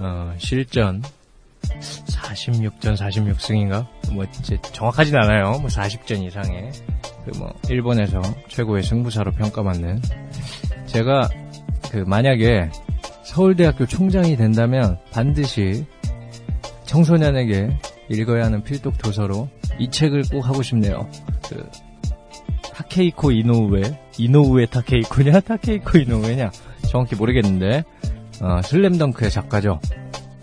어, 실전 46전 46승인가? 뭐 이제 정확하진 않아요. 뭐 40전 이상의 그 뭐 일본에서 최고의 승부사로 평가받는 제가 그 만약에 서울대학교 총장이 된다면 반드시 청소년에게 읽어야 하는 필독 도서로 이 책을 꼭 하고 싶네요. 그 타케이코 이노우에 이노우에 타케이코냐 타케이코 이노우에냐 정확히 모르겠는데 어, 슬램덩크의 작가죠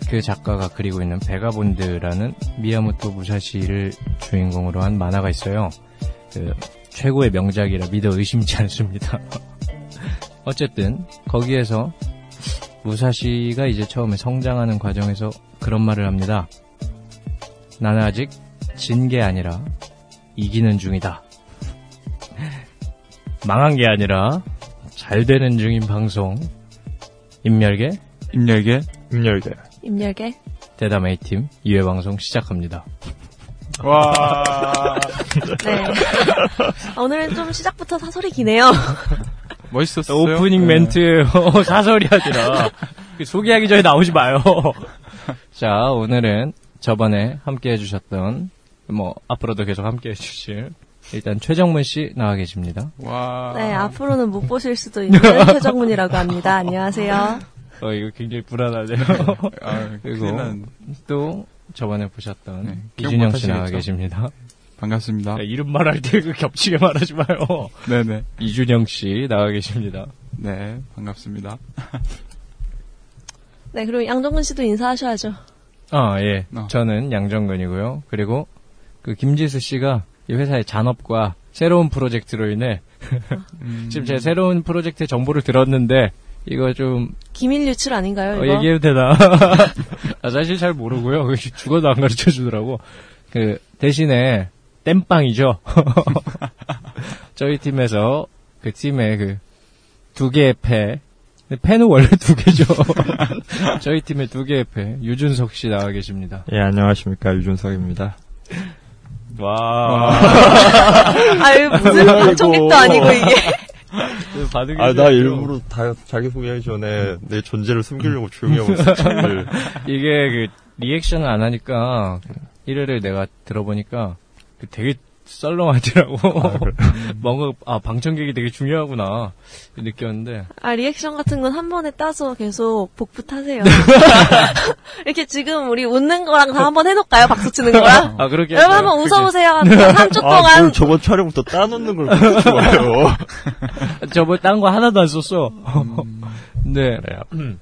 그 작가가 그리고 있는 베가본드라는 미야모토 무사시를 주인공으로 한 만화가 있어요 그, 최고의 명작이라 믿어 의심치 않습니다 어쨌든 거기에서 무사시가 이제 처음에 성장하는 과정에서 그런 말을 합니다 나는 아직 진 게 아니라 이기는 중이다 망한 게 아니라 잘 되는 중인 방송 임멸계 임열계? 임열계. 임열계 대담 A팀 2회 방송 시작합니다. 와. 네. 아, 오늘은 좀 시작부터 사설이 기네요. 멋있었어요. 오프닝 네. 멘트 어, 사설이 아니라 그 소개하기 전에 나오지 마요. 자 오늘은 저번에 함께 해주셨던 뭐 앞으로도 계속 함께 해주실 일단 최정문 씨 나와 계십니다. 와. 네, 앞으로는 못 보실 수도 있는 최정문이라고 합니다. 안녕하세요. 어 이거 굉장히 불안하네요. 아, 그리고 큰일 난- 또 저번에 보셨던 네, 기억 이준영 씨 못 나와 하시겠죠? 계십니다. 반갑습니다. 야, 이름 말할 때 그 겹치게 말하지 마요. 네네. 이준영 씨 나와 계십니다. 네, 반갑습니다. 네, 그리고 양정근 씨도 인사하셔야죠. 아, 예. 어. 저는 양정근이고요. 그리고 그 김지수 씨가 이 회사의 잔업과 새로운 프로젝트로 인해 음, 지금 제 새로운 프로젝트의 정보를 들었는데 이거 좀 기밀 유출 아닌가요, 어, 이거? 얘기해도 되나? 아, 사실 잘 모르고요. 그게 죽어도 안 가르쳐 주더라고. 그 대신에 땜빵이죠. 저희 팀에서 그 팀의 그 두 개의 패. 근데 패는 원래 두 개죠. 저희 팀의 두 개의 패. 유준석 씨 나와 계십니다. 예, 안녕하십니까. 유준석입니다. 와. 아유, 무슨 방청객도 아니고 이게. 반응이 아, 나 일부러 다, 자기소개하기 전에 내 존재를 숨기려고 조용히 하고 네. 있었지. 이게 그 리액션을 안 하니까 1회를 내가 들어보니까 그 되게 썰렁하더라고. 뭔가 아 방청객이 되게 중요하구나 느꼈는데 아, 리액션 같은 건 한 번에 따서 계속 복붙하세요. 이렇게 지금 우리 웃는 거랑 다 한 번 해놓을까요? 박수 치는 거랑? 아 그렇게 뭐? 여러분 한번 할까요? 웃어보세요. 한 3초 아, 동안. 뭘 저번 촬영부터 따놓는 걸 그렇게 좋아해요. 그렇게. 저번 딴거 하나도 안 썼어. 네.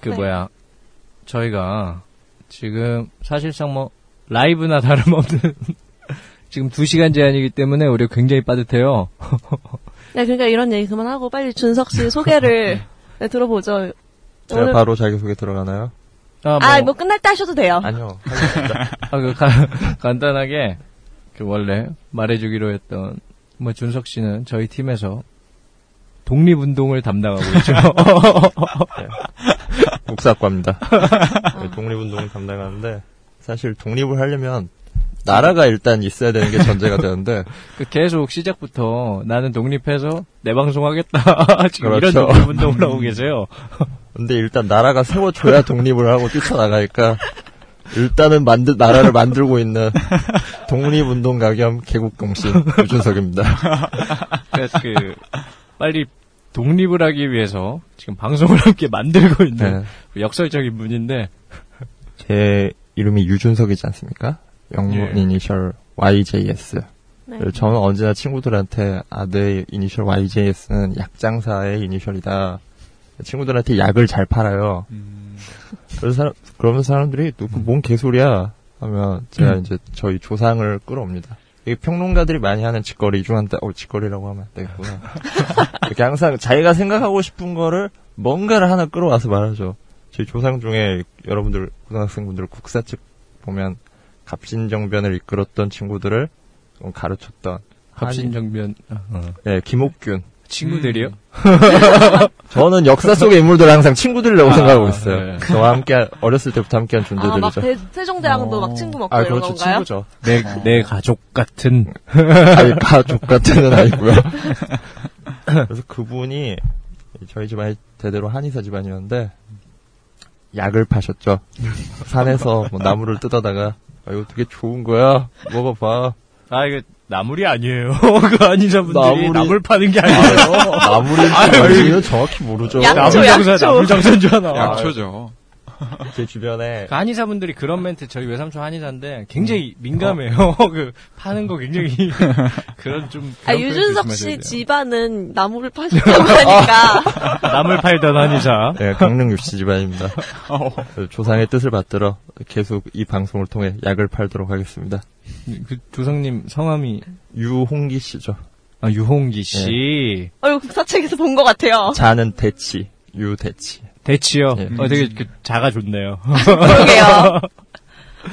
그 네. 뭐야 저희가 지금 사실상 뭐 라이브나 다름없는 지금 2시간 제한이기 때문에 오히려 굉장히 빠듯해요. 네, 그러니까 이런 얘기 그만하고 빨리 준석 씨 소개를 네, 들어보죠. 제가 바로 자기소개 들어가나요? 아, 아, 뭐 끝날 때 하셔도 돼요. 아니요. 아, 그, 간- 간단하게, 그, 원래 말해주기로 했던, 뭐, 준석 씨는 저희 팀에서 독립운동을 담당하고 있죠. 국사학과입니다. 네, 독립운동을 담당하는데, 사실 독립을 하려면, 나라가 일단 있어야 되는 게 전제가 되는데, 그 계속 시작부터 나는 독립해서 내 방송하겠다. 지금 이런 그렇죠. 독립운동을 하고 계세요. 근데 일단 나라가 세워줘야 독립을 하고 뛰쳐나가니까, 일단은 만드, 나라를 만들고 있는 독립운동 가겸 개국공신 유준석입니다. 그래서 그, 빨리 독립을 하기 위해서 지금 방송을 함께 만들고 있는 그 네. 역설적인 분인데, 예. 제 이름이 유준석이지 않습니까? 영문 이니셜 YJS. 네. 저는 언제나 친구들한테 아, 내 이니셜 YJS는 약장사의 이니셜이다. 친구들한테 약을 잘 팔아요. 음. 그래서 사람, 그러면 사람들이 또 뭔 개소리야 하면 제가 음. 이제 저희 조상을 끌어옵니다. 이게 평론가들이 많이 하는 짓거리 중 한다. 어, 짓거리라고 하면 안 되겠구나. 이렇게 항상 자기가 생각하고 싶은 거를 뭔가를 하나 끌어와서 말하죠. 저희 조상 중에 여러분들 고등학생분들 국사책 보면 갑신정변을 이끌었던 친구들을 가르쳤던 갑신정변 어. 예, 김옥균. 친구들이요? 저는 역사 속의 인물들 항상 친구들이라고 아, 생각하고 있어요. 네. 저와 함께 어렸을 때부터 함께한 아, 막 존재들이죠. 대, 세종대왕도 어. 막 친구 먹고 아, 이런 그렇죠. 건가요? 친구죠. 내, 내 가족 같은 아니, 가족 같은 건 아니고요. 그래서 그분이 저희 집안이 대대로 한의사 집안이었는데 약을 파셨죠. 산에서 뭐 나무를 뜯어다가 아, 이거 되게 좋은 거야. 먹어봐. 아 이거 나물이 아니에요 그 한의사분들이 나물이- 나물 파는 게 아니에요 나무를 는 정확히 모르죠. 양- 나물 약초, 장사 약초. 나물 장사인 줄 아나 약초죠. 제 주변에 그 한의사분들이 그런 멘트 저희 외삼촌 한의사인데 굉장히 민감해요. 그 파는 거 굉장히 그런 좀 아, 그런 표현 유준석 조심하셔야 씨 돼요. 집안은 나무를 파셨다고 하니까. 남을 팔던 한의사. 예, 강릉 육시 집안입니다. 어. 그 조상의 뜻을 받들어 계속 이 방송을 통해 약을 팔도록 하겠습니다. 그 조상님 성함이 유홍기 씨죠. 아, 유홍기 씨 아유, 사책에서 어, 본 것 같아요. 자는 대치, 유대치. 대치요. 예. 어 되게 그 자가 좋네요. 그러게요.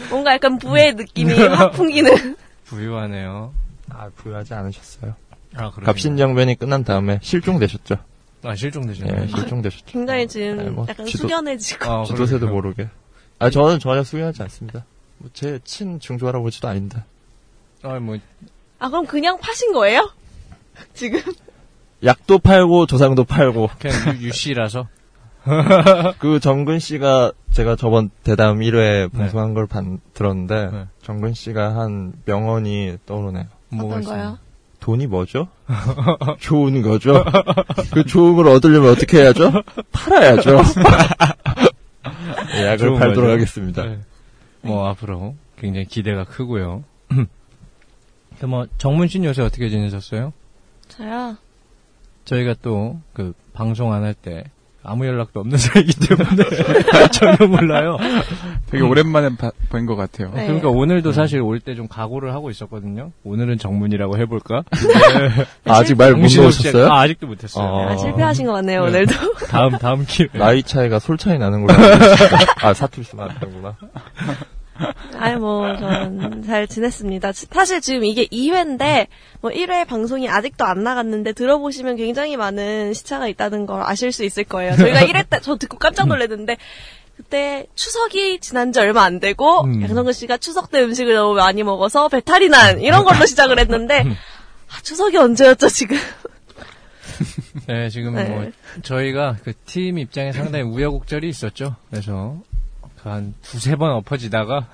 뭔가 약간 부의 느낌이 음. 확 풍기는. 부유하네요. 아, 부여하지 않으셨어요. 아 그럼 갑신장변이 끝난 다음에 실종되셨죠. 아 실종되셨네요. 예, 실종되셨죠. 굉장히 네, 지금 뭐 약간 지도- 숙연해지고. 아, 지도세도 그러니까요. 모르게. 아, 저는 전혀 수용하지 않습니다. 뭐 제 친 증조할아버지도 아닌데. 아, 뭐 아, 그럼 그냥 파신 거예요? 지금? 약도 팔고 조상도 팔고 그냥 유, 유 씨라서 그 정근 씨가 제가 저번 대담 1회 방송한 걸 반- 들었는데 네. 정근 씨가 한 명언이 떠오르네요. 뭐가 어떤 있어요? 거요? 돈이 뭐죠? 좋은 거죠. 그 좋은 걸 얻으려면 어떻게 해야죠? 팔아야죠. 예, 약을 좋은 팔도록 거죠. 하겠습니다. 네. 뭐 앞으로 굉장히 기대가 크고요. 그뭐 정문 씨는 요새 어떻게 지내셨어요? 저요? 저희가 또 그 방송 안 할 때 아무 연락도 없는 사이이기 때문에 전혀 몰라요. 되게 음. 오랜만에 뵌 것 같아요. 네. 그러니까 오늘도 사실 올 때 좀 각오를 하고 있었거든요. 오늘은 정문이라고 해볼까? 아직 말 못 정신없이- 놓으셨어요? 아, 아직도 못했어요. 어. 아, 실패하신 것 같네요, 네. 오늘도. 다음 다음 기회. 나이 차이가 솔 차이 나는 걸로 알고 있습니다. 아, 사투리 쓰면 안 되는구나. 아니, 뭐, 전, 잘 지냈습니다. 지- 사실 지금 이게 2회인데, 뭐, 1회 방송이 아직도 안 나갔는데, 들어보시면 굉장히 많은 시차가 있다는 걸 아실 수 있을 거예요. 저희가 1회 때, 저 듣고 깜짝 놀랐는데, 그때 추석이 지난 지 얼마 안 되고, 음. 양성근 씨가 추석 때 음식을 너무 많이 먹어서 배탈이 난, 이런 걸로 시작을 했는데, 음. 아, 추석이 언제였죠, 지금? 네, 지금 네. 뭐 저희가 그 팀 입장에 상당히 우여곡절이 있었죠. 그래서 그한 두세 번 엎어지다가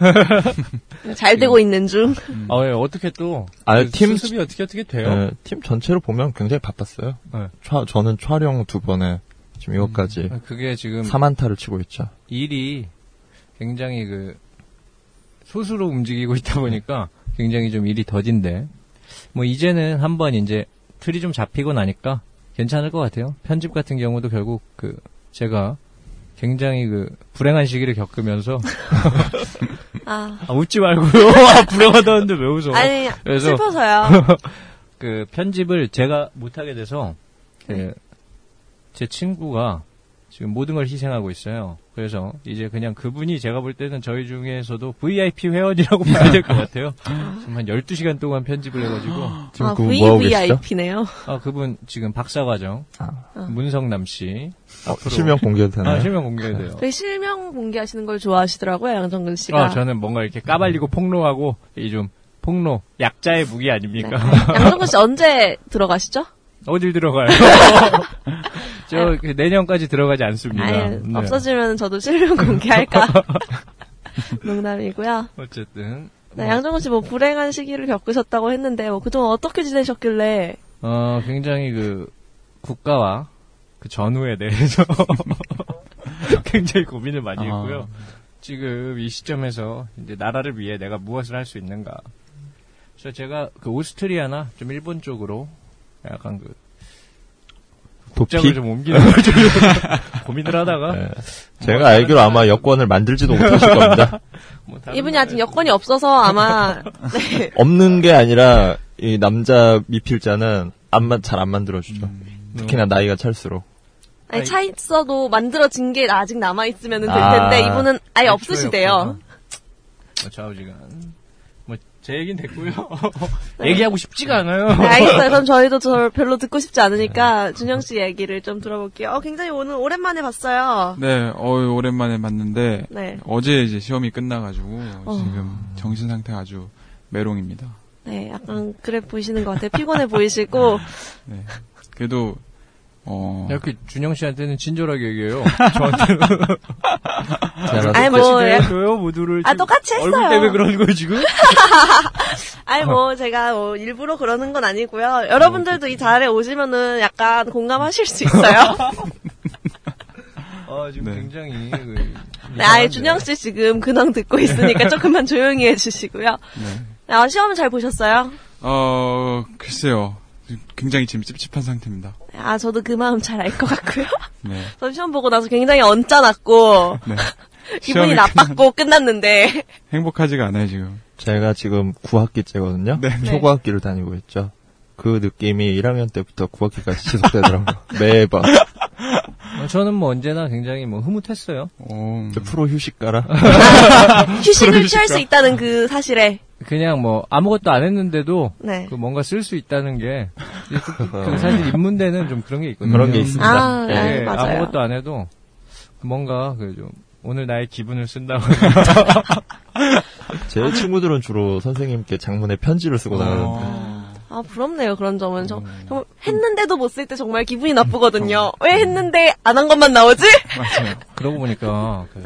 잘 음. 되고 있는 중. 아, 예, 어떻게 또 아, 그 팀- 수습이 어떻게 어떻게 돼요? 예, 팀 전체로 보면 굉장히 바빴어요. 네. 촬- 저는 촬영 두 번에 지금 이것까지 아, 그게 지금 사만타를 치고 있죠. 일이 굉장히 그 소수로 움직이고 있다 보니까 굉장히 좀 일이 더딘데 뭐 이제는 한번 이제 틀이 좀 잡히고 나니까 괜찮을 것 같아요. 편집 같은 경우도 결국 그 제가 굉장히 그 불행한 시기를 겪으면서 아, 아, 웃지 말고요. 아, 불행하다는데 왜 웃어? 아니, 그래서- 슬퍼서요. 그 편집을 제가 못하게 돼서 그, 제 친구가 지금 모든 걸 희생하고 있어요. 그래서 이제 그냥 그분이 제가 볼 때는 저희 중에서도 VIP 회원이라고 봐야 될 것 같아요. 지금 한 12시간 동안 편집을 해가지고 지금 아, 그분 뭐하고 계시죠? VVIP네요. 아 그분 지금 박사과정 아. 문성남 씨 어, 실명 공개해도 되나요? 아, 실명 공개돼요. 되게 실명 공개하시는 걸 좋아하시더라고요, 양정근 씨가. 아 저는 뭔가 이렇게 까발리고 폭로하고 이 좀 폭로 약자의 무기 아닙니까? 양정근 씨 언제 들어가시죠? 어딜 들어가요? 저그 내년까지 들어가지 않습니다. 아예 네. 없어지면 저도 실명 공개할까? 농담이고요. 어쨌든 네, 뭐, 양정근 씨 뭐 불행한 시기를 겪으셨다고 했는데 뭐 그동안 어떻게 지내셨길래? 어, 굉장히 그 국가와 그 전후에 대해서 굉장히 고민을 많이 아. 했고요. 지금 이 시점에서 이제 나라를 위해 내가 무엇을 할 수 있는가. 그래서 제가 그 오스트리아나 좀 일본 쪽으로 약간 그 독장을 좀 옮기는 걸 좀 고민을 하다가 네. 제가 알기로 아마 여권을 만들지도 못하실 겁니다. 뭐 다른 이분이 나라에- 아직 여건이 없어서 아마 네. 없는 게 아니라 이 남자 미필자는 잘 안 만들어주죠. 네. 특히나 나이가 찰수록. 아니, 아이. 차 있어도 만들어진 게 아직 남아 있으면 될 아. 텐데 이분은 아예 애초에 없으시대요. 없어서. 뭐 좌우지간. 뭐 제 얘긴 됐고요. 얘기하고 싶지가 않아요. 네, 알겠어요. 그럼 저희도 저 별로 듣고 싶지 네. 않으니까 준영 씨 얘기를 좀 들어볼게요. 어, 굉장히 오늘 오랜만에 봤어요. 네, 어유 오랜만에 봤는데 네. 어제 이제 시험이 끝나가지고 어. 지금 정신 상태 아주 메롱입니다. 네, 약간 그래 보이시는 것 같아요. 피곤해 보이시고. 네. 그래도 어 이렇게 그 준영 씨한테는 친절하게 얘기해요. 어, 저한테는 제가 아이, 뭐, 약- 요 모두를. 아, 지금 똑같이 했어요. 얼굴 때문에 그러는 거예요, 지금? 아니 뭐 제가 뭐 일부러 그러는 건 아니고요. 여러분들도 이 자리에 오시면은 약간 공감하실 수 있어요. 아, 지금 네. 굉장히. 그, 네, 아예 이상한데. 준영 씨 지금 근황 듣고 있으니까 조금만 조용히 해주시고요. 아, 시험 잘 보셨어요? 어, 글쎄요. 굉장히 지금 찝찝한 상태입니다. 아, 저도 그 마음 잘 알 것 같고요. 네. 전 시험 보고 나서 굉장히 언짢았고, 네. 기분이 시험이 나빴고 끝났는데. 행복하지가 않아요, 지금. 제가 지금 9학기째거든요. 네. 초고학기를 다니고 있죠. 그 느낌이 1학년 때부터 9학기까지 지속되더라고요. 매번. 어, 저는 뭐 언제나 굉장히 뭐 흐뭇했어요. 어, 음. 프로 휴식 가라. 휴식을 취할 수 있다는 그 사실에. 그냥 뭐 아무것도 안 했는데도 네. 그 뭔가 쓸 수 있다는 게. 그- 그 사실 인문대는 좀 그런 게 있거든요. 그런 게 있습니다. 아, 네, 예, 맞아요. 아무것도 안 해도 뭔가 그 좀 오늘 나의 기분을 쓴다고 제 친구들은 주로 선생님께 장문의 편지를 어. 쓰고 다니는데 아, 부럽네요, 그런 점은. 저, 정말 했는데도 못 쓸 때 정말 기분이 나쁘거든요. 왜 했는데 안 한 것만 나오지? 맞아요. 그러고 보니까 그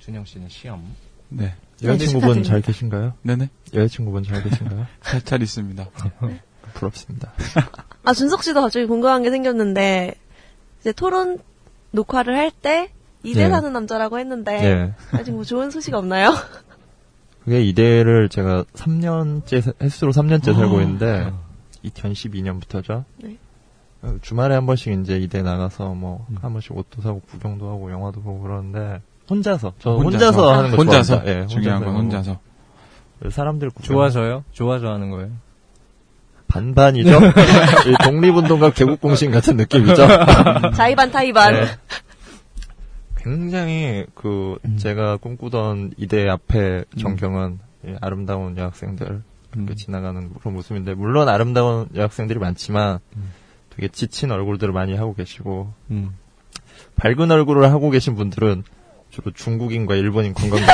준영 씨는 시험 네. 여자친구분 잘 계신가요? 네네. 여자친구분 잘 계신가요? 잘, 잘 있습니다. 어, 부럽습니다. 아, 준석 씨도 갑자기 궁금한 게 생겼는데, 이제 토론 녹화를 할 때, 이대 네. 사는 남자라고 했는데, 예. 아직 뭐 좋은 소식 없나요? 그게 이대를 제가 3년째, 횟수로 3년째 살고 있는데, 2012년부터죠. 네. 주말에 한 번씩 이제 이대 나가서 뭐, 한 번씩 옷도 사고, 구경도 하고, 영화도 보고 그러는데, 혼자서. 저 혼자서, 하는 거 혼자서. 좋아합니다. 예, 중요한 건 하고. 혼자서. 사람들 구경. 좋아서요? 좋아서 하는 거예요. 반반이죠? 이 독립운동과 개국공신 같은 느낌이죠? 자이반 타이반. 네. 굉장히 그 제가 꿈꾸던 이대 앞에 전경은 이 아름다운 여학생들 이렇게 지나가는 그런 모습인데 물론 아름다운 여학생들이 많지만 되게 지친 얼굴들을 많이 하고 계시고 음. 밝은 얼굴을 하고 계신 분들은 주로 중국인과 일본인 관광객.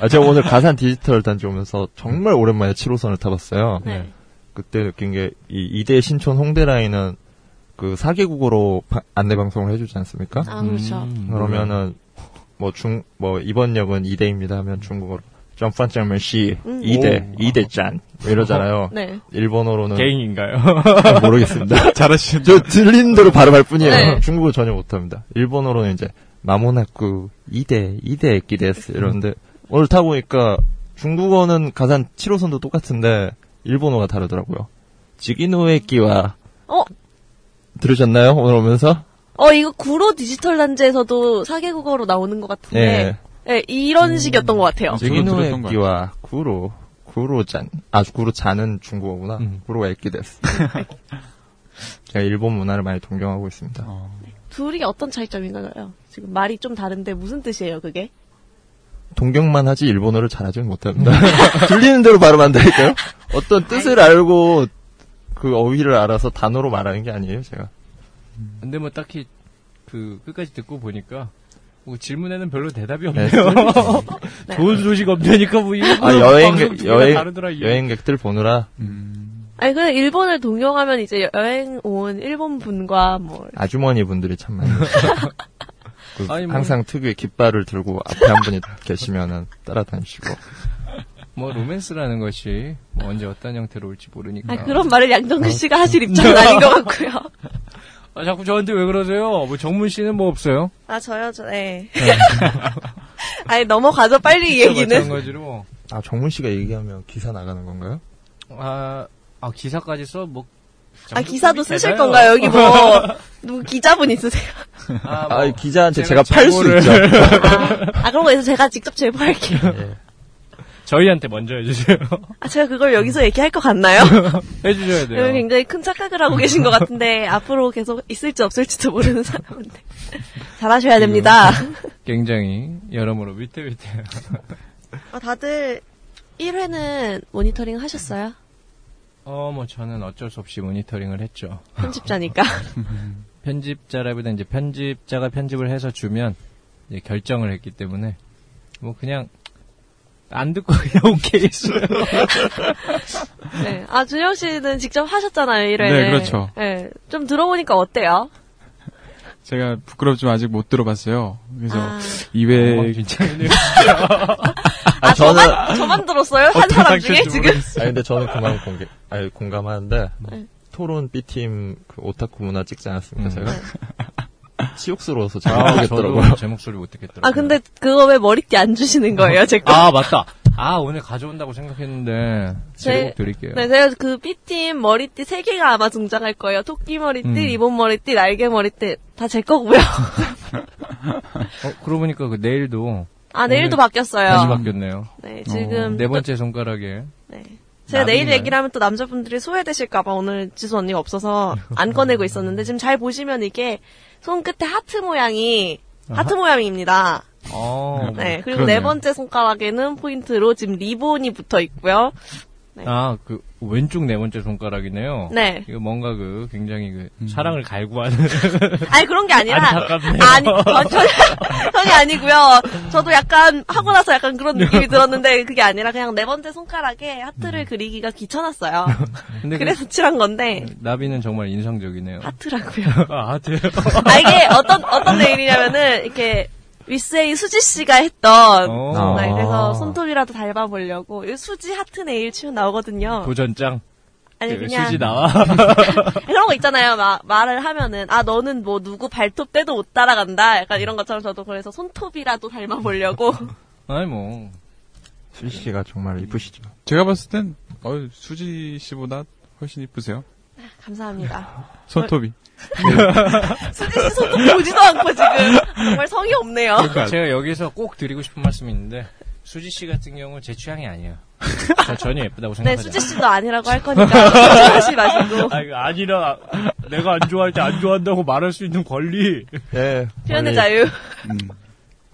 아, 제가 오늘 가산 디지털 단지 오면서 정말 오랜만에 7호선을 타봤어요. 네. 그때 느낀 게, 이 이대 신촌 홍대 라인은 그 4개국어로 안내방송을 해주지 않습니까? 아, 그렇죠. 음. 그러면은 뭐 중 뭐 이번 역은 2대입니다 하면 중국어로 점프한점을 시 음. 2대 2대 짠뭐 이러잖아요. 네. 일본어로는 개인인가요? 잘 모르겠습니다. 잘하시는 저 들리는 대로 발음할 뿐이에요. 네. 중국어 전혀 못합니다. 일본어로는 이제 마모나쿠 2대 2대 기데스 이러는데 오늘 타보니까 중국어는 가산 7호선도 똑같은데 일본어가 다르더라고요. 지기노의 끼와 어? 들으셨나요? 오늘 오면서? 어, 이거 구로 디지털 단지에서도 사계국어로 나오는 것 같은데. 예. 이런 식이었던 것 같아요. 네. 저도 들었던 것 지기노의끼와 구로 구로잔 아 구로잔은 중국어구나 음. 구로가 에끼데스 제가 일본 문화를 많이 동경하고 있습니다 어. 둘이 어떤 차이점인가요? 지금 말이 좀 다른데 무슨 뜻이에요, 그게? 동경만 하지 일본어를 잘하지는 못합니다 음. 들리는 대로 발음한다니까요 어떤 뜻을 알고 그 어휘를 알아서 단어로 말하는 게 아니에요 제가 근데 뭐 딱히 그 끝까지 듣고 보니까 뭐 질문에는 별로 대답이 네, 없네요. 네. 좋은 소식 없다니까 뭐 이거 아 방송 여행객 두개다 여행 다르더라, 이거. 예, 여행객들 보느라 음. 아니, 그냥 일본을 동경하면 이제 여행 온 일본 분과 뭐. 아주머니 분들이 참 많아요 그 아니, 뭐- 항상 특유의 깃발을 들고 앞에 한 분이 계시면은 따라다니시고 뭐 로맨스라는 것이 뭐 언제 어떤 형태로 올지 모르니까. 아, 그런 말을 양정근 씨가 하실 입장은 아닌 것 같고요. 아, 자꾸 저한테 왜 그러세요? 뭐 정문 씨는 뭐 없어요? 네. 뭐 아, 저요, 저, 예. 아니, 넘어가죠, 네. 빨리 이 얘기는. 마찬가지로 아, 정문 씨가 얘기하면 기사 나가는 건가요? 아, 아 기사까지 써? 뭐. 아, 기사도 쓰실 되나요? 건가요? 여기 뭐, 누구 기자분 있으세요? 아, 아, 뭐. 기자한테 제가 제가, 팔 수 정보를- 있죠. 아, 그런 거에서 제가 직접 제보할게요. 예. 저희한테 먼저 해주세요. 아, 제가 그걸 여기서 얘기할 것 같나요? 해주셔야 네. 돼요. 여러분 굉장히 큰 착각을 하고 계신 것 같은데, 앞으로 계속 있을지 없을지도 모르는 사람인데. 네. 잘하셔야 됩니다. 굉장히 여러모로 위태위태. 아, 다들 1회는 모니터링 하셨어요? 어, 뭐 저는 어쩔 수 없이 모니터링을 했죠. 편집자니까. 편집자라기보다 이제 편집자가 편집을 해서 주면 이제 결정을 했기 때문에 뭐 그냥 안 듣고 그냥 오케이 했어요. 네. 아, 준영 씨는 직접 하셨잖아요, 1회는. 네, 그렇죠. 네. 좀 들어보니까 어때요? 제가 부끄럽지만 아직 못 들어봤어요. 그래서 아. 이회뭐 어, 괜찮네요. 아, 저는- 저만, 저만 들었어요? 한 사람 중에 상태인지 지금? 아 근데 저는 그만 공개, 아니, 공감하는데 네. 토론 B팀 그 오타쿠 문화 찍지 않았습니까 음. 제가? 네. 치욕스러워서 잘 아, 모르겠더라고요. 저도 제 목소리 못 듣겠더라고요. 아, 근데 그거 왜 머리띠 안 주시는 거예요, 제 거? 아, 맞다. 아, 오늘 가져온다고 생각했는데 제- 제가 꼭 드릴게요. 네, 제가 그 B팀 머리띠 세개가 아마 등장할 거예요. 토끼 머리띠, 음. 리본 머리띠, 날개 머리띠. 다 제 거고요. 어, 그러고 보니까 그 내일도 아, 오늘 내일도 다시 바뀌었어요. 바뀌었네요. 네, 지금. 네 번째 손가락에. 네. 제가 내일 나비인가요? 얘기를 하면 또 남자분들이 소외되실까봐 오늘 지수 언니가 없어서 안 꺼내고 있었는데 지금 잘 보시면 이게 손끝에 하트 모양이 하트 모양입니다. 어, 네. 그리고 그러네요. 네 번째 손가락에는 포인트로 지금 리본이 붙어 있고요. 아, 그 왼쪽 네 번째 손가락이네요. 네. 이거 뭔가 그 굉장히 그 사랑을 갈구하는 아니 그런 게 아니라 안타깝네요. 아니 어, 전혀 전혀 아니고요. 저도 약간 하고 나서 약간 그런 느낌이 들었는데 그게 아니라 그냥 네 번째 손가락에 하트를 음. 그리기가 귀찮았어요. 근데 그 그래서 칠한 건데 나비는 정말 인상적이네요. 하트라고요. 아, 하트요? 아 이게 어떤 어떤 내일이냐면은 이렇게 윗세이 수지 씨가 했던 어. 정말 아. 그래서 손톱이라도 닮아보려고 이 수지 하트 네일 치면 나오거든요. 도전장. 아니 그 그냥 수지 나와. 그런 거 있잖아요. 마- 말을 하면은 아 너는 뭐 누구 발톱 때도 못 따라간다. 약간 이런 것처럼 저도 그래서 손톱이라도 닮아보려고. 아니, 뭐. 실 씨가 정말 이쁘시죠. 제가 봤을 땐 어, 수지 씨보다 훨씬 이쁘세요. 감사합니다. 손톱이. 어. 수지 씨 손톱 보지도 않고 지금 정말 성의 없네요. 그러니까 제가 여기서 꼭 드리고 싶은 말씀이 있는데, 수지 씨 같은 경우 제 취향이 아니에요. 저 전혀 예쁘다고 네 생각하지 수지 씨도 아니라고 할 거니까 조심하시 마시고 않아요. 아, 아니라, 내가 안 좋아할 때 안 좋아한다고 말할 수 있는 권리. 예. 표현의 자유. 음.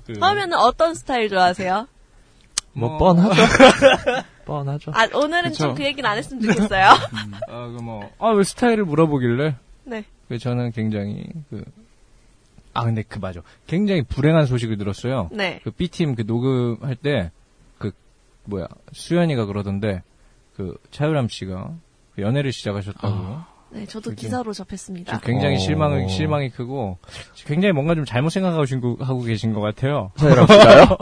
그, 그러면은 어떤 스타일 좋아하세요? 뭐 뻔하죠. 뻔하죠. 아, 오늘은 좀 그쵸. 그 얘기는 안 했으면 좋겠어요. 아, 그 뭐, 아, 왜 스타일을 물어보길래? 네. 그 저는 굉장히, 그, 아, 근데 그 맞아. 굉장히 불행한 소식을 들었어요. 네. 그 B팀 그 녹음할 때, 그, 뭐야, 수연이가 그러던데, 그, 차유람 씨가 그 연애를 시작하셨다고. 네, 저도 기사로 접했습니다. 지금 굉장히 어. 실망, 실망이 크고, 굉장히 뭔가 좀 잘못 생각하고 신 거- 하고 계신 것 같아요. 차이랑 씨가요?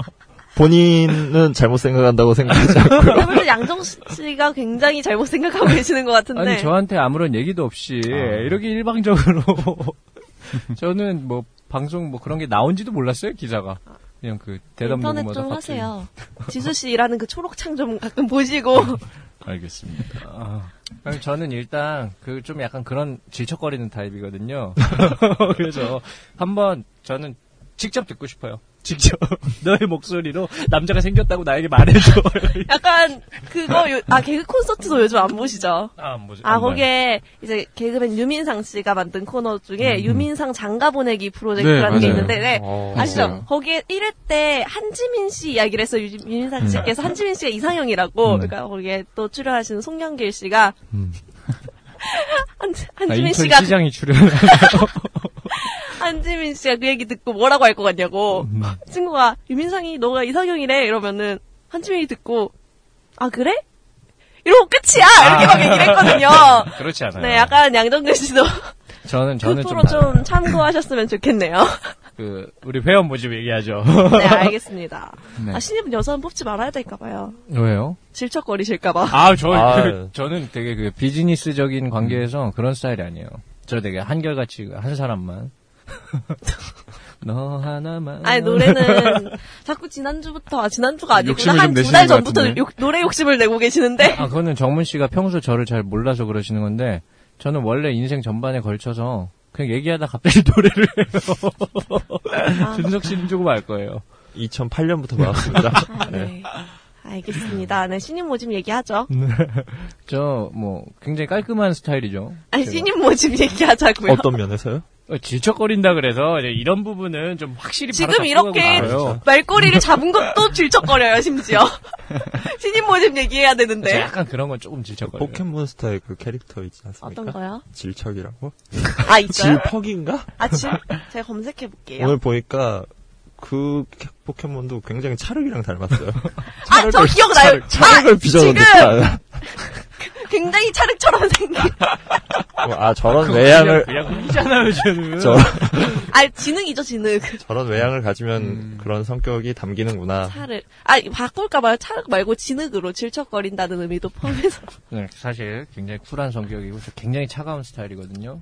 본인은 잘못 생각한다고 생각하지 않고 그러면 양정 씨가 굉장히 잘못 생각하고 계시는 것 같은데. 아니, 저한테 아무런 얘기도 없이, 예, 이렇게 일방적으로. 저는 뭐, 방송 뭐 그런 게 나온지도 몰랐어요, 기사가. 그냥 그, 대답 인터넷 녹음마다. 좀 갑자기. 하세요. 지수 씨 일하는 그 초록창 좀 가끔 보시고. 알겠습니다. 아니, 저는 일단 그 좀 약간 그런 질척거리는 타입이거든요. 그래서 한번 저는 직접 듣고 싶어요. 직접 너의 목소리로 남자가 생겼다고 나에게 말해줘. 약간 그거 요- 아 개그 콘서트도 요즘 안 보시죠? 아, 뭐지? 아 거기에 이제 개그맨 유민상 씨가 만든 코너 중에 유민상 장가 보내기 프로젝트라는 음, 네, 게 맞아요. 있는데 네. 아시죠? 맞아요. 거기에 1회 때 한지민 씨 이야기를 해서 유- 음. 유민상 씨께서 한지민 씨가 이상형이라고 그러니까 거기에 또 출연하시는 송영길 씨가 음. 한, 아, 한지민 인천 씨가 시장이 출연을 한지민 씨가 그 얘기 듣고 뭐라고 할 것 같냐고 음. 친구가 유민상이 너가 이상형이래 이러면은 한지민이 듣고 아 그래? 이러고 끝이야 아. 이렇게 막 얘기를 했거든요. 그렇지 않아요. 네, 약간 양정근 씨도 저는 저는 극도로 좀, 좀그 그 참고하셨으면 좋겠네요. 우리 회원 모집 얘기하죠. 네, 알겠습니다. 네. 아, 신입은 여자는 뽑지 말아야 될까봐요. 왜요? 질척거리실까봐. 아, 저, 아. 그, 저는 되게 그 비즈니스적인 관계에서 그런 스타일이 아니에요. 저 되게 한결같이 한 사람만. 너 하나만. 아니 노래는 자꾸 지난주부터 아 지난주가 아니구나 욕심을 좀 한 두 내시는 달 것 전부터 같은데. 욕- 노래 욕심을 내고 계시는데 아, 그거는 정문 씨가 평소 저를 잘 몰라서 그러시는 건데, 저는 원래 인생 전반에 걸쳐서 그냥 얘기하다 갑자기 노래를 아. 해요. 준석 씨는 조금 알 거예요. 2008년부터 나왔습니다. 아, 네. 알겠습니다. 네, 신인 모집 얘기하죠. 저, 뭐, 굉장히 깔끔한 스타일이죠. 아니, 제가. 신인 모집 얘기하자고요. 어떤 면에서요? 어, 질척거린다 그래서 이제 이런 부분은 좀 확실히 바로 지금 바꾸고 이렇게 싶어요. 말꼬리를 잡은 것도 질척거려요, 심지어. 신인 모집 얘기해야 저 되는데. 약간 그런 건 조금 질척거려요. 포켓몬스터의 그 캐릭터 있지 않습니까? 어떤 거요? 질척이라고? 아, 있어요? 질퍽인가? 아, 질? 제가 검색해볼게요. 오늘 보니까 그 캐- 포켓몬도 굉장히 차르기랑 닮았어요. 아, 저 기억나요. 차르, 차르를 아, 빚어놓는데 지금 굉장히 차륵처럼 생긴. 아 저런 그거 외양을 그냥 그냥 이잖아요, 저는. 저, 아, 지능이죠, 그 지능. 저런 외양을 가지면 그런 성격이 담기는구나. 차륵. 아, 이거 바꿀까봐요. 차륵 말고 진흙으로 질척거린다는 의미도 포함해서. 네, 사실 굉장히 쿨한 성격이고 저 굉장히 차가운 스타일이거든요.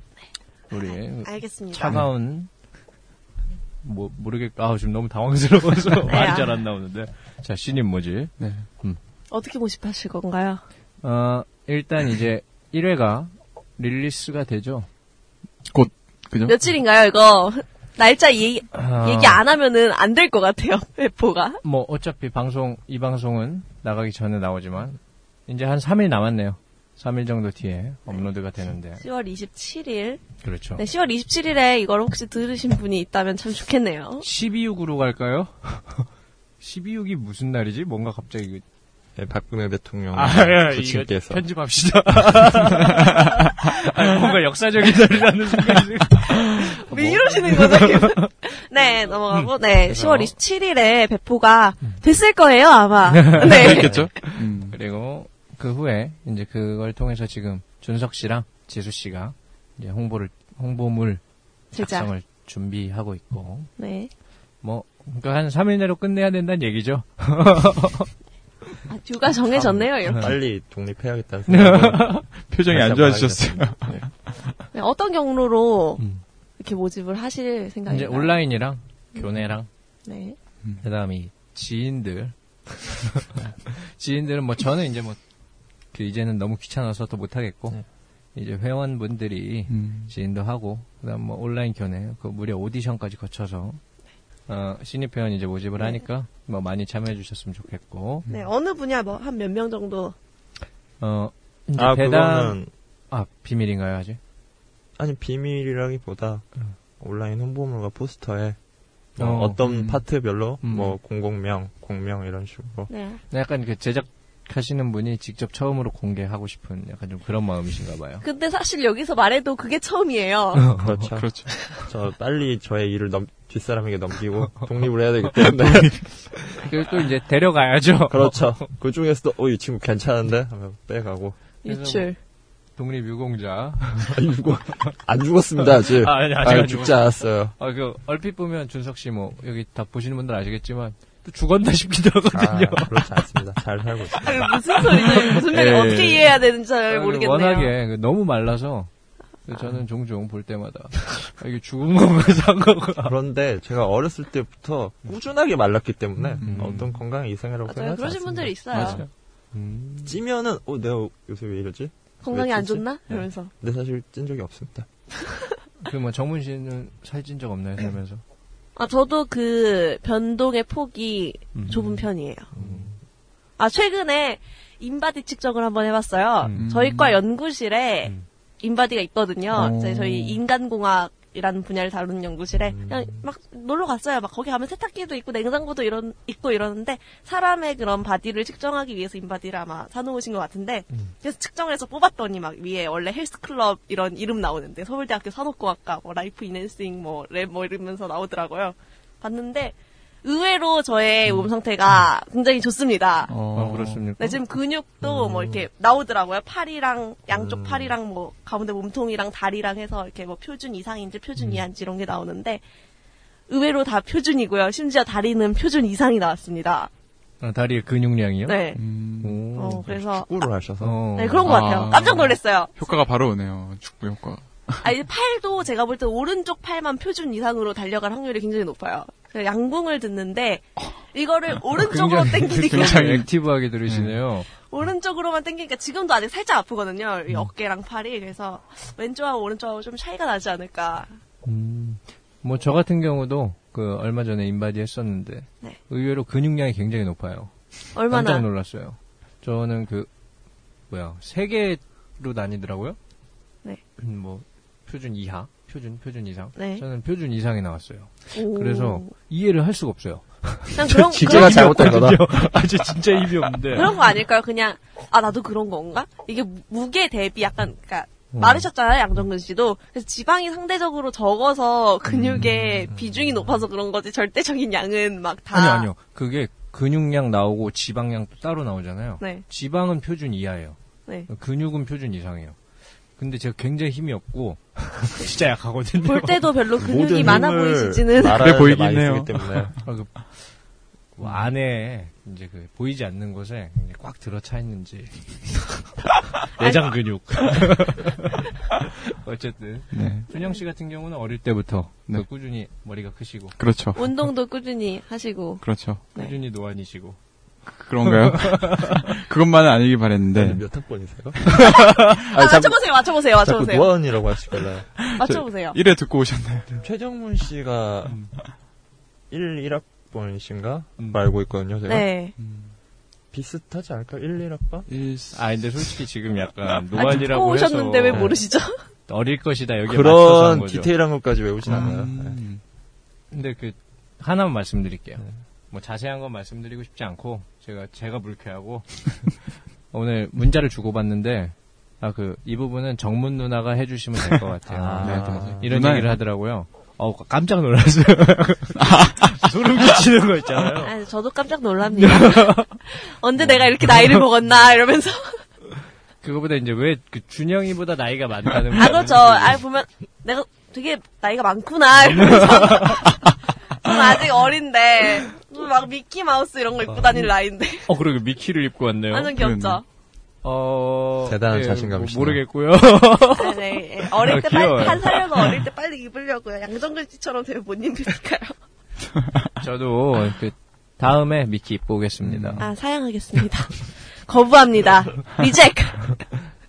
우리 알겠습니다. 차가운 뭐 모르겠 아 지금 너무 당황스러워서 네, 아. 말이 잘 안 나오는데 자 신인 뭐지? 네. 어떻게 모집하실 건가요? 어 일단 이제 1회가 릴리스가 되죠. 그죠? 네. 며칠인가요, 이거? 날짜 얘기, 아, 얘기 안 하면은 안 될 것 같아요, 배포가. 뭐 어차피 방송 이 방송은 나가기 전에 나오지만 이제 한 3일 남았네요. 3일 정도 뒤에 업로드가 되는데 10월 27일. 그렇죠. 네, 10월 27일에 이걸 혹시 들으신 분이 있다면 참 좋겠네요. 12육으로 갈까요? 12육이 무슨 날이지? 뭔가 갑자기 그- 네, 박근혜 대통령 아, 이거 부친께서 편집합시다. 아니, 뭔가 역사적인 날이라는 생각이 왜뭐 이러시는 거죠, 계속? 네, 넘어가고. 네, 10월 27일에 배포가 됐을 거예요, 아마. 네. 그렇겠죠? 음. 그리고 그 후에 이제 그걸 통해서 지금 준석 씨랑 지수 씨가 이제 홍보를 홍보물 제작. 작성을 준비하고 있고 네. 뭐 그러니까 한 3일 내로 끝내야 된다는 얘기죠. 아, 뷰가 정해졌네요, 이렇게. 빨리 독립해야겠다는 생각. 표정이 안 좋아지셨어요. 네, 어떤 경로로 음. 이렇게 모집을 하실 이제 생각인가요? 온라인이랑 교내랑 네. 그다음에 이 지인들 지인들은 뭐 저는 이제 뭐 그 이제는 너무 귀찮아서 또 못하겠고 이제 회원분들이 음. 지인도 하고 그다음 뭐 온라인 견해 그 무려 오디션까지 거쳐서 어, 신입 회원 이제 모집을 하니까 뭐 많이 참여해 주셨으면 좋겠고 네, 어느 분야 뭐 한 몇 명 정도 어 이제 아 배당 그거는 아 비밀인가요 아직 아니 비밀이라기보다 온라인 홍보물과 포스터에 뭐 어, 어, 떤 음. 파트별로 음. 뭐 공공명, 공명 이런 식으로 네. 약간 그 제작하시는 분이 직접 처음으로 공개하고 싶은 약간 좀 그런 마음이신가 봐요. 근데 사실 여기서 말해도 그게 처음이에요. 그렇죠. 그렇죠. 저 빨리 저의 일을 넘, 뒷사람에게 넘기고 독립을 해야 되기 때문에 그리고 또 이제 데려가야죠. 그렇죠. 그 중에서도 어 이 친구 괜찮은데 하면 빼가고 그래서 유출. 독립 유공자. 아, 죽어 안 죽었습니다 아직. 아, 아니, 아직 안 죽지 죽었어요. 않았어요. 아 그 얼핏 보면 준석 씨 뭐 여기 다 보시는 분들 아시겠지만 또 죽었나 싶기도 하거든요. 아, 그렇지 않습니다. 잘 살고 있습니다. 아니, 무슨 소리죠? 무슨 말이 예. 어떻게 이해해야 되는지 잘 아니, 모르겠네요. 워낙에 그 너무 말라서 저는 종종 볼 때마다 아, 이게 죽은 건가 산 건가. 그런데 제가 어렸을 때부터 꾸준하게 말랐기 때문에 음. 어떤 건강 이상이라고 맞아요. 생각하지 그러신 않습니다. 분들이 있어요. 맞아요. 찌면은 어 내가 요새 왜 이러지? 건강이 왜 안 찌지? 네. 좋나? 이러면서. 근데 사실 찐 적이 없습니다. 그 뭐 정문 씨는 살찐 적 없나요 살면서? 아, 저도 그 변동의 폭이 음. 좁은 편이에요. 아, 최근에 인바디 측정을 한번 해봤어요. 음. 저희 과 연구실에 인바디가 있거든요. 오. 이제 저희 인간공학 이라는 분야를 다루는 연구실에 음. 그냥 막 놀러 갔어요. 막 거기 가면 세탁기도 있고 냉장고도 이런 있고 이러는데 사람의 그런 바디를 측정하기 위해서 인바디를 아마 사놓으신 것 같은데 음. 그래서 측정해서 뽑았더니 막 위에 원래 헬스클럽 이런 이름 나오는데 서울대학교 산업공학과 뭐 라이프 인핸싱 뭐 랩 뭐 이러면서 나오더라고요. 봤는데 의외로 저의 몸 상태가 굉장히 좋습니다. 음. 어, 그렇습니까? 네, 지금 근육도 뭐 이렇게 나오더라고요. 팔이랑, 음. 양쪽 팔이랑 뭐, 가운데 몸통이랑 다리랑 해서 이렇게 뭐 표준 이상인지 음. 표준 이하인지 이런 게 나오는데, 의외로 다 표준이고요. 심지어 다리는 표준 이상이 나왔습니다. 아, 다리의 근육량이요? 네. 음. 오. 어, 그래서, 축구를 하셔서 어. 네, 그런 것 같아요. 아. 깜짝 놀랐어요. 효과가 바로 오네요. 축구 효과. 아, 이 팔도 제가 볼 때 오른쪽 팔만 표준 이상으로 달려갈 확률이 굉장히 높아요. 그래서 양궁을 듣는데 이거를 오른쪽으로 당기니까 아, 굉장히 액티브하게 네. 들으시네요. 오른쪽으로만 당기니까 지금도 아직 살짝 아프거든요. 음. 이 어깨랑 팔이 그래서 왼쪽하고 오른쪽하고 좀 차이가 나지 않을까. 음, 뭐 저 같은 경우도 그 얼마 전에 인바디 했었는데 네. 의외로 근육량이 굉장히 높아요. 깜짝 얼마나 놀랐어요. 저는 그 뭐야 세 개로 나뉘더라고요. 네. 음, 뭐 표준 이하, 표준 표준 이상. 네. 저는 표준 이상이 나왔어요. 오. 그래서 이해를 할 수가 없어요. 그냥 그런 진짜가 그런, 잘못된 거다. 아저 진짜 입이 없는데. 그런 거 아닐까요? 그냥 아 나도 그런 건가? 이게 무- 무게 대비 약간 그러니까 음. 마르셨잖아요 양정근 씨도 그래서 지방이 상대적으로 적어서 근육의 비중이 높아서 그런 거지 절대적인 양은 막 음. 다 아니요 아니요. 그게 근육량 나오고 지방량도 따로 나오잖아요. 네, 지방은 표준 이하예요. 네. 근육은 표준 이상이에요. 근데 제가 굉장히 힘이 없고 진짜 약하거든요. 볼 때도 별로 근육이 모든 많아 힘을 보이시지는 말하는데 그래 보이긴 많이 쓰기 해요. 때문에. 아, 그, 뭐 안에 이제 그 보이지 않는 곳에 이제 꽉 들어차 있는지 내장 근육. 어쨌든 네. 준영 씨 같은 경우는 어릴 때부터 네. 그 꾸준히 머리가 크시고 그렇죠. 운동도 꾸준히 하시고 그렇죠. 네. 꾸준히 노안이시고 그런가요? 그것만은 아니길 바랬는데. 몇 학번이세요? 아, 맞춰보세요 맞춰보세요 자꾸 맞춰보세요 노안이라고 하실 거라. 맞춰보세요 1회 듣고 오셨나요? 최정문 씨가 1, 1학번이신가? 음. 알고 있거든요, 제가. 네 비슷하지 않을까요? 1, 1학번? 아 근데 솔직히 지금 약간 아, 듣고 노안이라고 해서 오셨는데 왜 모르시죠? 어릴 것이다 여기 맞춰서 한 그런 거죠. 디테일한 것까지 외우진 않아요. 네. 음. 근데 그 하나만 말씀드릴게요. 뭐 자세한 건 말씀드리고 싶지 않고 제가 제가 불쾌하고 오늘 문자를 주고받는데 아 그 이 부분은 정문 누나가 해주시면 될 것 같아요. 아, 네, 저한테 이런 누나예요? 얘기를 하더라고요. 어 깜짝 놀랐어요. 소름 끼치는 거 있잖아요. 아, 저도 깜짝 놀랍니다 언제 내가 이렇게 나이를 먹었나 이러면서 그거보다 이제 왜그 준영이보다 나이가 많다는 아, 그렇죠. 아, 보면, 내가 되게 나이가 많구나, 이러면서. 저는 아직 어린데, 막 미키마우스 이런 거 입고 다닐 나이인데. 어 그러게 미키를 입고 왔네요. 완전 귀엽죠? 어 대단한 예, 자신감이시네요. 뭐 모르겠고요. 네, 네. 어릴 때 음. 아, 귀여워요. 빨리, 한 살이라도 어릴 때 빨리 입으려고요. 양정글 씨처럼 되면 못 입으니까요. 저도 그 다음에 미키 입고 오겠습니다. 아, 사양하겠습니다. 거부합니다. 리젝!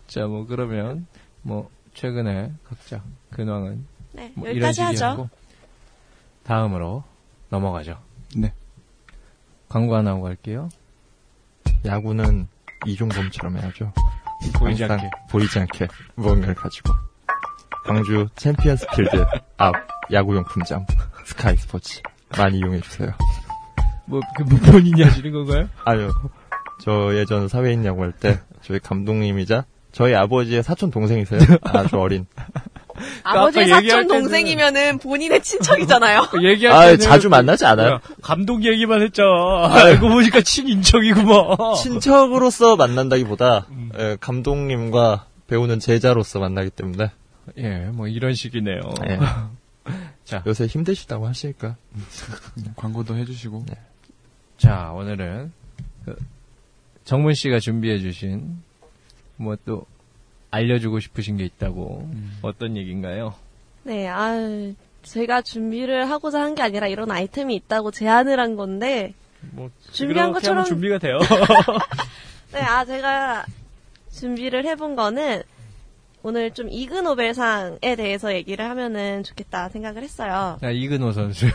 자, 뭐 그러면 뭐 최근에 각자 근황은 네, 뭐 이런 여기까지 식이 하죠. 하고 다음으로 넘어가죠. 네. 광고 하나 하고 갈게요. 야구는 이종범처럼 해야죠. 보이지 항상 않게. 보이지 않게 무언가를 가지고. 광주 챔피언스 필드 앞 야구용품점 스카이 스포츠 많이 이용해주세요. 뭐, 그, 뭐 본인이 하시는 건가요? 아유, 저 예전 사회인 야구할 때 저희 감독님이자 저희 아버지의 사촌 동생이세요. 아주 어린. 그 아버지의 아까 얘기할 사촌 때는- 동생이면은 본인의 친척이잖아요. 얘기할 아, 때는 자주 그- 만나지 않아요? 뭐야, 감독 얘기만 했죠. 알고 보니까 뭐. 친인척이구만. 친척으로서 만난다기보다 예, 감독님과 배우는 제자로서 만나기 때문에 예, 뭐 이런 식이네요. 예. 자. 요새 힘드시다고 하시니까 광고도 해주시고. 네. 자, 오늘은 그 정문 씨가 준비해 주신 뭐 또 알려주고 싶으신 게 있다고 어떤 얘기인가요? 네, 아 제가 준비를 하고자 한 게 아니라 이런 아이템이 있다고 제안을 한 건데, 뭐 준비한 그렇게 하면 것처럼- 준비가 돼요. 네, 아, 제가 준비를 해본 거는 오늘 좀 이그노벨상에 대해서 얘기를 하면은 좋겠다 생각을 했어요. 아, 이근호 선수요.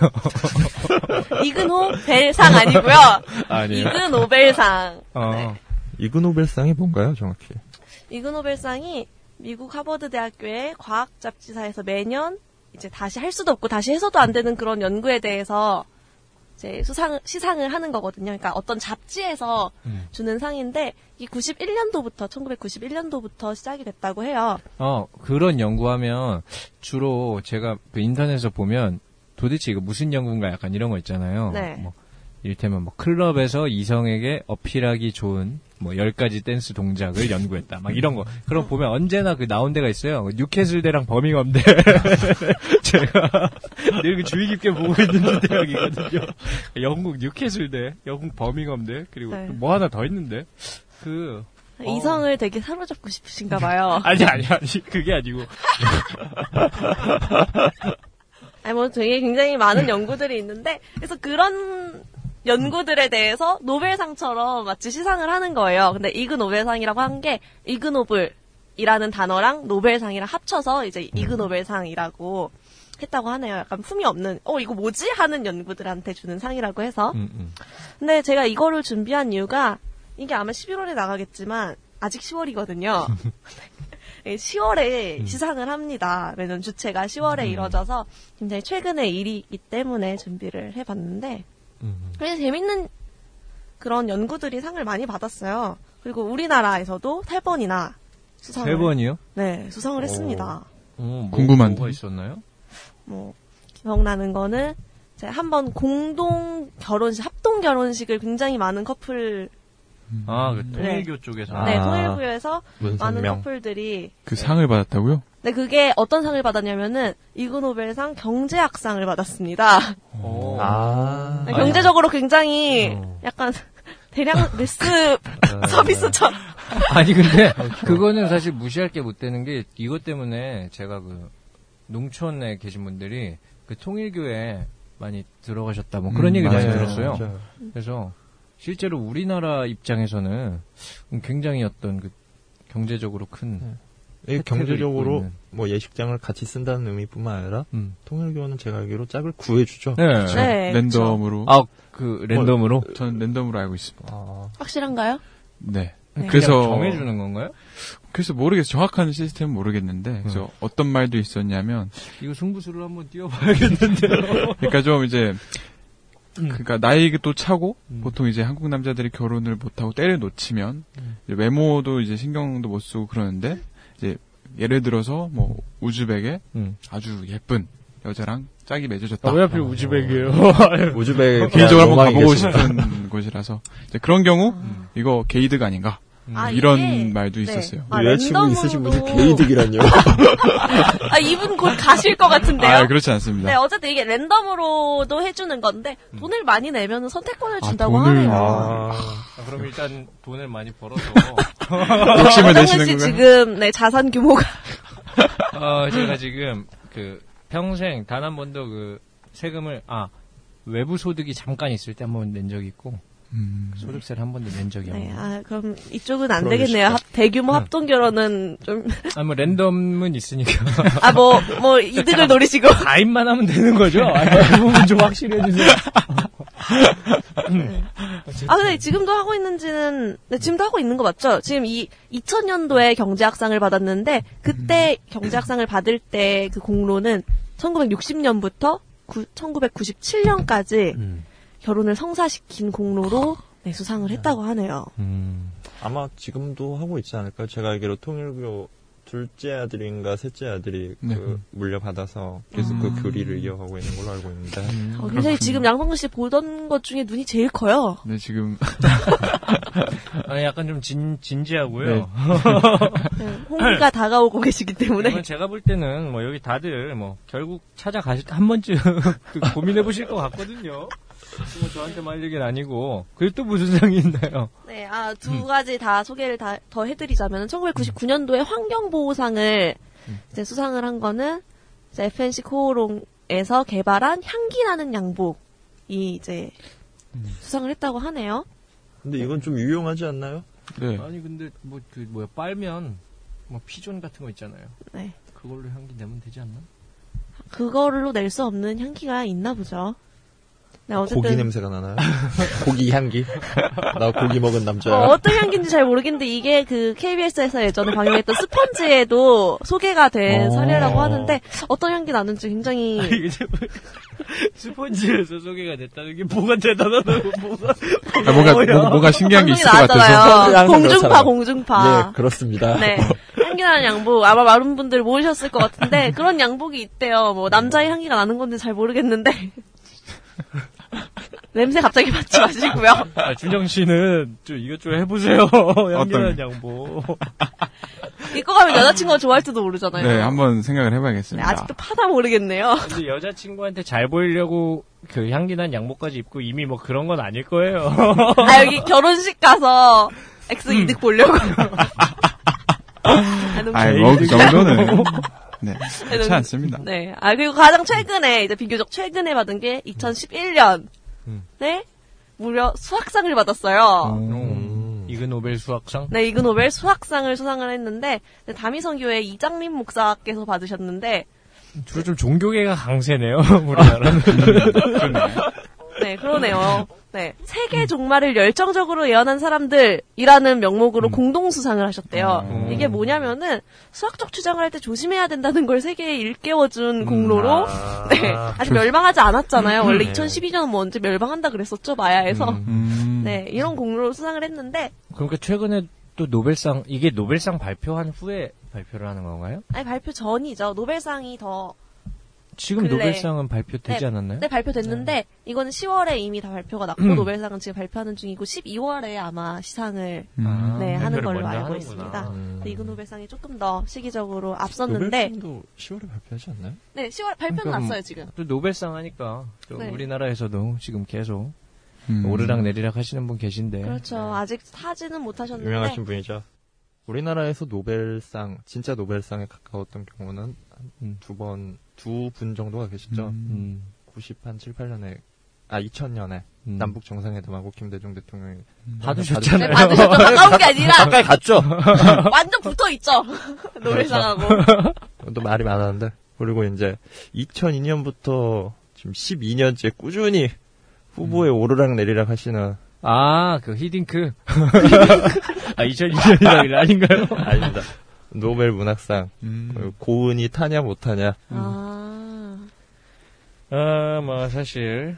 이그노벨상 아니고요. 아니요. 이그노벨상. 어, 이그노벨상이 뭔가요, 정확히? 이그노벨상이 미국 하버드 대학교의 과학 잡지사에서 매년 이제 다시 할 수도 없고 다시 해서도 안 되는 그런 연구에 대해서 이제 수상 시상을 하는 거거든요. 그러니까 어떤 잡지에서 주는 상인데 이 91년도부터 1991년도부터 시작이 됐다고 해요. 어, 그런 연구하면 주로 제가 그 인터넷에서 보면 도대체 이거 무슨 연구인가 약간 이런 거 있잖아요. 네. 뭐, 이를테면 뭐 클럽에서 이성에게 어필하기 좋은 뭐 열가지 댄스 동작을 연구했다. 막 이런 거. 그럼 보면 언제나 그 나온 데가 있어요. 뉴캐슬대랑 버밍엄대. 제가 늘 그 주의 깊게 보고 있는 대학이거든요. 영국 뉴캐슬대, 영국 버밍엄대, 그리고 뭐 네. 또뭐 하나 더 있는데. 그 이성을 되게 사로잡고 싶으신가 봐요. 아니 아니 아니 그게 아니고 아니 뭐 되게 굉장히 많은 연구들이 있는데 그래서 그런 연구들에 대해서 노벨상처럼 마치 시상을 하는 거예요. 근데 이그 노벨상이라고 한 게 이그 노블이라는 단어랑 노벨상이랑 합쳐서 이제 이그 노벨상이라고 했다고 하네요. 약간 품이 없는 어 이거 뭐지 하는 연구들한테 주는 상이라고 해서 음, 음. 근데 제가 이거를 준비한 이유가 이게 아마 11월에 나가겠지만 아직 10월이거든요. 음. 10월에 시상을 합니다. 매년 주체가 10월에 이뤄져서 굉장히 최근의 일이기 때문에 준비를 해봤는데 음. 그래서 재밌는 그런 연구들이 상을 많이 받았어요. 그리고 우리나라에서도 3번이나 수상을 세 번이요? 네 수상을 했습니다. 어, 뭐, 궁금한데. 뭐가 있었나요? 뭐 기억나는 거는 제가 한번 공동 결혼식 합동 결혼식을 굉장히 많은 커플 아그 네. 통일교 쪽에서 아. 네, 통일부에서 많은 문선명. 커플들이. 네. 그 상을 받았다고요? 근데 그게 어떤 상을 받았냐면은 이그노벨상 경제학상을 받았습니다. 어. 아. 경제적으로 굉장히 어. 약간 대량 매스 네. 서비스처럼. 아니 근데 그거는 사실 무시할 게 못 되는 게 이것 때문에 제가 그 농촌에 계신 분들이 그 통일교에 많이 들어가셨다 뭐 그런 음, 얘기 많이 맞아요. 들었어요. 맞아요. 그래서 실제로 우리나라 입장에서는 굉장히 어떤 그 경제적으로 큰 이게 혜택을 입고 경제적으로 있는. 뭐 예식장을 같이 쓴다는 의미뿐만 아니라 음. 통일교는 제가 알기로 짝을 구해주죠. 네. 네, 그쵸. 랜덤으로. 아그 랜덤으로 저는 랜덤으로 알고 있습니다. 아. 확실한가요? 네. 네. 그래서 그냥 정해주는 건가요? 그래서 모르겠어요. 정확한 시스템은 음. 모르겠는데 그래서 어떤 말도 있었냐면 이거 승부수를 한번 띄워봐야겠는데요. 그러니까 좀 이제 그러니까 나이도 차고 음. 보통 이제 한국 남자들이 결혼을 못 하고 때를 놓치면 음. 이제 외모도 이제 신경도 못 쓰고 그러는데 이제 예를 들어서 뭐 우즈벡의 음. 아주 예쁜 여자랑 짝이 맺어졌다. 아, 왜 하필 우즈벡이에요? 아, 우즈벡 개인적으로 한번 가보고 싶은 곳이라서 이제 그런 경우 음. 이거 게이드가 아닌가 아, 이런 이게- 말도 네. 있었어요. 아, 그 여자친구 랜덤으로도- 있으신 분이 게이득이라뇨. 아, 이분 곧 가실 것 같은데요? 아 그렇지 않습니다. 네, 어쨌든 이게 랜덤으로도 해주는 건데, 음. 돈을 많이 내면 선택권을 아, 준다고 돈을- 하네요. 어, 아, 그럼 일단 돈을 많이 벌어서 욕심을 박정은 내시는 씨 건가요? 지금, 네, 자산 규모가. 어, 제가 지금 그 평생 단 한 번도 그 세금을 아 외부 소득이 잠깐 있을 때 한 번 낸 적이 있고 그 음. 소득세를 한 번도 낸 적이 네, 없네요. 아, 그럼 이쪽은 안 음. 그러기 되겠네요. 쉽다. 음. 합- 대규모 합동 결혼은 좀, 아, 뭐 랜덤은 있으니까 아, 뭐, 뭐, 이득을 노리시고. 아, 가입만 하면 되는 거죠. 아니, 그 부분 좀 확실히 해주세요. 아, 근데 지금도 하고 있는지는, 네, 지금도 하고 있는 거 맞죠? 지금 이 2000년도에 경제학상을 받았는데, 그때 음. 경제학상을 받을 때 그 공로는 1960년부터 1997년까지 음. 결혼을 성사시킨 공로로 네, 수상을 했다고 하네요. 음. 아마 지금도 하고 있지 않을까요? 제가 알기로 통일교 둘째 아들인가 셋째 아들이 네. 그 물려받아서 계속 그 교리를 이어가고 있는 걸로 알고 있는데 음. 어, 굉장히 지금 양성근 씨 보던 것 중에 눈이 제일 커요. 네 지금 아니 약간 좀 진, 진지하고요. 네. 네, 홍기가 다가오고 계시기 때문에. 네, 이건 제가 볼 때는 뭐 여기 다들 뭐 결국 찾아가실 한 번쯤 그 고민해 보실 것 같거든요. 뭐 저한테만 할 얘기는 아니고 그리고 또 무슨 상이 있나요? 네, 아, 두 음. 가지 다 소개를 다, 더 해드리자면, 1999년도에 환경보호상을 음. 이제 수상을 한 거는, 이제 FNC 코오롱에서 개발한 향기나는 양복이 이제 음. 수상을 했다고 하네요. 근데 이건 좀 유용하지 않나요? 네. 아니 근데 뭐 그 뭐야 빨면 뭐 피존 같은 거 있잖아요. 네. 그걸로 향기 내면 되지 않나? 그걸로 낼 수 없는 향기가 있나 보죠. 네, 고기 어쨌든. 냄새가 나나요? 고기 향기? 나 고기 먹은 남자야. 어, 떤 향기인지 잘 모르겠는데, 이게 그 KBS에서 예전에 방영했던 스펀지에도 소개가 된 어. 사례라고 하는데, 어떤 향기 나는지 굉장히 스펀지에서 소개가 됐다는 게 뭐가 대단하다고 뭐가 아, 뭔가 뭐, 뭔가 신기한 게 어, 방송이 있을 것 같아서 나왔잖아요. 항상 공중파, 그렇잖아요. 공중파. 네, 그렇죠. 그렇습니다. 네. 향기나는 양복, 아마 많은 분들 모르셨을 것 같은데, 그런 양복이 있대요. 뭐, 남자의 향기가 나는 건지 잘 모르겠는데. 냄새 갑자기 맡지 마시고요. 아, 준정 씨는 좀 이것 좀 해보세요. 향기나는 어떤- 양보. 입고 가면 여자친구가 좋아할지도 모르잖아요. 네 한번 생각을 네, 해봐야겠습니다. 아직도 파다 모르겠네요. 근데 여자친구한테 잘 보이려고 그 향기난 양복까지 입고 이미 뭐 그런 건 아닐 거예요. 아, 여기 결혼식 가서 X 음. 이득 보려고. 안 웃겨. 아이, 뭐그 정도는. 네. 그렇지 않습니다. 네. 아, 그리고 가장 최근에, 이제 비교적 최근에 받은 게 2011년. 네? 무려 수학상을 받았어요. 음. 이그 노벨 수학상? 네, 이그노벨 수학상을 수상을 했는데, 네, 다미성교회 이장림 목사께서 받으셨는데, 주로 좀 종교계가 강세네요, 우리나라는. 네, 그러네요. 네. 음. 세계 종말을 열정적으로 예언한 사람들이라는 명목으로 공동수상을 하셨대요. 음. 이게 뭐냐면은 수학적 추정을 할 때 조심해야 된다는 걸 세계에 일깨워준 공로로 음. 아. 네. 네. 아직 멸망하지 않았잖아요. 원래 2012년 뭐 언제 멸망한다 그랬었죠, 마야에서. 음. 네, 이런 공로로 수상을 했는데, 그러니까 최근에 또 노벨상, 이게 노벨상 발표한 후에 발표를 하는 건가요? 아니, 발표 전이죠. 노벨상이 더, 지금 근래- 노벨상은 발표되지 네, 않았나요? 네, 발표됐는데, 이거는 10월에 이미 다 발표가 났고, 음. 노벨상은 지금 발표하는 중이고, 12월에 아마 시상을, 음. 네, 하는 발표를 걸로 먼저 알고 하는구나. 있습니다. 음. 근데 이건 노벨상이 조금 더 시기적으로 앞섰는데, 노벨상도 10월에 발표하지 않나요? 네, 10월 발표는 그러니까 뭐- 났어요, 지금. 또 노벨상 하니까 또 네. 우리나라에서도 지금 계속 음. 오르락 내리락 하시는 분 계신데 그렇죠. 아직 타지는 못하셨는데. 네. 유명하신 분이죠. 우리나라에서 노벨상, 진짜 노벨상에 가까웠던 경우는 음. 두 번, 두 분 정도가 계시죠. 음. 음, 90한 7, 8년에, 아, 2000년에 음. 남북 정상회담하고 김대중 대통령이 받으셨잖아요. 네, 받으셨죠. 가까운 게 아니라, 가까이 갔죠. 완전 붙어있죠. 노벨상하고. 그렇죠. 또 말이 많았는데. 그리고 이제 2002년부터 지금 12년째 꾸준히 후보에 오르락 내리락 하시는 아, 그 히딩크. 아, 2002년이라 아닌가요? 아닙니다. 노벨 문학상 음. 고은이 타냐 못하냐 아. 아, 뭐 사실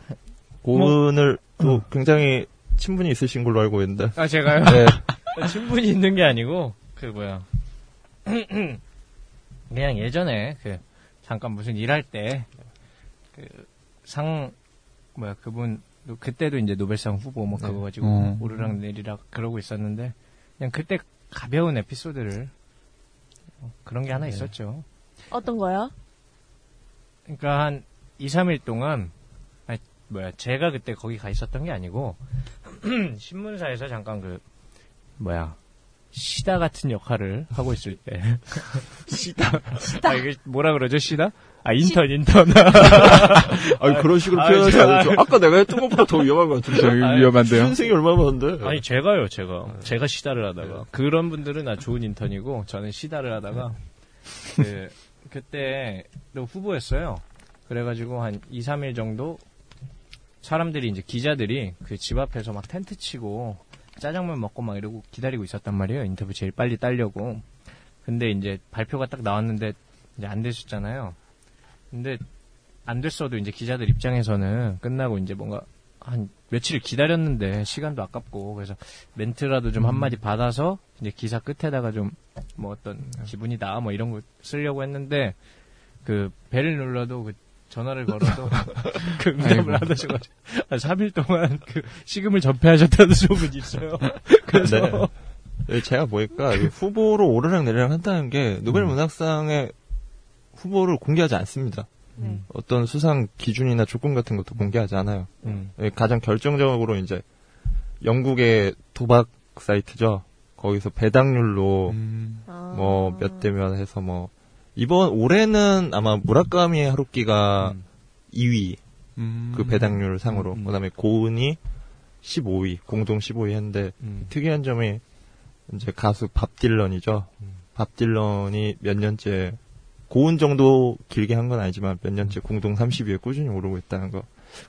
고은을 또 굉장히 친분이 있으신 걸로 알고 있는데 아 제가요 네. 친분이 있는 게 아니고 그 뭐야 그냥 예전에 그 잠깐 무슨 일할 때 그 상 뭐야 그분 또 그때도 이제 노벨상 후보 뭐 네. 그거 가지고 어. 음. 오르락 내리락 그러고 있었는데 그냥 그때 가벼운 에피소드를 어, 그런 게 네. 하나 있었죠. 어떤 거요? 그러니까 한 2, 3일 동안 아니, 뭐야 제가 그때 거기 가 있었던 게 아니고 신문사에서 잠깐 그 뭐야 시다 같은 역할을 하고 있을 때 시다 시다 아, 이게 뭐라 그러죠 시다 아 인턴 인턴 아니 그런 식으로 아유, 표현하지 제가- 않았죠. 아까 내가 했던 것보다 더 위험한 것 같은데. 저기 네, 위험한데요? 신생이 얼마 많은데. 아니 제가요 제가 제가 시다를 하다가 그런 분들은 아 좋은 인턴이고 저는 시다를 하다가 그 그때 또 후보였어요 그래가지고 한 2, 3일 정도 사람들이 이제 기자들이 그 집 앞에서 막 텐트 치고 짜장면 먹고 막 이러고 기다리고 있었단 말이에요 인터뷰 제일 빨리 따려고 근데 이제 발표가 딱 나왔는데 이제 안 되셨잖아요 근데 안 됐어도 이제 기자들 입장에서는 끝나고 이제 뭔가 한 며칠을 기다렸는데 시간도 아깝고 그래서 멘트라도 좀 한마디 받아서 이제 기사 끝에다가 좀 뭐 어떤 기분이다 뭐 이런 거 쓰려고 했는데 그 벨을 눌러도 그 전화를 걸어도 그 응답을 안 하셔가지고 한 3일 동안 그 식음을 전폐하셨다는 소문이 있어요. 그래서 네. 예, 제가 보니까 이 후보로 오르락 내리락 한다는 게 노벨 문학상의 후보를 공개하지 않습니다. 네. 어떤 수상 기준이나 조건 같은 것도 공개하지 않아요. 음, 예, 가장 결정적으로 이제 영국의 도박 사이트죠. 거기서 배당률로 음. 아. 뭐 몇 대면 해서 뭐 이번 올해는 아마 무라카미 하루키가 2위 음. 그 배당률 상으로 음. 그다음에 고은이 15위 공동 15위 했는데 음. 특이한 점이 이제 가수 밥 딜런이죠. 음. 밥 딜런이 몇 년째 고은 정도 길게 한 건 아니지만 몇 음. 년째 공동 30위에 꾸준히 오르고 있다는 거.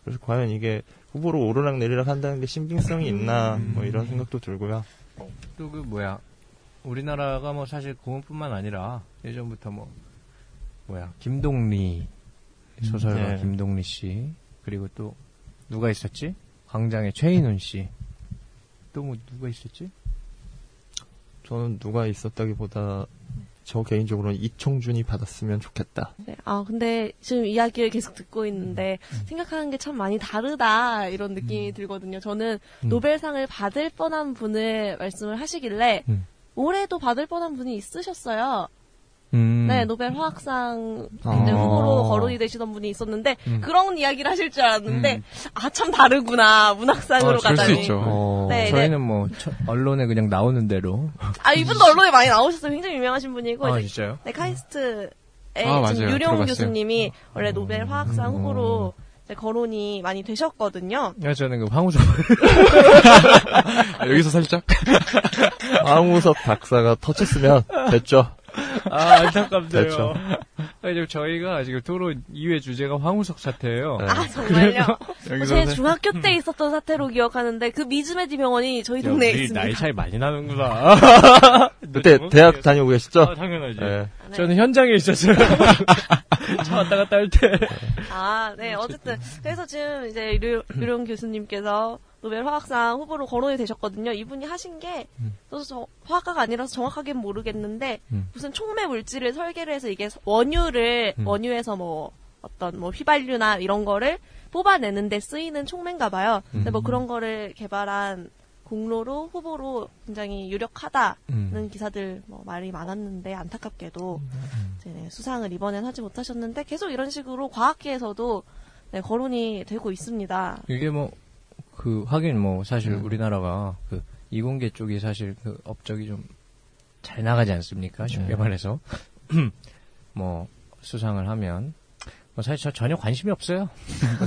그래서 과연 이게 후보로 오르락 내리락 한다는 게 신빙성이 있나 뭐 이런 음. 생각도 들고요. 또 그 뭐야 우리나라가 뭐 사실 고은뿐만 아니라 예전부터 뭐 뭐야 김동리 소설가 네. 김동리 씨 그리고 또 누가 있었지 강장의 최인훈 씨또 뭐 누가 있었지 저는 누가 있었다기보다 저 개인적으로는 이청준이 받았으면 좋겠다. 네. 아, 근데 지금 이야기를 계속 듣고 있는데, 생각하는 게 참 많이 다르다, 이런 느낌이 들거든요. 저는 음. 노벨상을 받을 뻔한 분을 말씀을 하시길래, 음. 올해도 받을 뻔한 분이 있으셨어요. 음. 네, 노벨 화학상 아. 네, 후보로 거론이 되시던 분이 있었는데 음. 그런 이야기를 하실 줄 알았는데 아 참 다르구나 문학상으로 아, 그럴 그럴 수 가다니. 있죠. 어, 네, 저희는 뭐 처- 언론에 그냥 나오는 대로. 아 이분도 언론에 많이 나오셨어요. 굉장히 유명하신 분이고 아 이제 진짜요? 네, 카이스트의 아, 지금 맞아요. 유령 들어봤어요. 음. 교수님이 원래 노벨 화학상 후보로 이제 거론이 많이 되셨거든요. 야, 저는 그 황우정. 아, 여기서 살짝 황우석 박사가 터쳤으면 됐죠. 아 안타깝네요. 됐죠. 아니, 지금 저희가 지금 토론 2회 주제가 황우석 사태예요. 네. 아 정말요? 여기서 제 살- 중학교 때 있었던 사태로 기억하는데 그 미즈메디 병원이 저희 야, 동네에 우리 있습니다. 나이 차이 많이 나는구나. 그때 너무 대학 웃기겠어. 다니고 아, 계시죠? 당연하지. 네. 네. 저는 현장에 있었어요. 차 왔다 갔다 할 때. 아, 네, 음, 어쨌든. 그래서 지금 이제 류, 룡 교수님께서 노벨 화학상 후보로 거론이 되셨거든요. 이분이 하신 게, 저도 저- 화학과가 아니라서 정확하게는 모르겠는데, 음. 무슨 촉매 물질을 설계를 해서 이게 원유를, 원유에서 뭐, 어떤 뭐 휘발유나 이런 거를 뽑아내는데 쓰이는 촉매인가 봐요. 음. 근데 뭐 그런 거를 개발한 공로로 후보로 굉장히 유력하다는 음. 기사들 뭐 말이 많았는데 안타깝게도 이제 네, 수상을 이번엔 하지 못하셨는데 계속 이런 식으로 과학계에서도 네, 거론이 되고 있습니다. 이게 뭐, 그, 하긴 뭐, 사실 우리나라가 그, 이공계 쪽이 사실 그 업적이 좀 잘 나가지 않습니까? 쉽게 말해서. 뭐, 수상을 하면. 뭐 사실 저 전혀 관심이 없어요.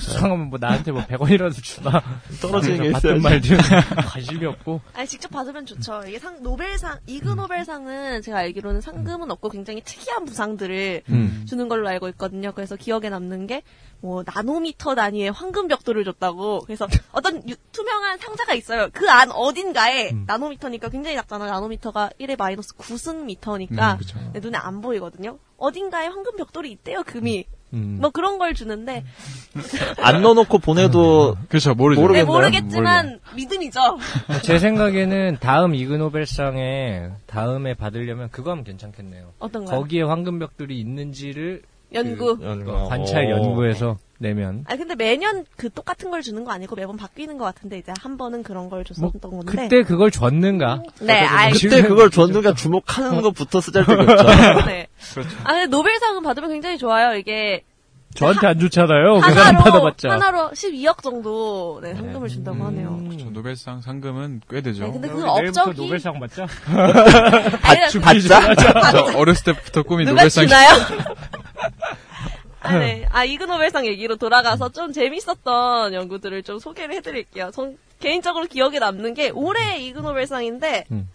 수상하면 뭐 나한테 뭐 100원이라도 주나. 네. 아, 떨어지는 게 받든 있어야지. 말든 관심이 없고. 아니 직접 받으면 좋죠. 이게 상 노벨상 이그 노벨상은 제가 알기로는 상금은 없고 굉장히 특이한 부상들을 음. 주는 걸로 알고 있거든요. 그래서 기억에 남는 게 뭐 나노미터 단위의 황금 벽돌을 줬다고. 그래서 어떤 유- 투명한 상자가 있어요. 그 안 어딘가에 나노미터니까 굉장히 작잖아요. 나노미터가 1의 마이너스 9승 미터니까 음, 그쵸. 네, 눈에 안 보이거든요. 어딘가에 황금 벽돌이 있대요. 금이. 음. 뭐 그런 걸 주는데 안 넣어놓고 보내도 그렇죠. 모르죠. 네, 모르겠네요. 모르겠지만 믿음이죠. 제 생각에는 다음 이그노벨상에 다음에 받으려면 그거 하면 괜찮겠네요. 어떤가요? 거기에 황금벽돌이 있는지를 연구. 그 어, 관찰 연구해서 내면 아 근데 매년 그 똑같은 걸 주는 거 아니고 매번 바뀌는 것 같은데 이제 한 번은 그런 걸 줬었던 건데. 그때 그걸 줬는가? 네, 알. 그때 그걸 줬는가 어. 주목하는 것부터 쓰잘데기없죠. 네. 아 근데 노벨상은 받으면 굉장히 좋아요. 이게 저한테 안 좋잖아요. 그거 안 하나로 받아봤자. 음, 하나로 12억 정도 네, 상금을 준다고 하네요. 그렇죠. 노벨상 상금은 꽤 되죠. 네, 근데 그 우리 음, 내일부터 업적이 노벨상 받자. 아니, 받- 받자? 저 어렸을 때부터 꿈이 누가 노벨상. 주나요? 아, 네. 아, 이그노벨상 얘기로 돌아가서 좀 재밌었던 연구들을 좀 소개를 해드릴게요. 전 개인적으로 기억에 남는 게 올해 이그노벨상인데, 음.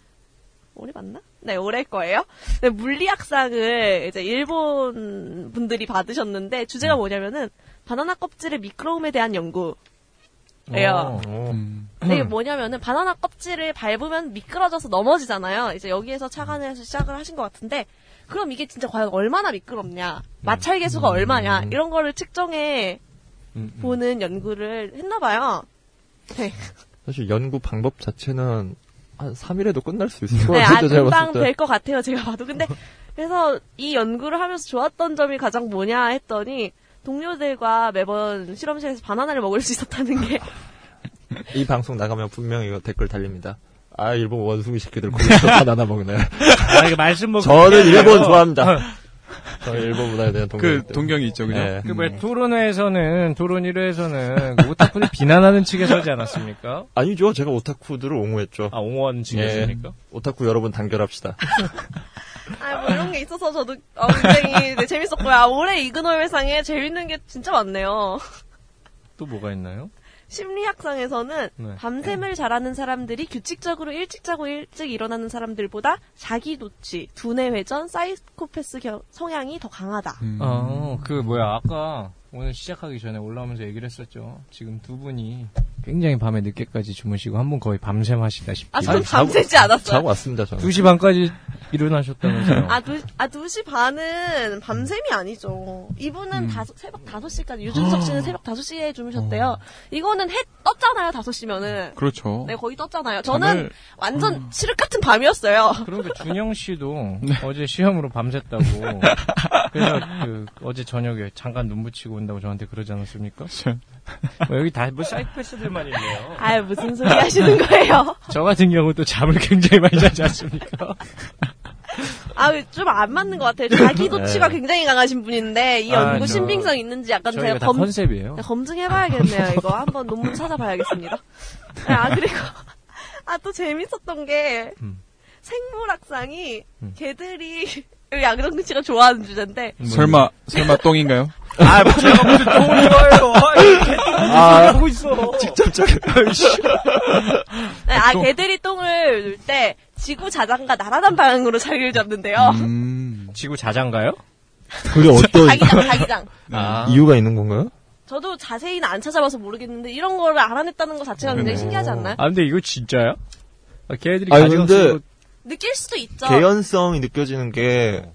올해 맞나? 네, 올해 거예요. 네, 물리학상을 이제 일본 분들이 받으셨는데, 음. 주제가 뭐냐면은, 바나나 껍질의 미끄러움에 대한 연구. 예요. 음. 이게 네, 뭐냐면은 바나나 껍질을 밟으면 미끄러져서 넘어지잖아요. 이제 여기에서 착안을 해서 시작을 하신 것 같은데 그럼 이게 진짜 과연 얼마나 미끄럽냐, 마찰 개수가 얼마냐 이런 거를 측정해 음, 보는 연구를 했나 봐요. 네, 사실 연구 방법 자체는 한 3일에도 끝날 수 있을 것 네, 아, 같아요. 제가 금방 봤을 때. 될 것 같아요. 제가 봐도 근데 그래서 이 연구를 하면서 좋았던 점이 가장 뭐냐 했더니 동료들과 매번 실험실에서 바나나를 먹을 수 있었다는 게 이 방송 나가면 분명히 이거 댓글 달립니다. 아 일본 원숭이 새끼들 고기서 바나나 먹네. 아, 이거 말씀 뭐. 저는 일본 좋아합니다. 저는 일본 문화에 대한 동경. 그 동경이 있죠, 그죠? 네. 그왜 토론회에서는 토론 1회에서는 그 오타쿠를 비난하는 측에 서지 않았습니까? 아니죠. 제가 오타쿠들을 옹호했죠. 예. 아 옹호하는 측이었습니까? 오타쿠 여러분 단결합시다. 아, 뭐 이런 게 있어서 저도 어, 굉장히 네, 재밌었고요. 아, 올해 이그노벨상에 재밌는 게 진짜 많네요. 또 뭐가 있나요? 심리학상에서는 네. 밤샘을 잘하는 사람들이 규칙적으로 일찍 자고 일찍 일어나는 사람들보다 자기 도취, 두뇌 회전, 사이코패스 겨- 성향이 더 강하다. 음. 어, 그 뭐야 아까 오늘 시작하기 전에 올라오면서 얘기를 했었죠. 지금 두 분이 굉장히 밤에 늦게까지 주무시고 한 분 거의 밤샘 하시다 싶 아 고 저는 아니, 자고- 밤새지 않았어요. 자고 왔습니다. 저는. 2시 반까지 일어나셨다면서요. 아, 두, 아, 2시 반은 밤샘이 아니죠. 이분은 음. 다섯- 새벽 5시까지, 유준석 아. 씨는 새벽 5시에 어. 주무셨대요. 이거는 해 떴잖아요, 5시면은. 그렇죠. 네, 거의 떴잖아요. 저는 잠을- 완전 칠흑 같은 밤이었어요. 그러니까 준영 씨도 어제 시험으로 밤샜다고. 그래서 그 어제 저녁에 잠깐 눈 붙이고 온다고 저한테 그러지 않았습니까? 뭐 여기 다 뭐 사이코패스들만 있네요. 아유, 무슨 소리 하시는 거예요? 저 같은 경우도 잠을 굉장히 많이 자지 않습니까? 아좀 안 맞는 것 같아요. 자기 도취가 네. 굉장히 강하신 분인데 이 아, 연구 저- 신빙성 있는지 약간 저희가 제가 다 검 컨셉이에요. 네, 검증해봐야겠네요, 이거. 한번 논문 찾아봐야겠습니다. 네, 아, 그리고, 아, 또 재밌었던 게, 음. 생물학상이, 개들이, 우리 양정근 씨가 좋아하는 주제인데, 설마 설마 똥인가요? 아, 제가 무슨 똥을 좋아해요. 아, 하고 있어. 직접 네, 아, 똥. 개들이 똥을 눌 때, 지구 자장과 날아간 방향으로 자리를 잡는데요. 음. 지구 자장가요? 그게 어떤 자기장, 자기장. 아, 이유가 있는 건가요? 저도 자세히는 안 찾아봐서 모르겠는데, 이런 거를 알아냈다는 것 자체가 굉장히 네. 신기하지 않나요? 아 근데 이거 진짜야? 아, 걔들이 아니, 가지고 근데- 쓰고 느낄 수도 있죠. 개연성이 느껴지는 네. 게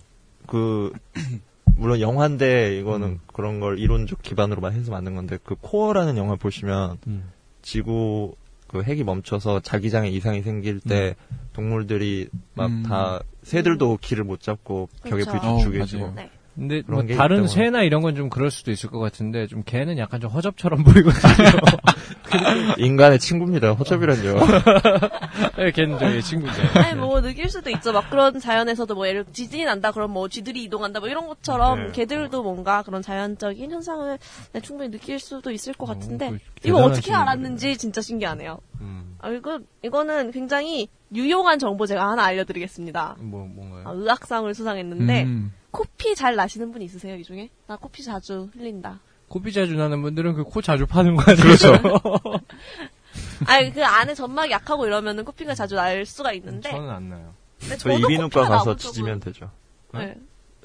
그 물론 영화인데 이거는 그런 걸 이론적 기반으로만 해서 만든 건데 그 코어라는 영화 보시면 음. 지구 그 핵이 멈춰서 자기장에 이상이 생길 때 동물들이 음. 막 다 새들도 길을 못 잡고 벽에 그렇죠. 부딪히게 어, 지고 맞아요. 네. 근데 그런 뭐 게 다른 있다고. 새나 이런 건 좀 그럴 수도 있을 것 같은데 좀 걔는 약간 좀 허접처럼 보이거든요. 인간의 친구입니다. 허접이란요. 어, 네, 걔는 저희 친구죠. 아니 뭐 느낄 수도 있죠. 막 그런 자연에서도 뭐 예를 들어 지진이 난다 그럼 뭐 쥐들이 이동한다 뭐 이런 것처럼 네. 개들도 뭔가 그런 자연적인 현상을 네, 충분히 느낄 수도 있을 것 같은데 그 음. 이거 대단한 어떻게 친구들이네. 알았는지 진짜 신기하네요. 아, 이거 이거는 굉장히 유용한 정보 제가 하나 알려드리겠습니다. 뭐 뭔가요? 아, 의학상을 수상했는데 음. 코피 잘 나시는 분 있으세요 이 중에? 나 코피 자주 흘린다. 코피 자주 나는 분들은 그 코 자주 파는 거 아니에요? 그렇죠. 아니 그 안에 점막이 약하고 이러면은 코피가 자주 날 수가 있는데 저는 안 나요. 근데 저 저도 이비인후과 코피가 가서 나온 적은- 지지면 되죠. 네.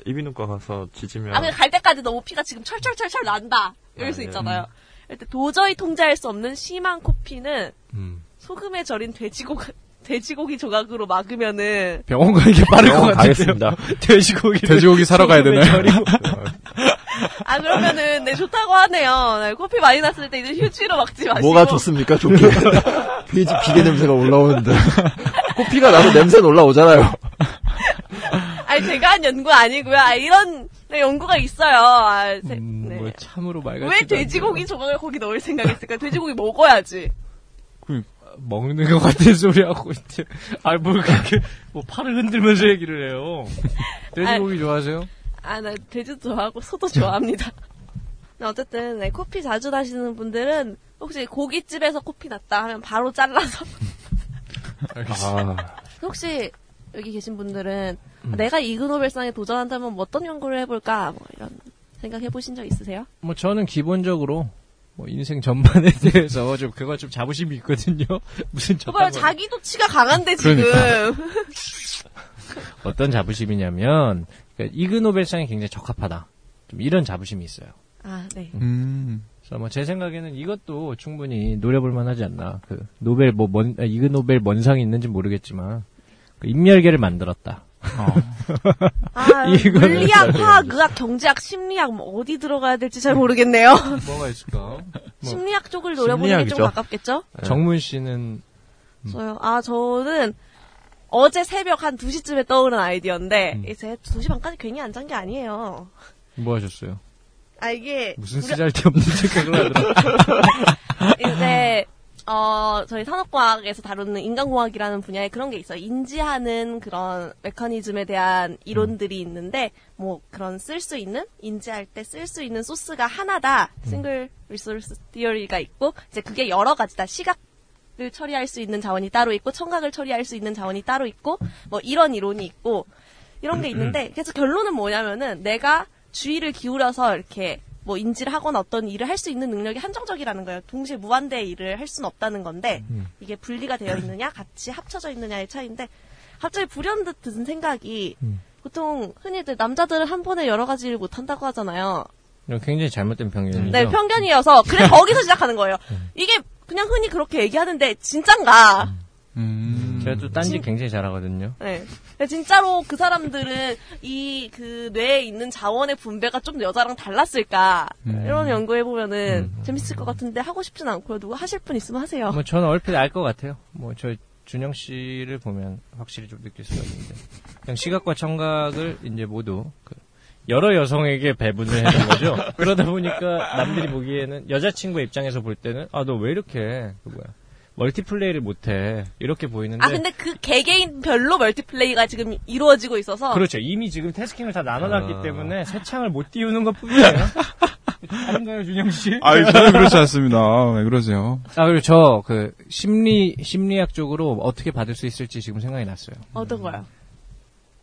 이비인후과 가서 지지면 아, 그냥 갈 때까지 너무 피가 지금 철철철철 난다. 이럴 아, 수 예. 있잖아요. 이럴 때 도저히 통제할 수 없는 심한 코피는 음. 소금에 절인 돼지고, 돼지고기 조각으로 막으면은 병원 가는 게 빠를 것 병원 같은데요. 돼지고기 돼지고기 사러 가야 되나요? 아 그러면은 네 좋다고 하네요. 네, 코피 많이 났을 때 이제 휴지로 막지 마시고 뭐가 좋습니까? 좋게 돼지 비계 냄새가 올라오는데 코피가 나도 냄새 는 올라오잖아요. 아니 제가 한 연구 아니고요. 아, 이런 네, 연구가 있어요. 아, 제- 음, 네. 뭐 참으로 말같이 왜 돼지고기 조각을 거기 넣을 생각했을까요? 돼지고기 먹어야지. 먹는 것 같은 소리 하고 있대. 아뭐 그렇게 뭐 팔을 흔들면서 얘기를 해요. 돼지고기 좋아하세요? 아, 나 돼지도 좋아하고 소도 좋아합니다. 근데 어쨌든 네, 코피 자주 나시는 분들은 혹시 고깃집에서 코피 났다 하면 바로 잘라서 혹시 여기 계신 분들은 음. 내가 이그노벨상에 도전한다면 뭐 어떤 연구를 해볼까 뭐 이런 생각 해보신 적 있으세요? 뭐 저는 기본적으로 뭐 인생 전반에 대해서 좀 그거 좀 자부심이 있거든요. 무슨 그거 저거 자기 도치가 강한데 지금 그러니까. 어떤 자부심이냐면 그러니까 이그노벨상이 굉장히 적합하다. 좀 이런 자부심이 있어요. 아 네. 음. 그래서 뭐 제 생각에는 이것도 충분히 노려볼 만하지 않나. 그 노벨 뭐먼 이그노벨 뭔 상이 있는지 모르겠지만 그 인멸계를 만들었다. 아 이거는 물리학, 화학, 의학, 경제학, 심리학 뭐 어디 들어가야 될지 잘 모르겠네요. 뭐가 있을까? 심리학 쪽을 노려보는 게 좀 심리학이죠. 음. 가깝겠죠? 네. 정문 씨는 저요? 아, 저는 어제 새벽 한 2시쯤에 떠오른 아이디어인데, 음. 이제 2시 반까지 괜히 안 잔 게 아니에요. 뭐 하셨어요? 아, 이게, 무슨 무려- 쓰잘데없는 생각을 하더라. 이제, 어, 저희 산업과학에서 다루는 인간공학이라는 분야에 그런 게 있어요. 인지하는 그런 메커니즘에 대한 이론들이 있는데, 뭐, 그런 쓸 수 있는, 인지할 때 쓸 수 있는 소스가 하나다. 싱글 리소스 디어리가 있고, 이제 그게 여러 가지다. 시각, 을 처리할 수 있는 자원이 따로 있고 청각을 처리할 수 있는 자원이 따로 있고 뭐 이런 이론이 있고 이런 게 있는데 그래서 결론은 뭐냐면은 내가 주의를 기울여서 이렇게 뭐 인지를 하거나 어떤 일을 할 수 있는 능력이 한정적이라는 거예요. 동시에 무한대의 일을 할 수는 없다는 건데 이게 분리가 되어 있느냐 같이 합쳐져 있느냐의 차이인데 갑자기 불현듯 든 생각이 보통 흔히들 남자들은 한 번에 여러 가지 일을 못 한다고 하잖아요. 이건 굉장히 잘못된 평균이죠. 네, 편견이어서 그래 거기서 시작하는 거예요. 이게 그냥 흔히 그렇게 얘기하는데 진짠가? 음. 제가 또 딴지 진- 굉장히 잘하거든요. 네. 근데 진짜로 그 사람들은 이 그 뇌에 있는 자원의 분배가 좀 여자랑 달랐을까 이런 연구해 보면은 재밌을 것 같은데 하고 싶진 않고요. 누구 하실 분 있으면 하세요. 뭐 저는 얼핏 알 것 같아요. 뭐 저 준영 씨를 보면 확실히 좀 느낄 수가 있는데 그냥 시각과 청각을 이제 모두 그 여러 여성에게 배분을 해놓은 거죠. 그러다 보니까 남들이 보기에는 여자친구 입장에서 볼 때는 아 너 왜 이렇게 그 뭐야 멀티플레이를 못해 이렇게 보이는데 아 근데 그 개개인별로 멀티플레이가 지금 이루어지고 있어서 그렇죠. 이미 지금 태스킹을 다 나눠놨기 때문에 새 창을 못 띄우는 것뿐이에요. 다른가요, 준영 씨? 아유, 전혀 그렇지 않습니다. 왜 그러세요? 아 그리고 저 그 심리 심리학 쪽으로 어떻게 받을 수 있을지 지금 생각이 났어요. 어떤 거요?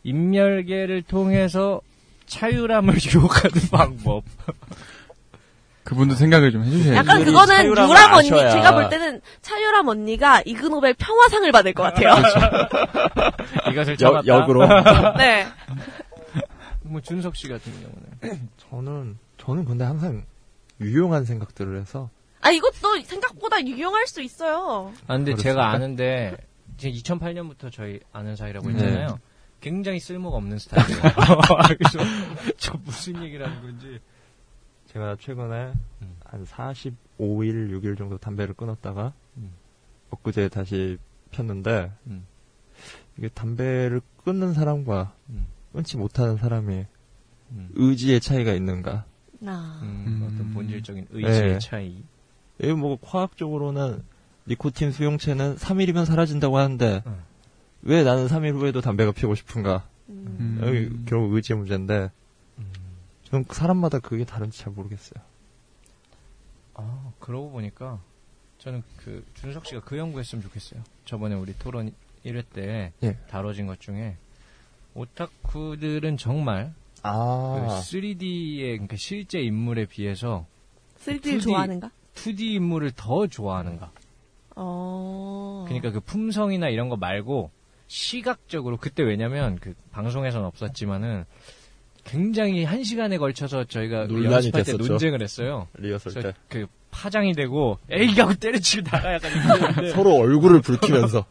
인멸계를 통해서 차유람을 유혹하는 방법. 그분도 생각을 좀 해주셔야죠. 약간 이분이 그거는 차유람을 유람 언니 아셔야. 제가 볼 때는 차유람 언니가 이그노벨 평화상을 받을 것 같아요. 이것을 여, 잡았다. 역으로. 네. 뭐 준석 씨 같은 경우는 저는 저는 근데 항상 유용한 생각들을 해서 아 이것도 생각보다 유용할 수 있어요. 아 근데 그렇습니까? 제가 아는데 지금 2008년부터 저희 아는 사이라고 네. 했잖아요. 굉장히 쓸모가 없는 스타일이에요. 아, 그래서 저 무슨 얘기를 하는 건지. 제가 최근에 음. 한 45일, 6일 정도 담배를 끊었다가 음. 엊그제 다시 폈는데 음. 이게 담배를 끊는 사람과 음. 끊지 못하는 사람이 음. 의지의 차이가 있는가? 나 음, 음. 어떤 본질적인 의지의 네. 차이. 이뭐 과학적으로는 니코틴 수용체는 3일이면 사라진다고 하는데 음. 왜 나는 3일 후에도 담배가 피우고 싶은가? 음. 음. 아, 여기 결국 의지의 문제인데 저는 사람마다 그게 다른지 잘 모르겠어요. 아, 그러고 보니까 저는 그 준석 씨가 그 연구했으면 좋겠어요. 저번에 우리 토론 1회 때 예. 다뤄진 것 중에 오타쿠들은 정말 그 아, 3D의 그러니까 실제 인물에 비해서 3D를 2D. 좋아하는가? 2D 인물을 더 좋아하는가. 어. 그러니까 그 품성이나 이런 거 말고 시각적으로 그때 왜냐면 그 방송에선 없었지만은 굉장히 한 시간에 걸쳐서 저희가 그 논란이 연습할 때 됐었죠. 논쟁을 했어요. 리허설 그래서 그 파장이 되고 에이 하고 때려치고 나가 약간 이랬는데 서로 얼굴을 붉히면서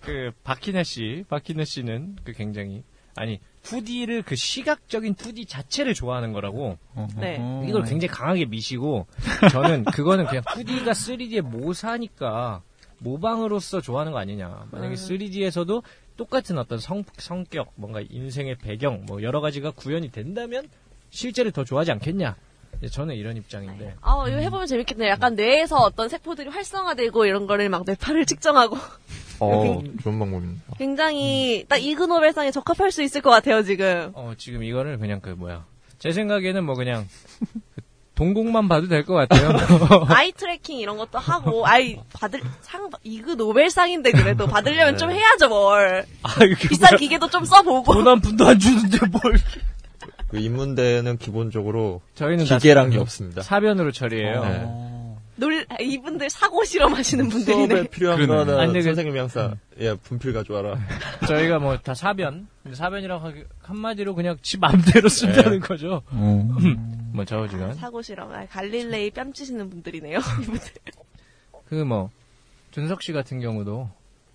그 박희나 씨, 박희나 씨는 그 굉장히 아니 2D를 그 시각적인 2D 자체를 좋아하는 거라고 어허. 네. 이걸 굉장히 강하게 미시고 저는 그거는 그냥 2D가 3D의 모사니까 모방으로서 좋아하는 거 아니냐. 만약에 3D에서도 똑같은 어떤 성, 성격, 뭔가 인생의 배경, 뭐 여러 가지가 구현이 된다면 실제를 더 좋아하지 않겠냐. 이제 저는 이런 입장인데. 아, 이거 해보면 재밌겠네. 약간 뇌에서 어떤 세포들이 활성화되고 이런 거를 막 뇌파를 측정하고 어, 좋은 방법입니다. 굉장히 딱 이그노벨상에 적합할 수 있을 것 같아요 지금. 어, 지금 이거를 그냥 그 뭐야. 제 생각에는 뭐 그냥 그 동공만 봐도 될 것 같아요. 뭐. 아이 트래킹 이런 것도 하고 아이 받을 상 이그노벨상인데 그래도 받으려면 좀 해야죠 뭘. 아, 이게 비싼 기계도 좀 써보고. 돈한 푼도 안 주는데 뭘. 그 인문대는 기본적으로 저희는 다 아. 기계란 게 없습니다. 사변으로 처리해요. 네. 놀 이분들 사고 실험하시는 수업에 분들이네. 필요한 그러네. 거는 아니, 근데 그- 선생님이 항상 야 분필 가져와라. 저희가 뭐 다 사변. 근데 사변이라고 하기- 한마디로 그냥 지 맘대로 쓴다는 거죠. 어. 뭐 저지간. 사고 실험. 아, 갈릴레이 뺨치시는 분들이네요. 이분들. 그 뭐 준석 씨 같은 경우도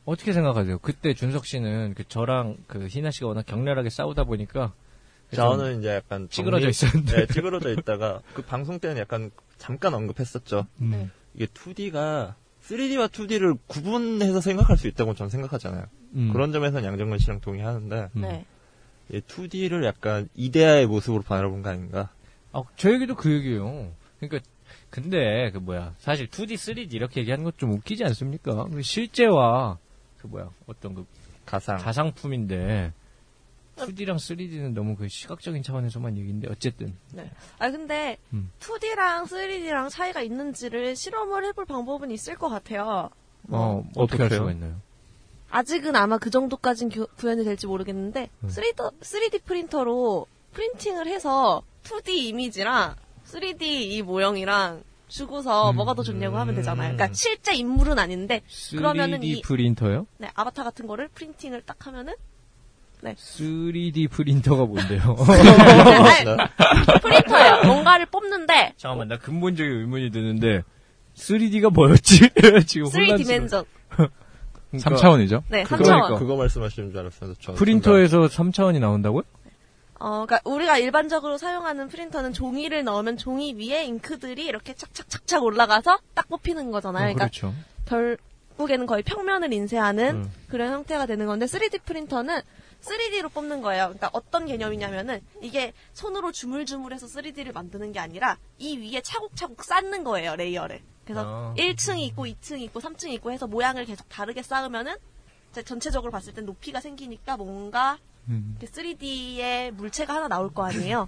어떻게 생각하세요? 그때 준석 씨는 그 저랑 그 희나 씨가 워낙 격렬하게 싸우다 보니까 저는 이제 약간 찌그러져 정리- 있었는데. 네, 찌그러져 있다가 그 방송 때는 약간 잠깐 언급했었죠. 음. 네. 이게 2D가 3D와 2D를 구분해서 생각할 수 있다고 저는 생각하잖아요. 음, 그런 점에서는 양정근 씨랑 동의하는데 음. 네. 이 2D를 예, 약간 이데아의 모습으로 바라본 거 아닌가? 아, 저 얘기도 그 얘기예요. 그러니까 근데 그 뭐야 사실 2D, 3D 이렇게 얘기하는 것 좀 웃기지 않습니까? 그 실제와 그 뭐야 어떤 그 가상. 가상품인데 2D랑 3D는 너무 그 시각적인 차원에서만 얘기인데 어쨌든 아 근데 음. 2D랑 3D랑 차이가 있는지를 실험을 해볼 방법은 있을 것 같아요. 어, 어떻게 할 어떡해요? 수가 있나요? 아직은 아마 그 정도까진 교- 구현이 될지 모르겠는데 음. 3D, 3D 프린터로 프린팅을 해서 2D 이미지랑 3D 이 모형이랑 음. 주고서 뭐가 더 좋냐고 하면 되잖아요. 그러니까 실제 인물은 아닌데 3D 그러면은 이- 음. 프린터요? 네, 아바타 같은 거를 프린팅을 딱 하면은 3D 프린터가 뭔데요? 어, 아니, 프린터예요. 뭔가를 뽑는데 잠깐만 나 근본적인 의문이 드는데 3D가 뭐였지? 지금 3 혼란스러워. d 맨전 그러니까 3차원이죠? 네, 그거- 3차원. 그러니까. 그거 말씀하시는 줄 알았어요. 저 프린터에서 3차원이 나온다고요? 어, 그러니까 우리가 일반적으로 사용하는 프린터는 종이를 넣으면 종이 위에 잉크들이 이렇게 착착착착 올라가서 딱 뽑히는 거잖아요. 어, 그러니까 그렇죠. 결국에는 거의 평면을 인쇄하는 음. 그런 형태가 되는 건데 3D 프린터는 3D로 뽑는 거예요. 그러니까 어떤 개념이냐면은 이게 손으로 주물주물해서 3D를 만드는 게 아니라 이 위에 차곡차곡 쌓는 거예요 레이어를. 아. 그래서 1층이 있고 2층이 있고 3층이 있고 해서 모양을 계속 다르게 쌓으면은 이제 전체적으로 봤을 땐 높이가 생기니까 뭔가 음. 3D의 물체가 하나 나올 거 아니에요.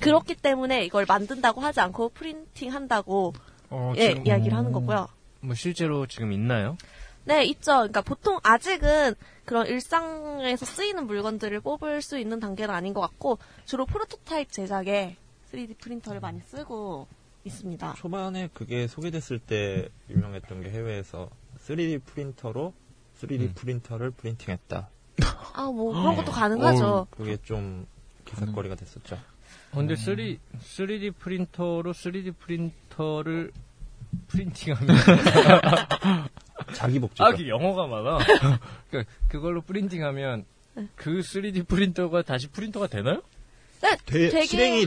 그렇기 때문에 이걸 만든다고 하지 않고 프린팅 한다고 어, 예, 지금 이야기를 하는 거고요. 뭐 실제로 지금 있나요? 네, 있죠. 그러니까 보통 아직은 그런 일상에서 쓰이는 물건들을 뽑을 수 있는 단계는 아닌 것 같고 주로 프로토타입 제작에 3D 프린터를 많이 쓰고 있습니다. 초반에 그게 소개됐을 때 유명했던 게 해외에서 3D 프린터로 3D 음. 프린터를 프린팅했다. 음, 아, 뭐 그런 것도 가능하죠. 그게 좀 기사거리가 됐었죠. 어, 근데 3, 3D 프린터로 3D 프린터를 프린팅하면 자기 복제죠. 아, 그 영어가 많아. 그, 그걸로 프린팅하면 그 3D 프린터가 다시 프린터가 되나요? 되- 네, 되게 실행이 할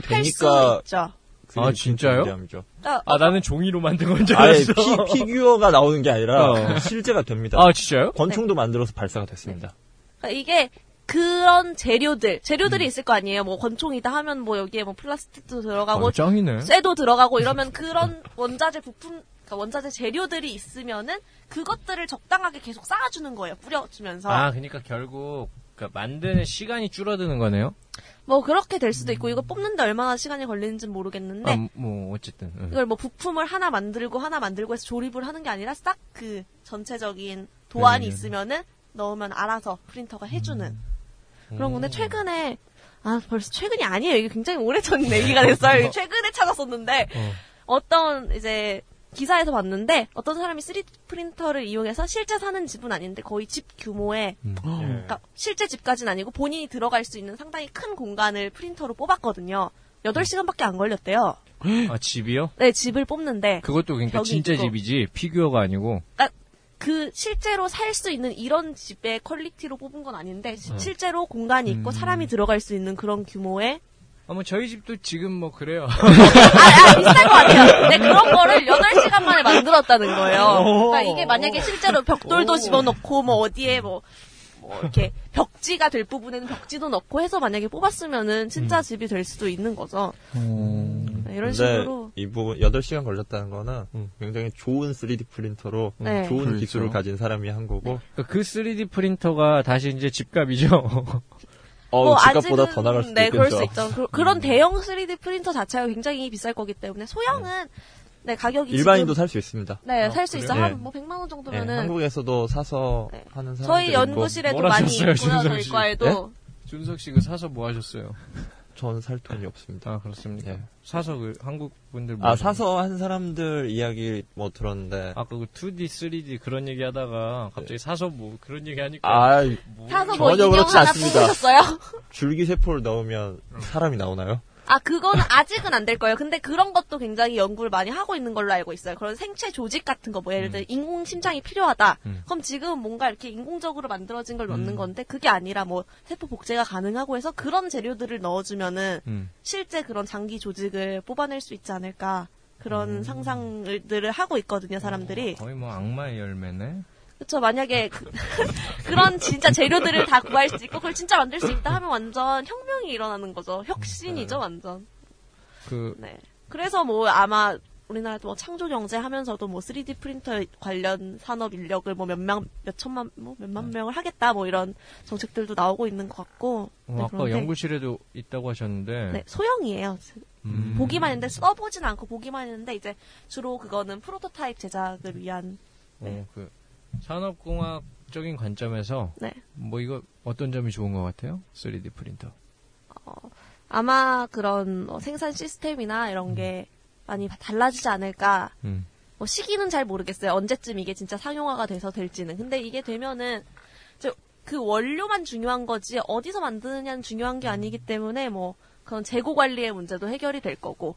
수 되니까 있죠. 3D 아, 진짜요? 프린팅이죠. 그러니까 아, 나는 종이로 만든 건 줄 아예 알았어. 피, 피규어가 나오는 게 아니라 어. 실제가 됩니다. 아, 진짜요? 권총도 만들어서 발사가 됐습니다. 그러니까 이게 그런 재료들, 재료들이 있을 거 아니에요. 뭐 권총이다 하면 뭐 여기에 뭐 플라스틱도 들어가고 짱이네. 쇠도 들어가고 이러면 그런 원자재 부품, 그러니까 원자재 재료들이 있으면은 그것들을 적당하게 계속 쌓아주는 거예요. 뿌려주면서. 아, 그러니까 결국 그러니까 만드는 시간이 줄어드는 거네요. 뭐 그렇게 될 수도 있고 이거 뽑는데 얼마나 시간이 걸리는지는 모르겠는데 아, 뭐 어쨌든. 응. 이걸 뭐 부품을 하나 만들고 하나 만들고 해서 조립을 하는 게 아니라 싹 그 전체적인 도안이 네, 네. 있으면은 넣으면 알아서 프린터가 해주는 오. 그런 음. 건데 최근에 아 벌써 최근이 아니에요 이게 굉장히 오래전 얘기가 됐어요 이게 최근에 찾았었는데 어. 어떤 이제 기사에서 봤는데 어떤 사람이 3D 프린터를 이용해서 실제 사는 집은 아닌데 거의 집 규모의 음. 예. 그러니까 실제 집까지는 아니고 본인이 들어갈 수 있는 상당히 큰 공간을 프린터로 뽑았거든요. 8시간밖에 안 걸렸대요. 아, 집이요? 네, 집을 뽑는데 그것도 그러니까 벽이 진짜 있고. 집이지 피규어가 아니고. 그 실제로 살 수 있는 이런 집의 퀄리티로 뽑은 건 아닌데 시- 실제로 공간이 있고 사람이 들어갈 수 있는 그런 규모의 아, 뭐 저희 집도 지금 뭐 그래요. 아, 아 비슷할 것 같아요. 근데 그런 거를 8시간 만에 만들었다는 거예요. 그러니까 이게 만약에 실제로 벽돌도 집어넣고 뭐 어디에 뭐, 뭐 이렇게 벽지가 될 부분에는 벽지도 넣고 해서 만약에 뽑았으면은 음. 진짜 집이 될 수도 있는 거죠. 네, 이런 근데 식으로 이 부분 8시간 걸렸다는 거는 굉장히 좋은 3D 프린터로 네. 좋은 그렇죠. 기술을 가진 사람이 한 거고 그러니까 그 3D 프린터가 다시 이제 집값이죠. 어, 뭐 집값보다 아직은- 더 나갈 수도 네, 그럴 있겠죠. 수 있죠. 그, 음. 런 대형 3D 프린터 자체가 굉장히 비쌀 거기 때문에 소형은 네, 가격이 일반인도 지금- 살 수 있습니다. 아, 네, 살 수 있어. 그래요? 한 뭐 100만 원 예, 정도면은 한국에서도 사서 네. 하는 사람 저희 연구실에도 뭐라 많이 하셨어요, 있고요. 준성 저희 씨? 네? 과에도 준석 씨 그 사서 뭐 하셨어요? 전살 돈이 없습니다. 아, 그렇습니까? 예. 사서 그 한국 분들 뭐 아 사서 한 사람들 이야기 뭐 들었는데 아까 그 2D, 3D 그런 얘기 하다가 갑자기 사서 뭐 그런 얘기 하니까 아 사서 뭐 전혀 인형 그렇지 하나 않습니다. 뽑으셨어요? 줄기 세포를 넣으면 사람이 나오나요? 아, 그건 아직은 안 될 거예요. 근데 그런 것도 굉장히 연구를 많이 하고 있는 걸로 알고 있어요. 그런 생체 조직 같은 거, 뭐, 예를 음. 들어, 인공 심장이 필요하다. 음. 그럼 지금 뭔가 이렇게 인공적으로 만들어진 걸 음. 넣는 건데, 그게 아니라 뭐, 세포 복제가 가능하고 해서 그런 재료들을 넣어주면은, 음. 실제 그런 장기 조직을 뽑아낼 수 있지 않을까. 음. 그런 상상들을 하고 있거든요, 사람들이. 어, 거의 뭐 악마의 열매네. 그쵸, 만약에 그, 런 진짜 재료들을 다 구할 수 있고, 그걸 진짜 만들 수 있다 하면 완전 혁명이 일어나는 거죠. 네. 혁신이죠, 완전. 그 네. 그래서 뭐 아마 우리나라도 뭐 창조 경제 하면서도 뭐 3D 프린터 관련 산업 인력을 뭐 몇명 몇천만 뭐 몇만 네. 명을 하겠다 뭐 이런 정책들도 나오고 있는 것 같고. 어, 네, 아까 그런데 연구실에도 있다고 하셨는데 네, 소형이에요. 음. 보기만 했는데 써보진 않고 보기만 했는데 이제 주로 그거는 프로토타입 제작을 위한 어, 그 산업공학적인 관점에서 네. 뭐 이거 어떤 점이 좋은 것 같아요? 3D 어, 프린터. 아마 그런 어, 생산 시스템이나 이런 게 많이 달라지지 않을까 음. 뭐 시기는 잘 모르겠어요. 언제쯤 이게 진짜 상용화가 돼서 될지는. 근데 이게 되면은 저그 원료만 중요한 거지 어디서 만드느냐는 중요한 게 아니기 때문에 뭐 그런 재고 관리의 문제도 해결이 될 거고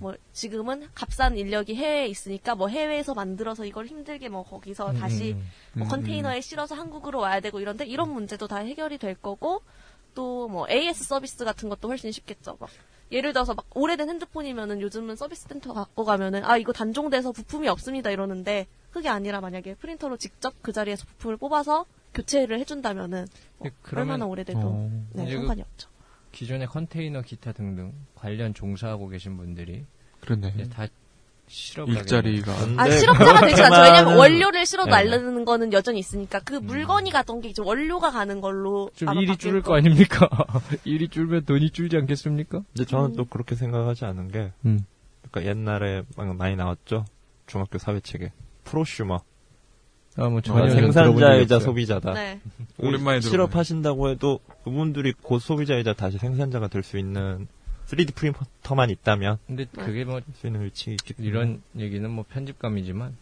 뭐 지금은 값싼 인력이 해외에 있으니까 뭐 해외에서 만들어서 이걸 힘들게 뭐 거기서 다시 뭐 컨테이너에 실어서 한국으로 와야 되고 이런데 이런 문제도 다 해결이 될 거고 또 뭐 AS 서비스 같은 것도 훨씬 쉽겠죠. 막 예를 들어서 막 오래된 핸드폰이면은 요즘은 서비스 센터 갖고 가면은 아 이거 단종돼서 부품이 없습니다 이러는데 그게 아니라 만약에 프린터로 직접 그 자리에서 부품을 뽑아서 교체를 해준다면은 뭐 네, 그러면- 얼마나 오래돼도 어. 네, 이제 그- 상관이 없죠. 기존의 컨테이너 기타 등등 관련 종사하고 계신 분들이 그러네. 이제 다 실업 음. 일자리가 아, 네, 실업자가 되진 않죠. 그렇지만은- 왜냐면 원료를 실어 네. 음. 날르는 거는 여전히 있으니까 그 물건이 가던 게 이제 원료가 가는 걸로 좀 아마 일이 바뀔 줄을 거 거예요. 아닙니까? 일이 줄면 돈이 줄지 않겠습니까? 근데 저는 음. 또 그렇게 생각하지 않은 게 음. 그러니까 옛날에 막 많이 나왔죠. 중학교 사회책에. 프로슈머. 아, 뭐 전혀 그러니까 전 들어본 적이 생산자이자 없어요. 소비자다. 네. 오랜만에 들어. 실업하신다고 해도 그분들이 곧 소비자이자 다시 생산자가 될 수 있는 3D 프린터만 있다면 근데 그게 뭐 할 수 있는 위치에 있기 때문에 이런 얘기는 뭐 편집감이지만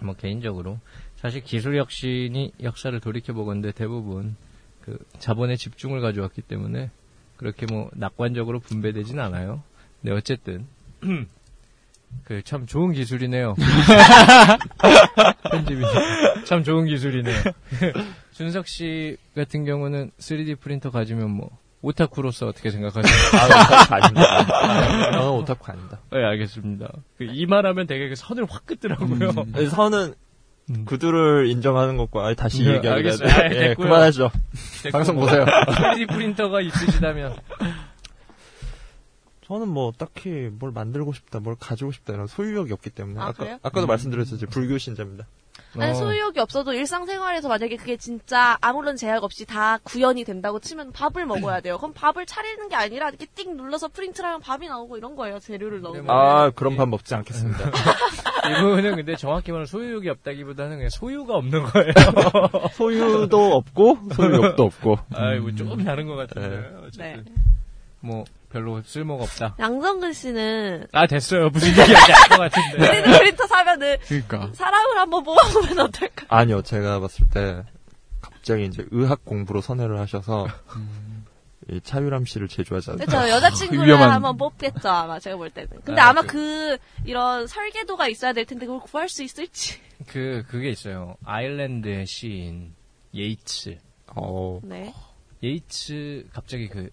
뭐 개인적으로 사실 기술 혁신이 역사를 돌이켜 보건데 대부분 그 자본의 집중을 가져왔기 때문에 그렇게 뭐 낙관적으로 분배되진 않아요. 근데 어쨌든 그 참 좋은 기술이네요. 편집이 참 좋은 기술이네요. 준석 씨 같은 경우는 3D 프린터 가지면 뭐 오타쿠로서 어떻게 생각하세요? 아, 오타쿠 아닙니다. 저는 오타쿠 아닙니다. 네, 알겠습니다. 그 이만하면 되게 그 선을 확 긋더라고요. 음. 아니, 선은 음. 구두를 인정하는 것과 아니, 다시 네, 얘기하기가 알겠습니다. 아, 예, 됐고요. 그만하죠. 방송 보세요. 3D 네, 프린터가 있으시다면 저는 뭐 딱히 뭘 만들고 싶다, 뭘 가지고 싶다 이런 소유욕이 없기 때문에 아, 까 그래요? 아까도 음. 말씀드렸듯이 불교 신자입니다. 어, 아니, 소유욕이 없어도 일상생활에서 만약에 그게 진짜 아무런 제약 없이 다 구현이 된다고 치면 밥을 먹어야 돼요. 그럼 밥을 차리는 게 아니라 이렇게 띡 눌러서 프린트를 하면 밥이 나오고 이런 거예요. 재료를 넣으면. 아 그런 밥 먹지 않겠습니다. 이분은 근데 정확히 말하면 소유욕이 없다기보다는 그냥 소유가 없는 거예요. 소유도 없고 소유욕도 없고. 아이고 조금 다른 것 같은데. 네. 어쨌든 음. 뭐 별로 쓸모가 없다. 양성근 씨는 아 됐어요. 무슨 얘기하지 않을 것 같은데. 3D 프린터 사면은 그러니까 사람을 한번 모아보면 어떨까? 아니요, 제가 봤을 때 갑자기 이제 의학 공부로 선회를 하셔서 음. 이 차유람 씨를 제조하지 않나. 그렇죠. 여자친구를 위험한- 한번 뽑겠죠. 아마 제가 볼 때는. 근데 아, 아마 그- 그 이런 설계도가 있어야 될 텐데 그걸 구할 수 있을지. 그 그게 있어요. 아일랜드의 시인 예이츠. 어, 네. 예이츠 갑자기 그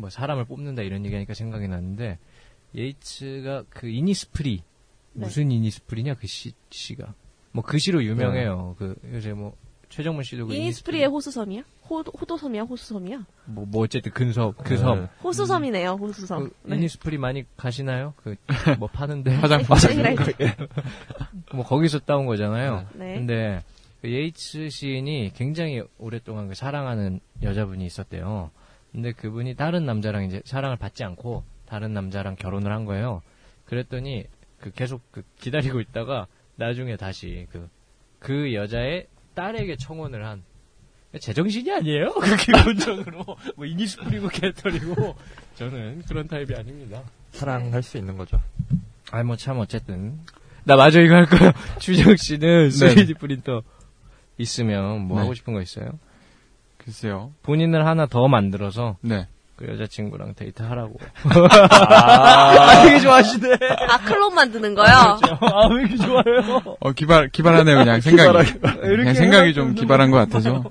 뭐 사람을 뽑는다 이런 얘기하니까 생각이 났는데 예이츠가 그 이니스프리 네. 무슨 이니스프리냐 그 시, 시가 뭐 그 시로 유명해요. 네. 그 요새 뭐 최정문 씨도 그 이니스프리의 호수섬이야? 호, 호도섬이야? 호수섬이야? 뭐, 뭐 어쨌든 근섬 그섬 네. 호수섬이네요. 호수섬. 그 이니스프리 많이 가시나요? 그 뭐 파는데 화장품 네, 그 뭐 거기서 따온 거잖아요. 네. 근데 그 예이츠 시인이 굉장히 오랫동안 그 사랑하는 여자분이 있었대요. 근데 그분이 다른 남자랑 이제 사랑을 받지 않고 다른 남자랑 결혼을 한 거예요. 그랬더니 그 계속 그 기다리고 있다가 나중에 다시 그, 그 여자의 딸에게 청혼을 한 제정신이 아니에요? 그 기본적으로 뭐 이니스프리고 개털이고 저는 그런 타입이 아닙니다. 사랑할 수 있는 거죠. 아이 뭐 참 어쨌든 네. 나 마저 이거 할 거야. 추정 씨는 3D 프린터 있으면 뭐 네. 하고 싶은 거 있어요? 글쎄요. 본인을 하나 더 만들어서 네. 그 여자친구랑 데이트 하라고. 아, 되게 좋아하시네. 아, 클론 만드는 거요? 아, 왜 이렇게 좋아해요? 어 기발 기발하네요 그냥 생각이. 그냥 생각이 좀 기발한 것 같아서.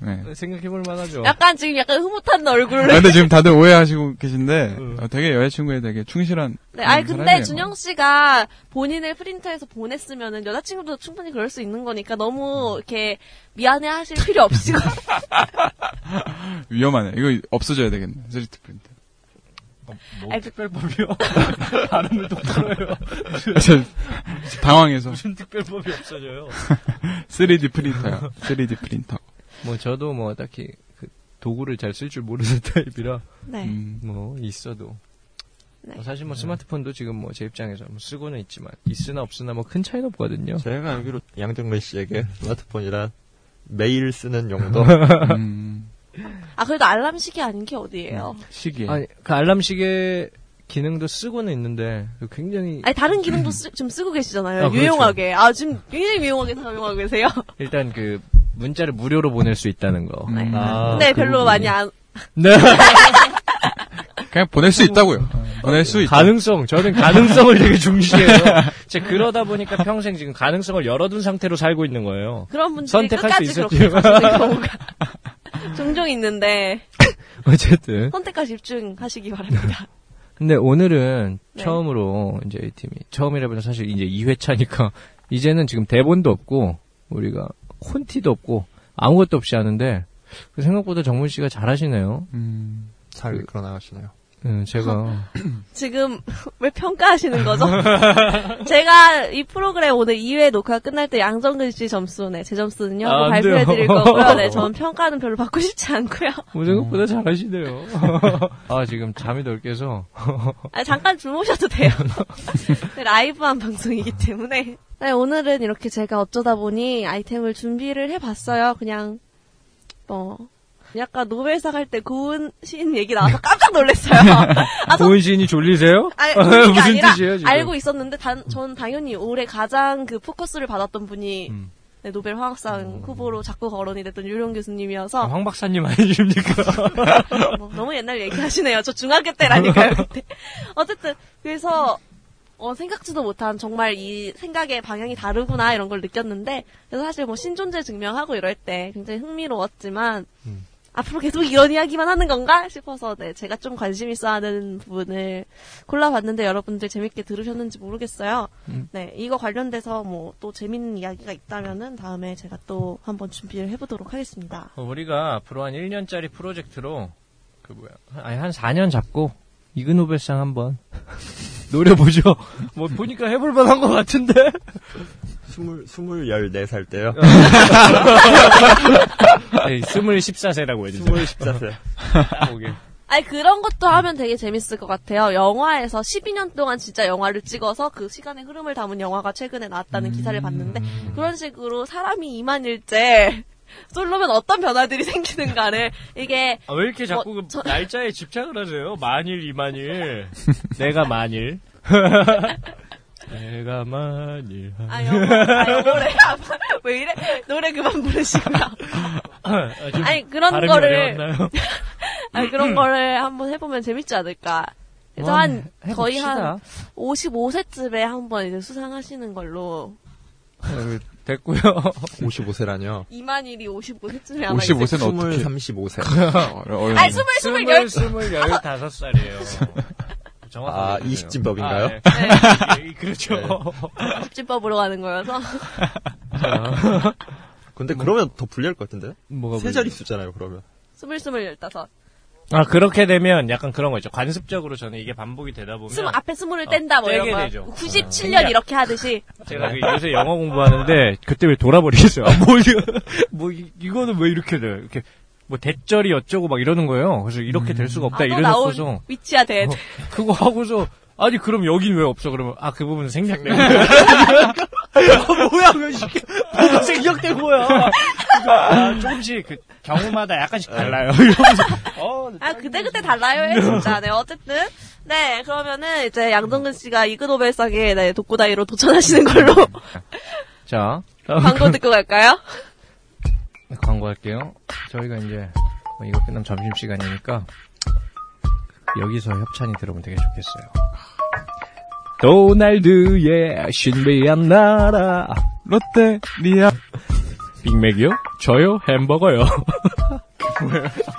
네. 생각해볼 만하죠. 약간 지금 약간 흐뭇한 네. 아, 얼굴. 근데 지금 다들 오해하시고 계신데 음. 어, 되게 여자친구에 되게 충실한. 네, 아니, 그런 근데 사람이에요. 뭐. 준영 씨가 본인을 프린터에서 보냈으면은 여자친구도 충분히 그럴 수 있는 거니까 너무 음. 이렇게 미안해 하실 필요 없이고. 위험하네. 이거 없어져야 되겠네. 3D 프린터. 아니, 그- 뭐, 특별법이요. 발음을 똑바로요. 아, 저 당황해서 무슨 특별법이 없어져요. 3D 프린터요. 3D 프린터. 뭐 저도 뭐 딱히 그 도구를 잘 쓸 줄 모르는 타입이라 네. 음, 뭐 있어도 네. 어, 사실 뭐 스마트폰도 지금 뭐 제 입장에서 뭐 쓰고는 있지만 있으나 없으나 뭐 큰 차이는 없거든요. 제가 알기로 양정근 씨에게 스마트폰이란 매일 쓰는 용도. 음, 아, 그래도 알람식이 아닌 게 어디예요? 시계. 아니 그 알람 시계 기능도 쓰고는 있는데 그 굉장히 아니, 다른 기능도 쓰- 좀 쓰고 계시잖아요. 아, 그렇죠. 유용하게. 아, 지금 굉장히 유용하게 사용하고 계세요. 일단 그 문자를 무료로 보낼 수 있다는 거. 음. 네. 아, 근데 그 별로 부분이. 많이 안, 네. 그냥 보낼 수 있다고요. 어, 네. 보낼 수 있다. 가능성 저는 가능성을 되게 중시해요. 제 그러다 보니까 평생 지금 가능성을 열어둔 상태로 살고 있는 거예요. 그런 분들이 선택할 끝까지 수 그렇게 있었죠. 가시는 경우가 종종 있는데 어쨌든 선택과 집중하시기 바랍니다. 근데 오늘은 네. 처음으로 이제 이 팀이 처음이라면 사실 이제 2회차니까 이제는 지금 대본도 없고 우리가 콘티도 그 없고 아무것도 없이 하는데 생각보다 정문 씨가 잘하시네요. 음, 잘 끌어나가시나요? 음, 제가 지금 왜 평가하시는 거죠? 제가 이 프로그램 오늘 2회 녹화 끝날 때 양정근 씨 점수네 제 점수는요 아, 안 돼요. 발표해 드릴 거고요. 네, 저는 평가는 별로 받고 싶지 않고요. 뭐 생각보다 잘하시네요. 아 지금 잠이 덜 깨서 아, 잠깐 주무셔도 돼요. 네, 라이브한 방송이기 때문에. 네, 오늘은 이렇게 제가 어쩌다 보니 아이템을 준비를 해봤어요. 그냥, 뭐, 약간 노벨상 할 때 고은 시인 얘기 나와서 깜짝 놀랐어요. 아, 저- 고은 시인이 졸리세요? 아니, 그게 무슨 아니라 뜻이에요 지금? 알고 있었는데, 단, 전 당연히 올해 가장 그 포커스를 받았던 분이 음. 네, 노벨 화학상 후보로 자꾸 거론이 됐던 유령 교수님이어서 아, 황 박사님 아니십니까? 뭐, 너무 옛날 얘기하시네요. 저 중학교 때라니까요, 그때. 어쨌든, 그래서, 어, 생각지도 못한 정말 이 생각의 방향이 다르구나, 이런 걸 느꼈는데, 그래서 사실 뭐 신존재 증명하고 이럴 때 굉장히 흥미로웠지만, 앞으로 계속 이런 이야기만 하는 건가? 싶어서, 네, 제가 좀 관심 있어 하는 부분을 골라봤는데, 여러분들 재밌게 들으셨는지 모르겠어요. 네, 이거 관련돼서 뭐, 또 재밌는 이야기가 있다면은, 다음에 제가 또 한번 준비를 해보도록 하겠습니다. 어, 우리가 앞으로 한 1년짜리 프로젝트로 그 뭐야 한- 아니 한 4년 잡고 이그 노벨상 한번 노려보죠. 뭐 보니까 해볼 만한 것 같은데. 스물, 스물 열네 살 때요? 네, 24세라고 해주세요. 스물 십사 세. 아니 그런 것도 하면 되게 재밌을 것 같아요. 영화에서 12년 동안 진짜 영화를 찍어서 그 시간의 흐름을 담은 영화가 최근에 나왔다는 기사를 봤는데 음. 그런 식으로 사람이 2만일째 솔로면 어떤 변화들이 생기는가를 이게 아, 왜 이렇게 자꾸 어, 그 저- 날짜에 집착을 하세요? 만일, 이만일. 내가 만일. 내가 만일. 아 영화 아, 영어래 왜 이래 노래 그만 부르시고요. 아, 좀 아니, 그런 발음이 거를- 어려웠나요? 아니 그런 거를 한번 해보면 재밌지 않을까. 그래서 뭐 한 음. 한번 거의 해봅시다. 한 55세쯤에 한번 이제 수상하시는 걸로 됐고요. 55세라뇨. 이만일이 55세쯤에 아마 있을 55세는 스물 어떻게? 35세. 어려, 네. 아니 스물 스물 열 아. 스물 열다섯 살이에요. 정확하게. 아, 해주세요. 이십진법인가요? 네. 아, 네. 예, 그렇죠. 집밥으로 가는 거여서 근데 그러면 더 아. 뭐. 불리할 것 같은데? 뭐가 세 자리 숫잖아요, 그러면. 스물 스물 열다섯 아, 그렇게 되면 약간 그런 거 있죠. 관습적으로 저는 이게 반복이 되다 보면. 스무 앞에 스물을 아, 뗀다 뭐 떼게 이런 되죠. 아, 네. 거 97년 이렇게 하듯이 제가 그 요새 영어 공부하는데 그때 왜 돌아버리겠어요? 아, 뭐, 이거- 뭐 이- 이거는 왜 이렇게 돼? 이렇게 뭐 대절이 어쩌고 막 이러는 거예요. 그래서 이렇게 될 수가 없다 아, 또 나온 이래놓고서 위치야 돼 어, 그거 하고서 아니 그럼 여긴 왜 없어? 그러면 아 그 부분은 생략된 거야. 아, 뭐야 왜 이게 뭐가 생략된 거야? 그러니까, 아, 조금씩 그 경우마다 약간씩 달라요. 이러면서 어, 아 그때 그때 달라요 해 진짜 네 어쨌든 네 그러면은 이제 양정근 씨가 이그노벨상에 네, 독고다이로 도전하시는 걸로 음. 자 광고 듣고 갈까요? 네, 광고할게요. 저희가 이제 뭐 이거 끝나면 점심 시간이니까 여기서 협찬이 들어오면 되게 좋겠어요. 도날드의 신비한 나라 롯데 리아 빅맥이요? 저요 햄버거요.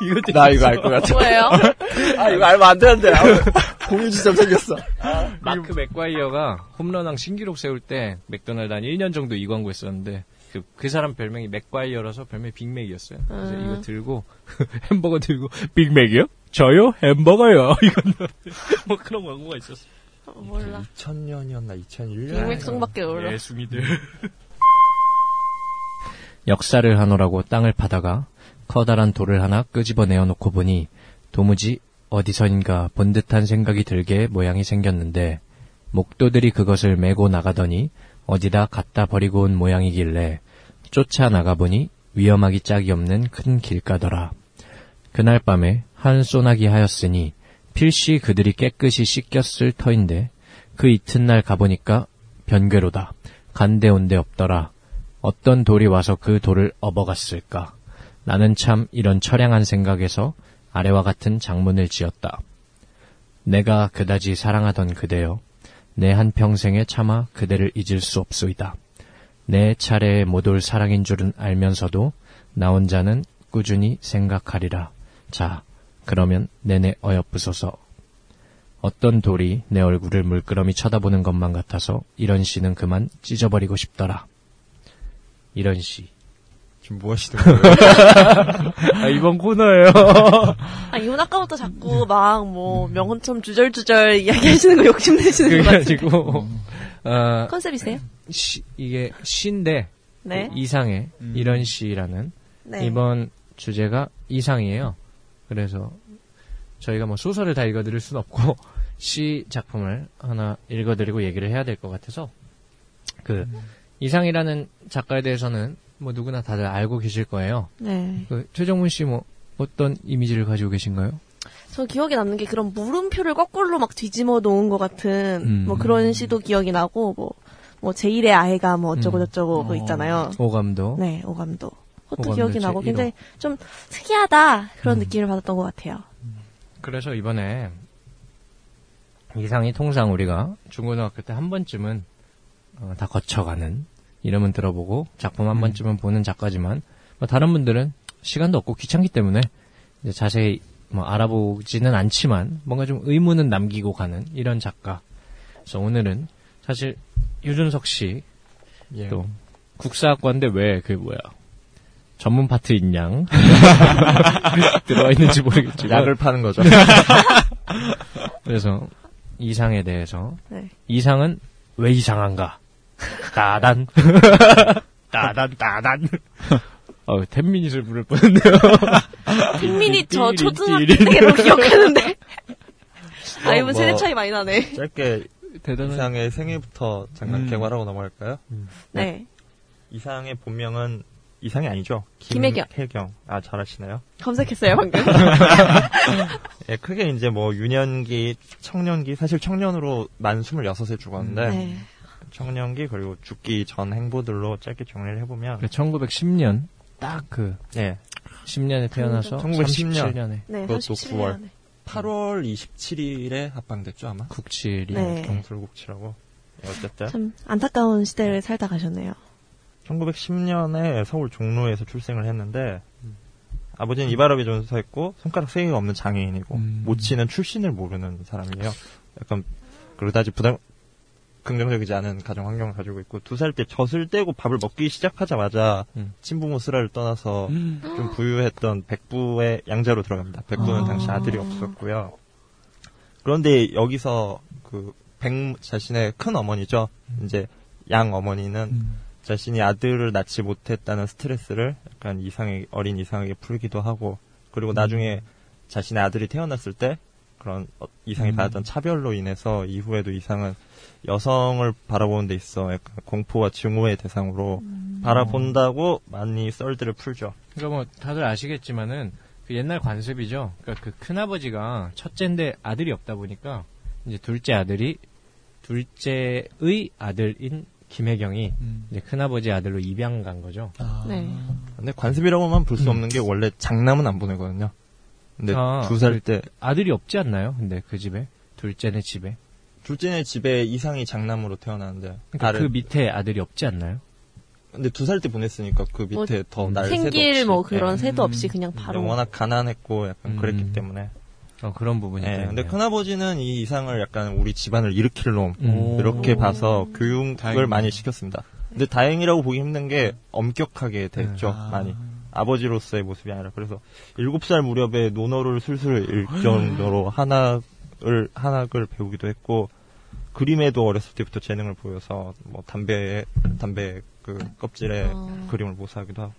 이거 나 이거 알 것 같아. 뭐예요? 아, 이거 알면 안 되는데. 아, 공유 지점 생겼어. 그 마크 맥과이어가 홈런왕 신기록 세울 때 맥도날드 한 1년 정도 이 광고 했었는데 그, 그 사람 별명이 맥과이어라서 별명이 빅맥이었어요. 그래서 음. 이거 들고 햄버거 들고 빅맥이요? 저요? 햄버거요. 이건 뭐 그런 광고가 있었어. 요 어, 몰라 2000년이었나, 2001년? 빅맥송밖에 아, 몰라 네, 예수미들. 역사를 하노라고 땅을 파다가 커다란 돌을 하나 끄집어내어 놓고 보니 도무지 어디선가 본 듯한 생각이 들게 모양이 생겼는데 목도들이 그것을 메고 나가더니 어디다 갖다 버리고 온 모양이길래 쫓아 나가보니 위험하기 짝이 없는 큰 길가더라. 그날 밤에 한 소나기 하였으니 필시 그들이 깨끗이 씻겼을 터인데 그 이튿날 가보니까 변괴로다. 간데온데 없더라. 어떤 돌이 와서 그 돌을 업어갔을까. 나는 참 이런 처량한 생각에서 아래와 같은 장문을 지었다. 내가 그다지 사랑하던 그대여. 내 한평생에 차마 그대를 잊을 수 없소이다. 내 차례에 못 올 사랑인 줄은 알면서도 나 혼자는 꾸준히 생각하리라. 자, 그러면 내내 어여쁘소서. 어떤 돌이 내 얼굴을 물끄러미 쳐다보는 것만 같아서 이런 시는 그만 찢어버리고 싶더라. 이런 시. 지금 뭐 하시는 거예요? 아, 이번 코너예요. 아, 이건 아까부터 자꾸 막, 뭐, 명언처럼 주절주절 이야기하시는 거 욕심내시는 것 같은데. 그래가지고 어, 컨셉이세요? 시- 이게 시인데 네. 이상해 음. 이런 시라는 네. 이번 주제가 이상이에요. 그래서 저희가 뭐 소설을 다 읽어드릴 순 없고 시 작품을 하나 읽어드리고 얘기를 해야 될 것 같아서 그 이상이라는 작가에 대해서는 뭐 누구나 다들 알고 계실 거예요. 네. 그 최정문 씨 뭐 어떤 이미지를 가지고 계신가요? 저 기억에 남는 게 그런 물음표를 거꾸로 막 뒤집어 놓은 것 같은, 음. 뭐 그런 시도 기억이 나고, 뭐, 뭐, 제1의 아이가 뭐 음. 어쩌고저쩌고 그거 어. 있잖아요. 어? 오감도 네, 오감도. 그것도 오감도 기억이 나고 제1호. 굉장히 좀 특이하다 그런 음. 느낌을 받았던 것 같아요. 그래서 이번에 이상이 통상 우리가 중고등학교 때 한 번쯤은 어, 다 거쳐가는 이름은 들어보고 작품 한 번쯤은 보는 작가지만 뭐 다른 분들은 시간도 없고 귀찮기 때문에 이제 자세히 뭐 알아보지는 않지만 뭔가 좀 의문은 남기고 가는 이런 작가. 그래서 오늘은 사실 유준석 씨 예. 또 국사학과인데 왜 그 뭐야 전문 파트인 양 들어와 있는지 모르겠지만 예. 약을 파는 거죠. 그래서 이상에 대해서 네. 이상은 왜 이상한가? 따단 따단 따단 어 텐미닛을 부를 뻔했네요. 아, 핑민이 저 띠리, 초등학교 띠리. 때로 기억하는데. 아, 이분 어, 뭐. 세대 차이 많이 나네. 짧게 대단한 이상의 생일부터 잠깐 음. 개괄하고 넘어갈까요? 네. 이상의 본명은 이상이 아니죠? 김혜경. 혜경. 아, 잘 아시나요? 검색했어요, 방금. 예, 크게 이제 뭐 유년기, 청년기, 사실 청년으로 만 26에 죽었는데 네. 청년기 그리고 죽기 전 행보들로 짧게 정리를 해보면 1910년 그 딱 그 예, 10년에 태어나서 1910 년. 37년에 네, 그것도 37년에. 8월 27일에 합방됐죠 아마? 국칠이 네. 경술국치라고 예, 어쨌든 참 안타까운 시대를 살다 가셨네요. 1910년에 서울 종로에서 출생을 했는데 아버지는 이발업에 종사했고 손가락 세 개가 없는 장애인이고 음. 모치는 출신을 모르는 사람이에요. 약간 그러다 지 부담 긍정적이지 않은 가정 환경을 가지고 있고 두 살 때 젖을 떼고 밥을 먹기 시작하자마자 음. 친부모 쓰라를 떠나서 어. 그러니까 좀 부유했던 백부의 양자로 들어갑니다. 백부는 아. 당시 아들이 없었고요. 그런데 여기서 그 백 자신의 큰 어머니죠. 이제 양 어머니는 자신이 아들을 낳지 못했다는 스트레스를 약간 이상의 어린 이상에게 풀기도 하고 그리고 나중에 자신의 아들이 태어났을 때 그런 어- 이상이 음. 받았던 차별로 인해서 이후에도 이상은 여성을 바라보는 데 있어 약간 공포와 증오의 대상으로 바라본다고 많이 썰들을 풀죠. 그러니까 뭐 다들 아시겠지만은 그 옛날 관습이죠. 그러니까 그 큰아버지가 첫째인데 아들이 없다 보니까 이제 둘째 아들이 둘째의 아들인 김혜경이 이제 큰아버지 아들로 입양 간 거죠. 아, 네. 근데 관습이라고만 볼 수 없는 게 원래 장남은 안 보내거든요. 근데 아, 두 살 그- 때 아들이 없지 않나요? 근데 그 집에 둘째네 집에 둘째네 집에 이상이 장남으로 태어나는데 그러니까 나를- 그 밑에 아들이 없지 않나요? 근데 두 살 때 보냈으니까 그 밑에 뭐 더 날 새도 없이 생길 뭐 그런 예. 새도 없이 그냥 바로. 워낙 가난했고 약간 음. 그랬기 때문에. 어, 그런 부분이 예, 있네요. 근데 큰아버지는 이 이상을 약간 우리 집안을 일으킬 놈 음. 이렇게 봐서 교육을 다행이네요. 많이 시켰습니다. 근데 다행이라고 보기 힘든 게 엄격하게 됐죠 아. 많이. 아버지로서의 모습이 아니라 그래서 일곱 살 무렵에 논어를 술술 읽 정도로 한학을 한학을 배우기도 했고 그림에도 어렸을 때부터 재능을 보여서 뭐 담배 담배 그 껍질에 어. 그림을 모사하기도 하고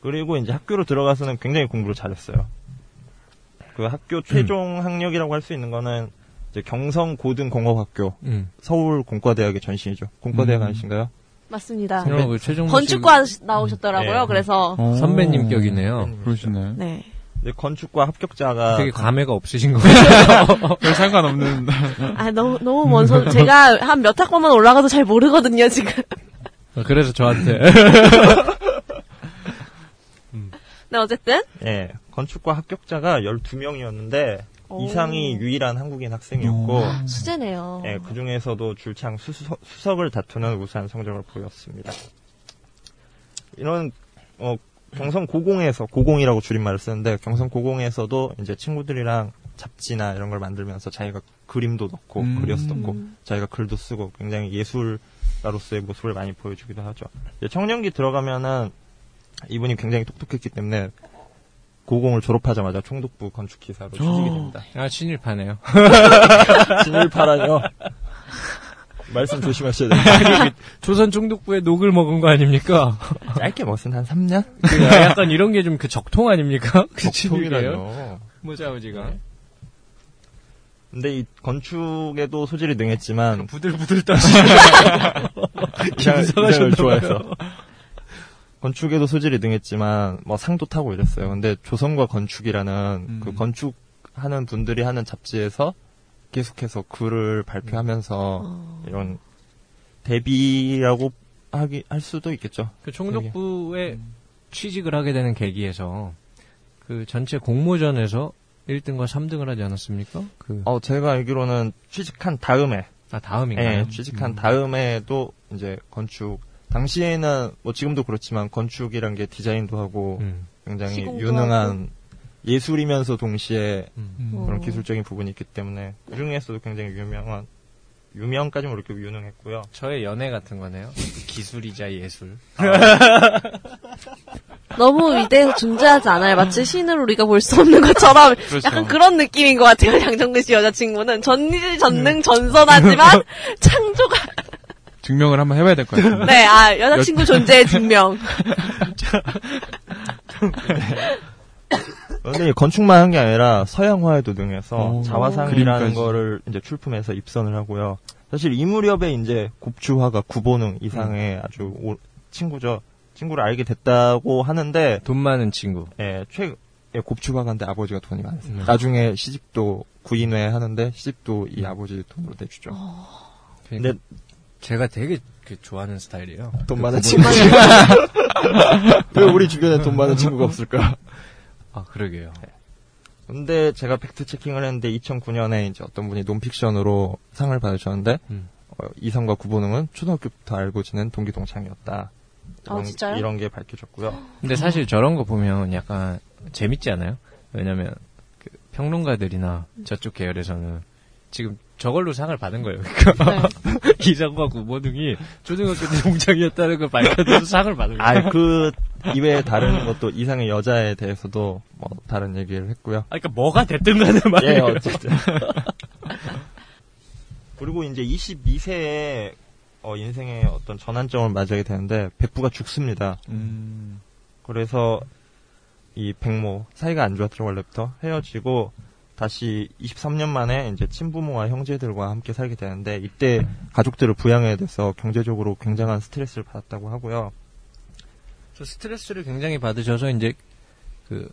그리고 이제 학교로 들어가서는 굉장히 공부를 잘했어요. 그 학교 음. 최종 학력이라고 할 수 있는 거는 이제 경성 고등 공업학교 음. 서울 공과대학의 전신이죠. 공과대학 음. 아니신가요? 맞습니다. 그럼 그 최종문 건축과 나오셨더라고요. 네. 그래서 어. 씨 선배님 음, 그렇죠. 격이네요. 그러시네. 네. 이제 건축과 합격자가 되게 감회가 없으신 거 같아요. 별 상관없는. 어. 아 너무 너무 먼서 제가 한 몇 학번만 올라가도 잘 모르거든요 지금. 어, 그래서 저한테 네 어쨌든 예, 건축과 합격자가 12명이었는데 오. 이상이 유일한 한국인 학생이었고 수제네요. 예, 그 중에서도 줄창 수석, 수석을 다투는 우수한 성적을 보였습니다. 이런 어, 경성 고공에서 고공이라고 줄임말을 쓰는데 경성 고공에서도 이제 친구들이랑 잡지나 이런 걸 만들면서 자기가 그림도 넣고 음. 그려서 넣고 자기가 글도 쓰고 굉장히 예술가로서의 모습을 많이 보여주기도 하죠. 이제 청년기 들어가면은 이분이 굉장히 똑똑했기 때문에 고공을 졸업하자마자 총독부 건축 기사로 취직이 됩니다. 아, 친일파네요. 진일파라뇨. 말씀 조심하셔야 됩니다. 조선 총독부에 녹을 먹은 거 아닙니까? 짧게 먹은 한 3년? 그 약간 이런 게 좀 그 적통 아닙니까? 그 친일이에요? 네. 모자우지가. 근데 이 건축에도 소질이 능했지만 부들부들 떠시 이상- 김사가 이상을 좋나 좋아해서. 봐요. 건축에도 소질이 능했지만 뭐 상도 타고 이랬어요. 근데 조선과 건축이라는 음. 그 건축하는 분들이 하는 잡지에서 계속해서 글을 발표하면서 이런 데뷔라고 하기 할 수도 있겠죠. 그 총독부에 취직을 하게 되는 계기에서 그 전체 공모전에서 1등과 3등을 하지 않았습니까? 그, 어 제가 알기로는 취직한 다음에 아, 다음인가요? 예, 취직한 다음에도 이제 건축 당시에는 뭐 지금도 그렇지만 건축이란 게 디자인도 하고 음, 굉장히 시공도 유능한 예술이면서 동시에 음. 음. 그런 어. 기술적인 부분이 있기 때문에 그 중에서도 굉장히 유명한 유명까지 모르겠고 유능했고요. 저의 연애 같은 거네요. 기술이자 예술. 너무 위대해서 존재하지 않아요. 마치 신을 우리가 볼 수 없는 것처럼 그렇죠. 약간 그런 느낌인 것 같아요. 양정근 씨 여자친구는 전일 음. 전능 전선하지만 창조가 증명을 한번 해봐야 될 것 같은데. 네, 아 여자친구 존재의 증명. 근데 이 건축만 한 게 아니라 서양화에도 능해서 오, 자화상이라는 어. 그림까지. 거를 이제 출품해서 입선을 하고요. 사실 이 무렵에 이제 곱주화가 구보능 이상의 음. 아주 오- 친구죠. 친구를 알게 됐다고 하는데 돈 많은 친구. 예, 최 예, 곱주화가인데 아버지가 돈이 많았어요. 음. 나중에 시집도 구인회 하는데 시집도 이 아버지 돈으로 내주죠. 어, 그러니까 네. 제가 되게 그 좋아하는 스타일이에요. 그 돈 많은 음. 친구. 왜 우리 주변에 돈 많은 친구가 없을까? 아, 그러게요. 근데 제가 팩트 체킹을 했는데 2009년에 이제 어떤 분이 논픽션으로 상을 받으셨는데 음. 어, 이성과 구보능은 초등학교부터 알고 지낸 동기 동창이었다. 아, 이런- 진짜요? 이런 게 밝혀졌고요. 근데 사실 저런 거 보면 약간 재밌지 않아요? 왜냐면 그 평론가들이나 저쪽 계열에서는 지금 저걸로 상을 받은 거예요. 그러니까 이상과 구보 등이 초등학교 때 동창이었다는 걸 밝혀서 상을 받은 거예요. 아, 그 이외에 다른 것도 이상의 여자에 대해서도 뭐 다른 얘기를 했고요. 아, 그러니까 뭐가 됐든 간에 예, 말이에요. 어쨌든. 그리고 이제 22세에 인생의 어떤 전환점을 맞이하게 되는데 백부가 죽습니다. 음. 그래서 이 백모 사이가 안 좋았죠 원래부터 헤어지고 다시 23년 만에 이제 친부모와 형제들과 함께 살게 되는데 이때 가족들을 부양해야 돼서 경제적으로 굉장한 스트레스를 받았다고 하고요. 저 스트레스를 굉장히 받으셔서 이제 그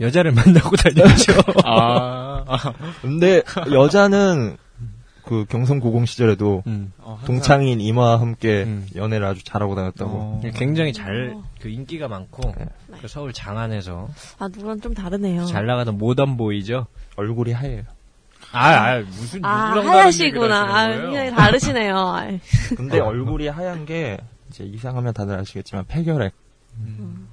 여자를 만나고 다니죠. 아, 근데 여자는 그 경성 고공 시절에도 음. 어, 항상- 동창인 이마와 함께 음. 연애를 아주 잘하고 다녔다고. 어. 굉장히 잘 그 인기가 많고 그 서울 장안에서 아 누구랑 좀 다르네요. 잘 나가던 모던 보이죠. 얼굴이 하얘요. 아, 아 무슨 아 누구랑 하야시구나. 아 다른 얘기를 하시는 거예요? 굉장히 다르시네요. 아이, 근데 얼굴이 하얀 게 이제 이상하면 다들 아시겠지만 폐결핵. 음.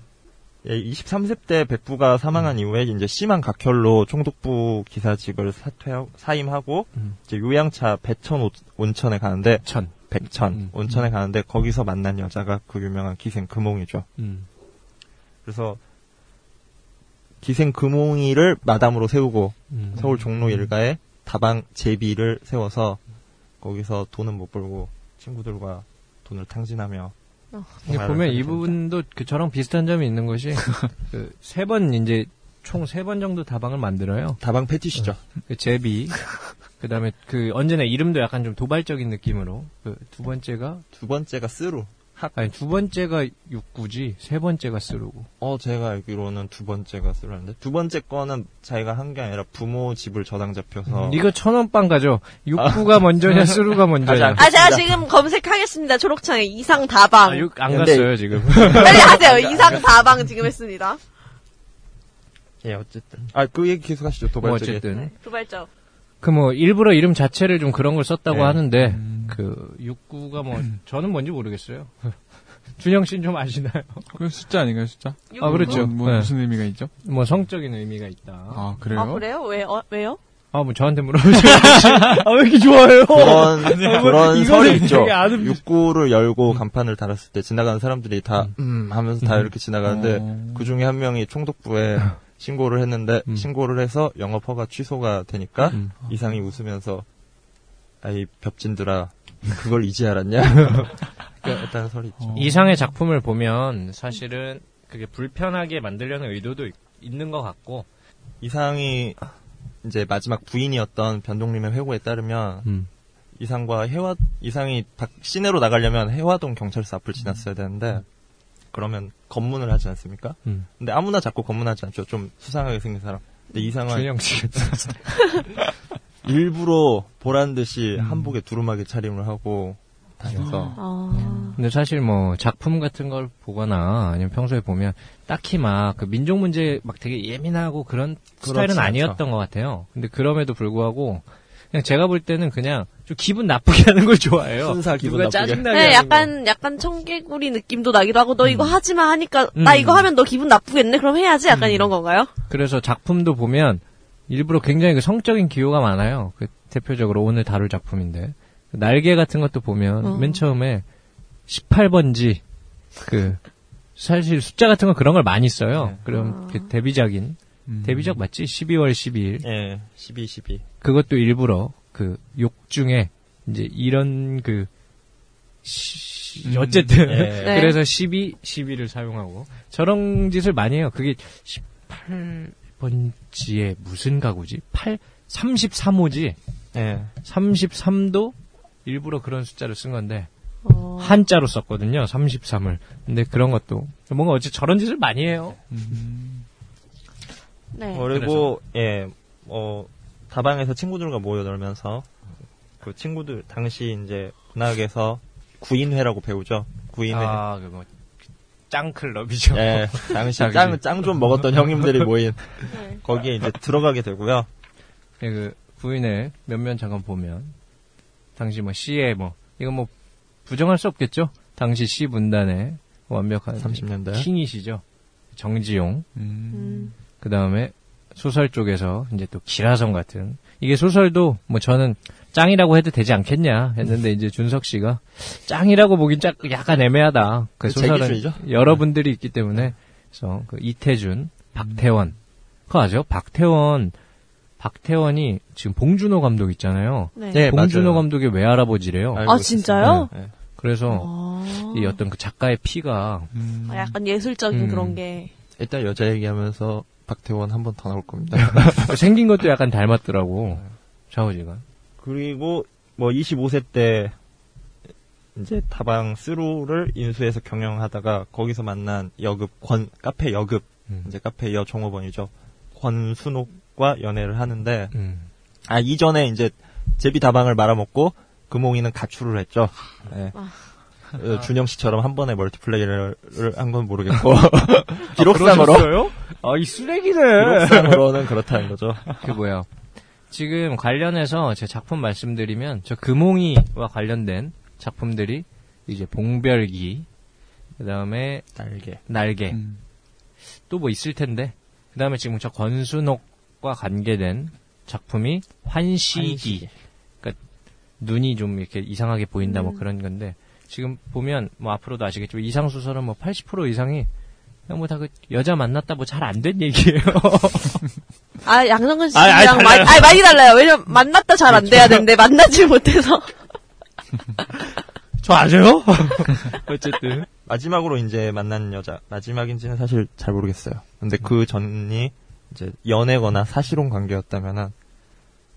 예, 23세 때 백부가 사망한 이후에 이제 심한 각혈로 총독부 기사직을 사퇴하고 사임하고 음. 이제 요양차 백천 오- 온천에 가는데 천. 백천 음. 온천에 가는데 거기서 만난 여자가 그 유명한 기생 금홍이죠. 음. 그래서 기생 금홍이를 마담으로 세우고 음. 서울 종로 일가에 다방 제비를 세워서 거기서 돈은 못 벌고 친구들과 돈을 탕진하며 근데 보면 이 부분도 그 저랑 비슷한 점이 있는 것이 그 세 번 이제 총 세 번 정도 다방을 만들어요. 다방 패티시죠. 그 제비. 그다음에 그 언제나 이름도 약간 좀 도발적인 느낌으로 그 두 번째가 두 번째가 쓰루. 아니 두 번째가 육구지 세 번째가 쓰르고 어, 제가 알기로는 두 번째가 쓰라는데 두 번째 거는 자기가 한 게 아니라 부모 집을 저당 잡혀서 이거 천원빵 가죠 육구가 먼저냐 쓰르가 가지 먼저냐 않- 아 제가 지금 검색하겠습니다. 초록창에 이상 다방. 아, 육- 안 근데- 갔어요 지금 빨리 하세요. 이상 다방 지금 했습니다. 예, 어쨌든. 아, 그 얘기 계속 하시죠. 뭐 도발적인. 어쨌든 도발적. 그 뭐 일부러 이름 자체를 좀 그런 걸 썼다고 네. 하는데 그 육구가 뭐 저는 뭔지 모르겠어요. 준영 씨는 좀 아시나요? 그 숫자 아닌가요, 숫자? 아, 그렇죠. 뭐, 뭐 네. 무슨 의미가 있죠? 뭐 성적인 의미가 있다. 아, 그래요? 아 그래요? 왜 어, 왜요? 아, 뭐 저한테 물어보세요. 아, 왜 이렇게 좋아해요? 그런 그런 이거는 어, 설이 있죠. 되게 아름- 육구를 열고 간판을 달았을 때 지나가는 사람들이 다 음, 하면서 다 이렇게 지나가는데 그 중에 한 명이 총독부에 신고를 했는데 음. 신고를 해서 영업 허가 취소가 되니까 음. 이상이 웃으면서 아이 벽진들아 그걸 이제 알았냐? 그러니까 일단 설이 있죠. 이상의 작품을 보면 사실은 그게 불편하게 만들려는 의도도 있- 있는 것 같고 이상이 이제 마지막 부인이었던 변동님의 회고에 따르면 음. 이상과 해화 이상이 박- 시내로 나가려면 해화동 경찰서 앞을 지났어야 되는데 그러면 검문을 하지 않습니까? 음. 근데 아무나 자꾸 검문하지 않죠. 좀 수상하게 생긴 사람. 근데 이상은 준영 씨 일부러 보란 듯이 한복에 두루마기 차림을 하고 다녀서 아, 근데 사실 뭐 작품 같은 걸 보거나 아니면 평소에 보면 딱히 막 그 민족 문제 막 되게 예민하고 그런 스타일은 않죠. 아니었던 것 같아요. 근데 그럼에도 불구하고 그냥 제가 볼 때는 그냥 좀 기분 나쁘게 하는 걸 좋아해요. 순사 기분 누가 나쁘게. 짜증나게 하는 네, 거. 약간, 약간 청개구리 느낌도 나기도 하고, 너 이거 하지 마 하니까, 나 음. 이거 하면 너 기분 나쁘겠네? 그럼 해야지? 약간 이런 건가요? 그래서 작품도 보면 일부러 굉장히 그 성적인 기호가 많아요. 그 대표적으로 오늘 다룰 작품인데 날개 같은 것도 보면 어. 맨 처음에 18번지 그 사실 숫자 같은 건 그런 걸 많이 써요. 네. 아. 그럼 그 데뷔작인 음. 데뷔작 맞지? 12월 12일. 예, 12, 12. 그것도 일부러 그 욕 중에 이제 이런 그 시- 음. 어쨌든 예. 네. 그래서 12, 12를 사용하고 저런 짓을 많이 해요. 그게 18번지에 무슨 가구지? 8 33호지. 예. 33도 일부러 그런 숫자를 쓴 건데 어. 한자로 썼거든요. 33을. 근데 그런 것도 뭔가 어째 저런 짓을 많이 해요. 네. 어. 그리고 예, 어 다방에서 친구들과 모여놀면서 그 친구들 당시 이제 문학에서 구인회라고 배우죠. 구인회. 아, 그뭐 짱클럽이죠. 예, 당시 짱, 짱 좀 먹었던 형님들이 모인 네. 거기에 이제 들어가게 되고요. 예, 그 부인의 몇몇 잠깐 보면 당시 뭐 씨의 뭐 이거 뭐 부정할 수 없겠죠. 당시 씨 분단의 완벽한 30년대. 킹이시죠. 정지용. 네. 음. 그 다음에 소설 쪽에서 이제 또 기라성 같은 이게 소설도 뭐 저는 짱이라고 해도 되지 않겠냐 했는데 이제 준석 씨가 짱이라고 보긴 짝- 약간 애매하다. 그 제 소설은 기준이죠. 네. 여러분들이 있기 때문에 그래서 그 음. 이태준, 박태원 그거 아세요? 박태원 박태원이 지금 봉준호 감독 있잖아요. 네. 예, 봉준호 맞아요. 감독의 외할아버지래요. 알고 아, 있었어요. 진짜요? 예, 예. 그래서 어. 이 어떤 그 작가의 피가 아, 약간 예술적인 음. 그런 게. 일단 여자 얘기하면서 박태원 한 번 더 나올 겁니다. 어, 생긴 것도 약간 닮았더라고. 좌우지가. 그리고 뭐 25세 때 이제 다방 스루를 인수해서 경영하다가 거기서 만난 여급 권 카페 여급 음. 이제 카페 여 종업원이죠 권순옥과 연애를 하는데 음. 아 이전에 이제 제비 다방을 말아먹고 금홍이는 가출을 했죠. 예. 어, 준영 씨처럼 한 번에 멀티플레이를 한 건 모르겠고 기록상으로 아이 아, 쓰레기네. 기록상으로는 그렇다는 거죠. 그 뭐야. 지금 관련해서 제 작품 말씀드리면 저 금홍이와 관련된 작품들이 이제 봉별기, 그 다음에 날개. 날개, 또 뭐 있을 텐데. 그 다음에 지금 저 권순옥과 관계된 작품이 환시기. 그러니까 눈이 좀 이렇게 이상하게 보인다 뭐 음. 그런 건데 지금 보면 뭐 앞으로도 아시겠지만 이상 소설은 뭐 80% 이상이 뭐 다 그 여자 만났다 뭐 잘 안 된 얘기예요. 아, 양성근 아니, 아니, 씨랑 많이, 달라요. 아니, 많이 달라요. 왜냐면 만났다 잘 안 돼야 되는데, 만나지 못해서. 저 아세요? 어쨌든 마지막으로 이제 만난 여자 마지막인지는 사실 잘 모르겠어요. 근데 그 전이 이제 연애거나 사실혼 관계였다면은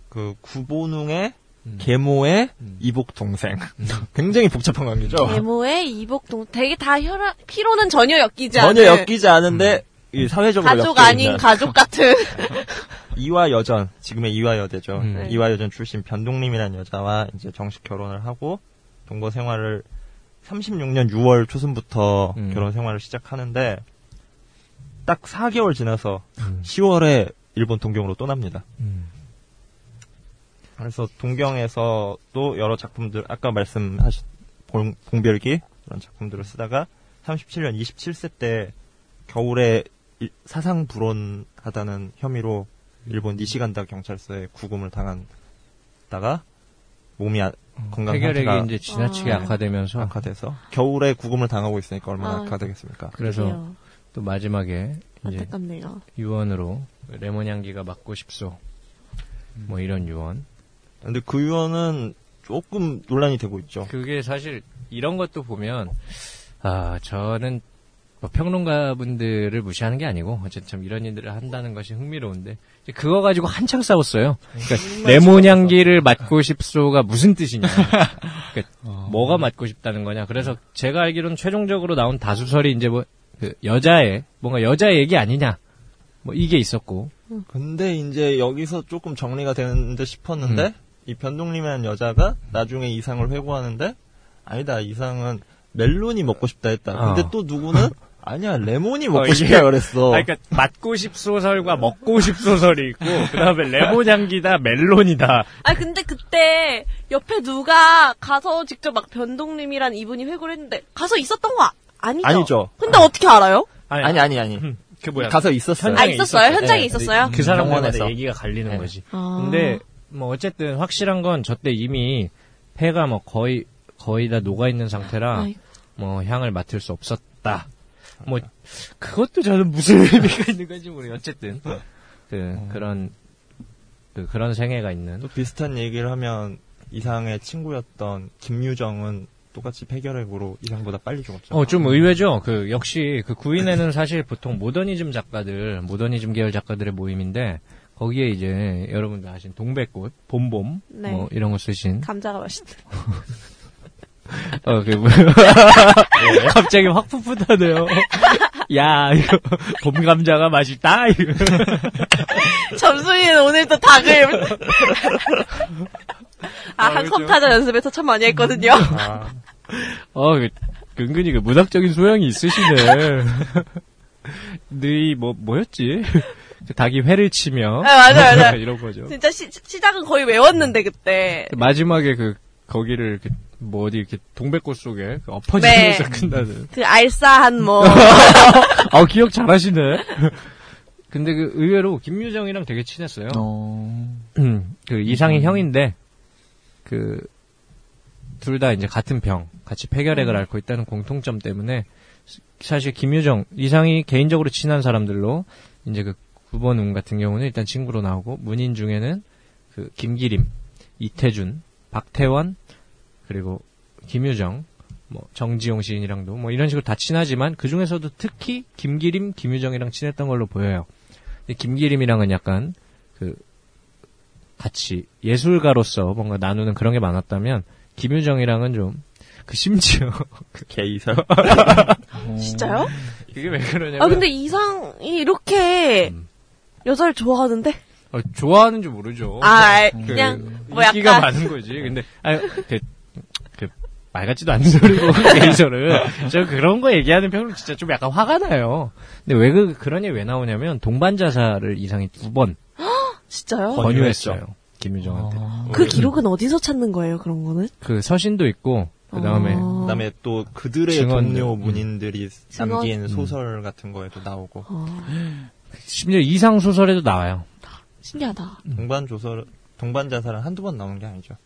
그 구본웅의 음. 계모의 음. 이복 동생. 굉장히 복잡한 관계죠. 예, 데모의 이복동, 되게 다 혈압, 피로는 전혀 엮이지 않은. 전혀 엮이지 않은데 이 사회적으로 가족 엮여 아닌 있는 가족 같은. 이화 여전 지금의 이화 여대죠. 음. 네. 이화 여전 출신 변동님이라는 여자와 이제 정식 결혼을 하고 동거 생활을 36년 6월 초순부터 음. 결혼 생활을 시작하는데 딱 4개월 지나서 음. 10월에 일본 동경으로 떠납니다. 그래서 동경에서도 여러 작품들 아까 말씀하신 봉, 봉별기 그런 작품들을 쓰다가 37년 27세 때 겨울에 이- 사상 불온하다는 혐의로 일본 니시간다 경찰서에 구금을 당한다가 몸이 아- 건강 상태가 해결액이 이제 지나치게 아. 악화되면서 악화돼서 겨울에 구금을 당하고 있으니까 얼마나 아. 악화되겠습니까? 그래서 그래요. 또 마지막에 이제 안타깝네요. 유언으로 레몬 향기가 맡고 싶소. 뭐 이런 유언. 근데 그 의원은 조금 논란이 되고 있죠. 그게 사실 이런 것도 보면 아 저는 뭐 평론가분들을 무시하는 게 아니고 어쨌든 참 이런 일들을 한다는 것이 흥미로운데 이제 그거 가지고 한창 싸웠어요. 그러니까 레몬 향기를 맡고 싶소가 무슨 뜻이냐, 그러니까 뭐가 맡고 싶다는 거냐. 그래서 제가 알기로는 최종적으로 나온 다수설이 이제 뭐그 여자의 뭔가 여자 얘기 아니냐, 뭐 이게 있었고 근데 이제 여기서 조금 정리가 되는데 싶었는데 음. 이 변동님이라는 여자가 나중에 이상을 회고하는데 아니다 이상은 멜론이 먹고 싶다 했다. 근데 어. 또 누구는 아니야 레몬이 먹고 이게- 싶다 그랬어. 아, 그러니까 맞고 싶소설과 먹고 싶소설이 있고 그다음에 레몬 향기다 멜론이다 아 근데 그때 옆에 누가 가서 직접 막 변동님이란 이분이 회고를 했는데 가서 있었던 거 아- 아니죠? 아니죠. 근데 어떻게 알아요? 아니 아니 아니 그 뭐야 가서 있었어요. 아 현장에 있었어요? 있었어요. 현장에 네. 있었어요? 그 사람들마다 병원에서. 네. 얘기가 갈리는 거지. 아. 근데 뭐 어쨌든 확실한 건 저 때 이미 폐가 뭐 거의 거의 다 녹아 있는 상태라 아이고. 뭐 향을 맡을 수 없었다. 뭐 그것도 저는 무슨 의미가 있는 건지 모르. 어쨌든 그 그런 그 그런 생애가 있는 또 비슷한 얘기를 하면 이상의 친구였던 김유정은 똑같이 폐결핵으로 이상보다 빨리 죽었죠. 어, 좀 의외죠. 그, 역시, 그 구인회는 사실 보통 모더니즘 작가들, 모더니즘 계열 작가들의 모임인데, 거기에 이제, 여러분들 아신 동백꽃, 봄봄, 네. 뭐, 이런 거 쓰신. 감자가 맛있다. 어, 그, 뭐. 갑자기 확 풋풋하네요. 야, 이거, 봄 감자가 맛있다, 이거. 점순이는 오늘 또 닭을 아 한컵 타자 연습에서 참 많이 했거든요. 어, 그, 은근히 그 문학적인 소양이 있으시네. 너희, 뭐, 뭐였지? 그 닭이 회를 치며. 아, 맞아, 맞아. 이런 거죠. 진짜 시, 시작은 거의 외웠는데 그때. 마지막에 그 거기를 이렇게 뭐 어디 이렇게 동백꽃 속에 그 엎어지면서 네. 끝나는. 그 알싸한 뭐 아 기억 잘하시네. 근데 그 의외로 김유정이랑 되게 친했어요. 어, 그 이상이 형인데 그 둘 다 이제 같은 병, 같이 폐결핵을 앓고 있다는 공통점 때문에 스- 사실 김유정 이상이 개인적으로 친한 사람들로 이제 그 9번 운 같은 경우는 일단 친구로 나오고 문인 중에는 그 김기림, 이태준, 박태원 그리고 김유정, 뭐 정지용 시인이랑도 뭐 이런 식으로 다 친하지만 그 중에서도 특히 김기림, 김유정이랑 친했던 걸로 보여요. 근데 김기림이랑은 약간 그 같이 예술가로서 뭔가 나누는 그런 게 많았다면 김유정이랑은 좀 그 심지어 그 개이사. 음. 진짜요? 그게 왜 그러냐면 아 근데 이상이 이렇게 여자를 좋아하는데 어, 좋아하는지 모르죠. 아 알- 그냥 뭐 인기가 약간 많은 거지. 근데 아니 그, 그, 말 같지도 않은 소리고 개인설은 저 그런 거 얘기하는 평론 진짜 좀 약간 화가 나요. 근데 왜 그 그러냐 왜 나오냐면 동반 자살을 이상이 두 번 진짜요? 권유했어요. 김유정한테. 그 기록은 어디서 찾는 거예요 그런 거는? 그 서신도 있고 그다음에 어. 그다음에 또 그들의 증언들. 음. 동료 문인들이 남긴 증언. 소설 같은 거에도 나오고 심지어 이상 소설에도 나와요. 신기하다. 동반 조설 동반 자살은 한두 번 나오는 게 아니죠.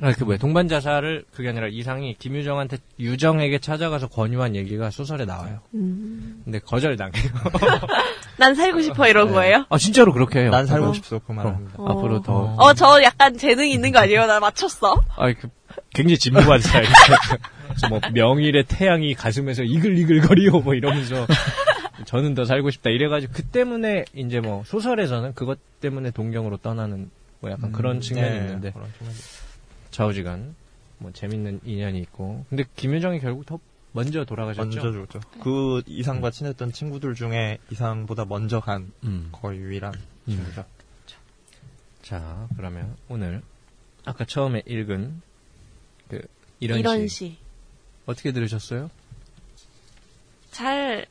아, 그 뭐야, 동반 자살을, 그게 아니라 이상이 김유정한테, 유정에게 찾아가서 권유한 얘기가 소설에 나와요. 음. 근데 거절당해요. 난 살고 싶어 이런 거예요? 아, 진짜로 그렇게 해요. 난 살고 어. 싶소 그 말합니다. 어, 앞으로 더, 어, 저 약간 재능 있는 거 아니에요? 나 맞췄어. 아, 그, 굉장히 진부한 스타일이에요. 그래서 뭐, 명일의 태양이 가슴에서 이글이글 거리고 뭐 이러면서, 저는 더 살고 싶다. 이래가지고, 그 때문에, 이제 뭐, 소설에서는 그것 때문에 동경으로 떠나는, 뭐 약간 그런 측면이 네, 있는데, 그런 측면이 있어요. 좌우지간, 뭐, 재밌는 인연이 있고. 근데 김유정이 결국 더 먼저 돌아가셨죠? 먼저 죽었죠. 그 이상과 친했던 친구들 중에 이상보다 먼저 간 음. 거의 유일한 친구죠. 자, 그러면 오늘 아까 처음에 읽은 그 이런, 이런 시 시. 어떻게 들으셨어요? 잘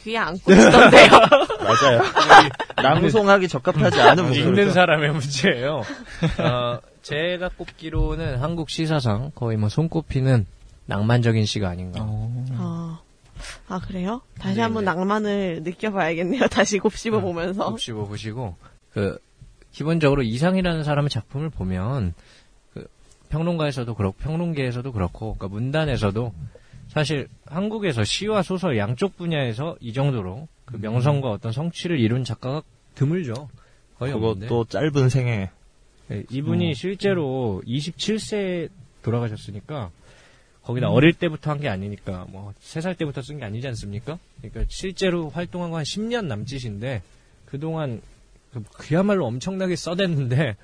귀에 안 꽂히던데요. 맞아요. 음. 낭송하기 적합하지 않은 읽는 목소리죠. 사람의 문제예요. 어, 제가 꼽기로는 한국 시사상 거의 뭐 손꼽히는 낭만적인 시가 아닌가. 아, 아, 그래요? 다시 네, 한번 네. 낭만을 느껴봐야겠네요. 다시 곱씹어 보면서. 혹시 보시고 그 기본적으로 이상이라는 사람의 작품을 보면 그 평론가에서도 그렇고 평론계에서도 그렇고 그러니까 문단에서도 사실 한국에서 시와 소설 양쪽 분야에서 이 정도로 그 명성과 어떤 성취를 이룬 작가가 드물죠. 거의 없는데. 그것도 짧은 생애. 네, 이분이 어. 실제로 27세에 돌아가셨으니까 거기다 음. 어릴 때부터 한 게 아니니까 뭐 3살 때부터 쓴 게 아니지 않습니까? 그러니까 실제로 활동한 거 한 10년 남짓인데 그동안 그- 그야말로 엄청나게 써댔는데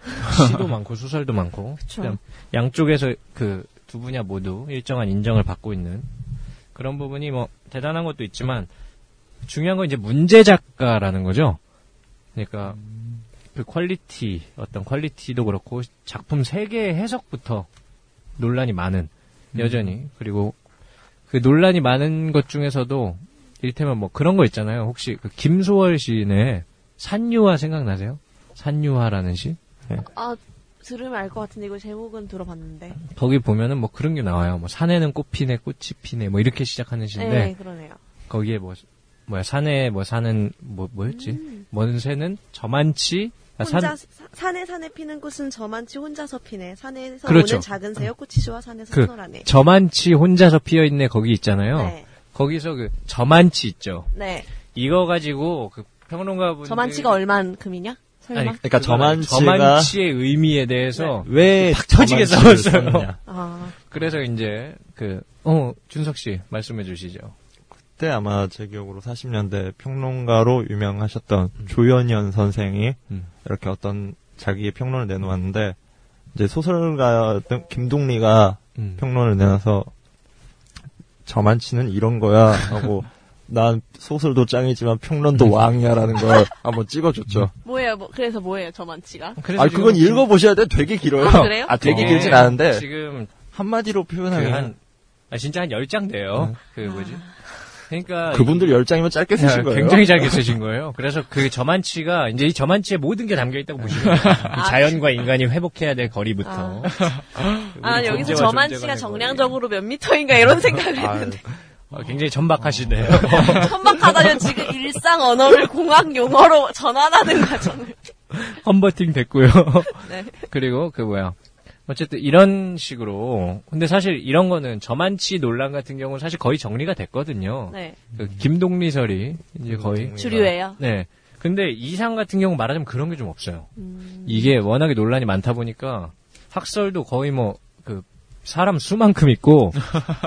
시도 많고 소설도 많고 그쵸. 그냥 양쪽에서 그 두 분야 모두 일정한 인정을 받고 있는 그런 부분이 뭐 대단한 것도 있지만 중요한 건 이제 문제 작가라는 거죠. 그러니까 그 퀄리티 어떤 퀄리티도 그렇고 작품 세계의 해석부터 논란이 많은 음. 여전히 그리고 그 논란이 많은 것 중에서도 일테면 뭐 그런 거 있잖아요. 혹시 그 김소월 시인의 산유화 생각나세요? 산유화라는 시 아, 들으면 알 것 같은데, 이거 제목은 들어봤는데. 거기 보면은 뭐 그런 게 나와요. 뭐 산에는 꽃 피네 꽃이 피네 뭐 이렇게 시작하는 시인데 네, 그러네요. 거기에 뭐 뭐야 산에 뭐 사는 뭐 뭐였지? 먼 새는 저만치 아, 산- 음. 혼자 사- 산에 산에 피는 꽃은 저만치 혼자서 피네. 산에서 그렇죠. 오는 작은 새여 꽃이 좋아 산에서 그- 서늘하네. 저만치 혼자서 피어 있네 거기 있잖아요. 네, 거기서 그 저만치 있죠. 네. 이거 가지고 그 평론가분 저만치가 얼만큼이냐? 설마. 아니 그러니까 그거는 저만치가- 저만치의 의미에 대해서 왜 팍 터지게 저만치를 싸웠어요. 썼냐. 아, 그래서 이제 그 어 준석 씨 말씀해 주시죠. 그때 아마 제 기억으로 40년대 평론가로 유명하셨던 조현현 선생이 음. 이렇게 어떤 자기의 평론을 내놓았는데 이제 소설가였던 김동리가 음. 평론을 내놔서 저만치는 이런 거야 하고 난 소설도 짱이지만 음. 평론도 왕이야라는 걸 한번 찍어줬죠. 뭐예요? 뭐, 그래서 뭐예요? 저만치가? 그래서 아 그건 지금 읽어보셔야 돼. 되게 길어요. 아, 그래요? 아, 되게 어, 길진 않은데 네. 지금 한마디로 그 표현하면 한 아, 진짜 한 열 장 돼요. 그 뭐지? 그러니까 네. 아, 그분들 열 장이면 짧게 쓰신 거예요. 굉장히 잘게 쓰신 거예요. 그래서 그 저만치가 이제 이 저만치에 모든 게 담겨 있다고 보시면 돼요. 아, 이 자연과 인간이 회복해야 될 거리부터. 우리 아, 여기서 존재와 존재가 저만치가 될 정량적으로 몇 미터인가 이런 생각을 아, 했는데. 거리. 어, 굉장히 천박하시네요. 아. 천박하다면 지금 일상 언어를 공학 용어로 전환하는 과정을. 컨버팅 됐고요. 네. 그리고 그 뭐야. 어쨌든 이런 식으로 근데 사실 이런 거는 저만치 논란 같은 경우는 사실 거의 정리가 됐거든요. 네. 그 김동리설이 이제 거의 주류예요. 네. 근데 이상 같은 경우 말하자면 그런 게 좀 없어요. 이게 워낙에 논란이 많다 보니까 학설도 거의 뭐 그 사람 수만큼 있고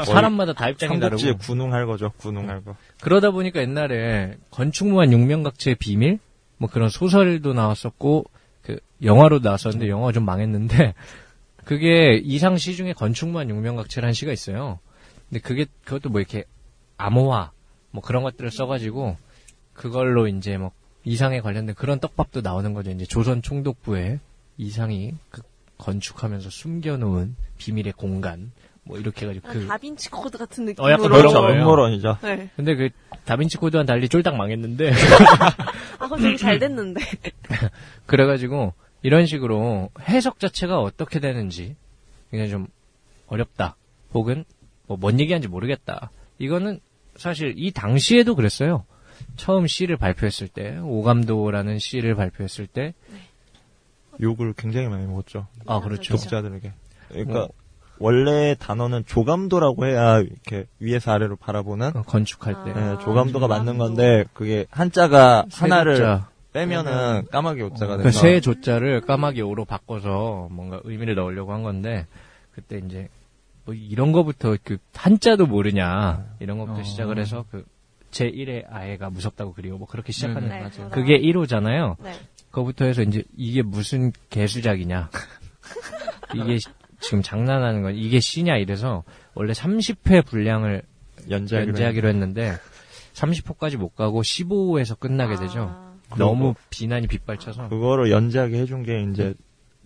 사람마다 다 입장이 삼국지에 다르고 음. 군웅할 거죠. 군웅할 거. 그러다 보니까 옛날에 건축무한 용명각체의 비밀 뭐 그런 소설도 나왔었고 그 영화로 나왔었는데 영화가 좀 망했는데 그게 이상시 중에 건축무한 용명각체라는 시가 있어요. 근데 그게 그것도 뭐 이렇게 암호화 뭐 그런 것들을 써가지고 그걸로 이제 뭐 이상에 관련된 그런 떡밥도 나오는 거죠. 이제 조선 총독부에 이상이 그 건축하면서 숨겨놓은 비밀의 공간 뭐 이렇게 해가지고 아, 그 다빈치 코드 같은 느낌으로. 어, 약간 그런 그렇죠. 거예요. 음모론이죠. 네. 근데 그 다빈치 코드와는 달리 쫄딱 망했는데 아, 갑자기 잘 됐는데. 네, 그래가지고 이런 식으로 해석 자체가 어떻게 되는지 그냥 좀 어렵다 혹은 뭐 뭔 얘기하는지 모르겠다 이거는 사실 이 당시에도 그랬어요 처음 시를 발표했을 때 오감도라는 시를 발표했을 때아 욕을 굉장히 많이 먹었죠. 그렇죠 그렇죠. 독자들에게. 아, 그러니까 뭐. 원래 단어는 조감도라고 해야 이렇게 위에서 아래로 바라보는 어, 건축할 때 아, 예, 조감도가 맞는 조감도. 건데 그게 한자가 하나를 자 빼면은 까마귀 옷자가 그러니까 돼서 새 조자를 까마귀 오로 바꿔서 뭔가 의미를 넣으려고 한 건데 그때 이제 뭐 이런 거부터 그 한자도 모르냐 이런 것부터 어. 시작을 해서 그제 1의 아예가 무섭다고 그리워 뭐 그렇게 시작하는 네, 맞아요. 그게 1호잖아요. 네. 그거부터 해서 이제 이게 무슨 개수작이냐 이게 시- 지금 장난하는 건 이게 시냐 이래서 원래 30회 분량을 연재하기로 연재하기로 했는데 30호까지 못 가고 15호에서 끝나게 되죠. 아, 그러니까. 너무 비난이 빗발쳐서 그거를 연재하게 해준 게 이제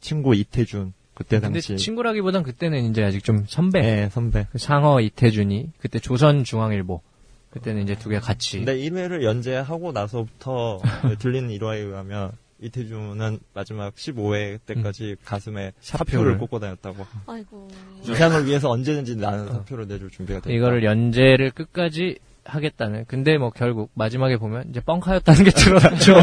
친구 이태준 그때 근데 당시 친구라기보단 그때는 이제 아직 좀 선배 예, 선배. 그 상어 이태준이 그때 조선중앙일보 그때는 이제 두 개 같이 근데 1회를 연재하고 나서부터 들리는 일화에 의하면 이태준은 마지막 15회 때까지 가슴에 음. 사표를 음. 사표를. 꽂고 다녔다고. 아이고. 어. 그러니까. 이상을 위해서 언제든지 나는 사표를 내줄 준비가 돼. 이거를 연재를 끝까지 하겠다는. 근데 뭐 결국 마지막에 보면 이제 뻥카였다는 게 드러났죠.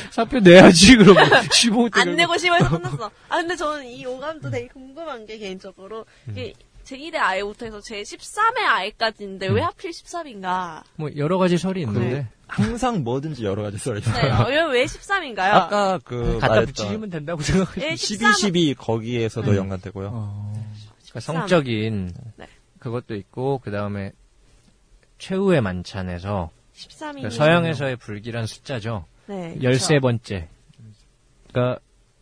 사표 내야지 그러면 15대 안 내고 심해서 끝났어. 아 근데 저는 이 오감도 되게 궁금한 게 개인적으로 음. 이게 제 1의 아이부터해서 제 13의 아이까지인데 음. 왜 하필 13인가? 뭐 여러 가지 설이 있는데 항상 뭐든지 여러 가지 썰이 네, 있어요. 어, 이거 왜 13인가요? 아까 그 음, 갖다 말했던 붙이면 된다고 생각해. 예, 12, 13. 12 거기에서도 연관되고요. 그러니까 성적인 네. 그것도 있고 그 다음에 최후의 만찬에서 13이 그러니까 서양에서의 불길한 숫자죠. 네, 그쵸. 열세 번째가 그러니까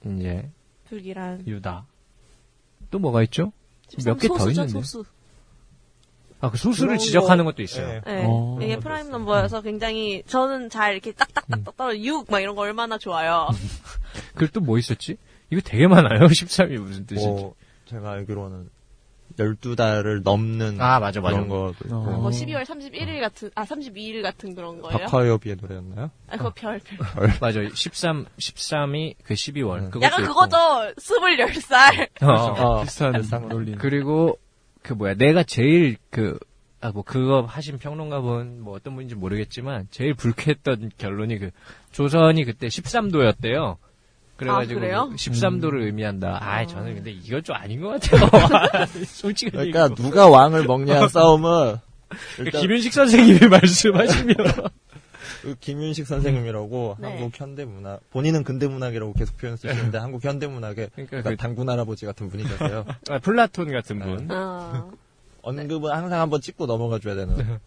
이제 불길한 유다. 또 뭐가 있죠? 13 몇개더 소수죠, 있는데. 소수. 아 그 소수를 그런 지적하는 거- 것도 있어요. 음. 네. 네. 어. 이게 프라임 넘버여서 굉장히 저는 잘 이렇게 딱딱딱딱 떨어 6막 이런 거 얼마나 좋아요. 음. 그리고 또 뭐 있었지? 이거 되게 많아요. 13이 무슨 네. 뜻이지? 뭐 제가 알기로는 12달을 넘는 아, 맞아, 맞아. 그런 것도 있고 어. 뭐 12월 31일 같은 아 32일 같은 그런 거예요? 박화여비의 노래였나요? 아 그거 별 별. 맞아. 13, 13이 그 12월. 음. 그것도 약간 있고. 그거죠. 24살. 어. 어, 비슷한 비슷한 거. 논리네. 그리고 그 뭐야 내가 제일 그 아, 뭐, 그거 하신 평론가분, 뭐, 어떤 분인지 모르겠지만, 제일 불쾌했던 결론이 그, 조선이 그때 13도였대요. 그래가지고, 아, 그래요? 13도를 음. 의미한다. 아, 저는 근데 이건 좀 아닌 것 같아요. 솔직히. 그러니까 누가 왕을 먹냐 싸움은 일단 김윤식 선생님이 말씀하시면. 그 김윤식 선생님이라고 네. 한국 현대문학 본인은 근대문학이라고 계속 표현 쓰시는데 한국 현대문학의 네. 그러니까 그러니까 그, 당군 할아버지 같은 분이 계세요. 아, 플라톤 같은 네. 분. 어. 언급은 항상 한번 찍고 넘어가 줘야 네. 되는.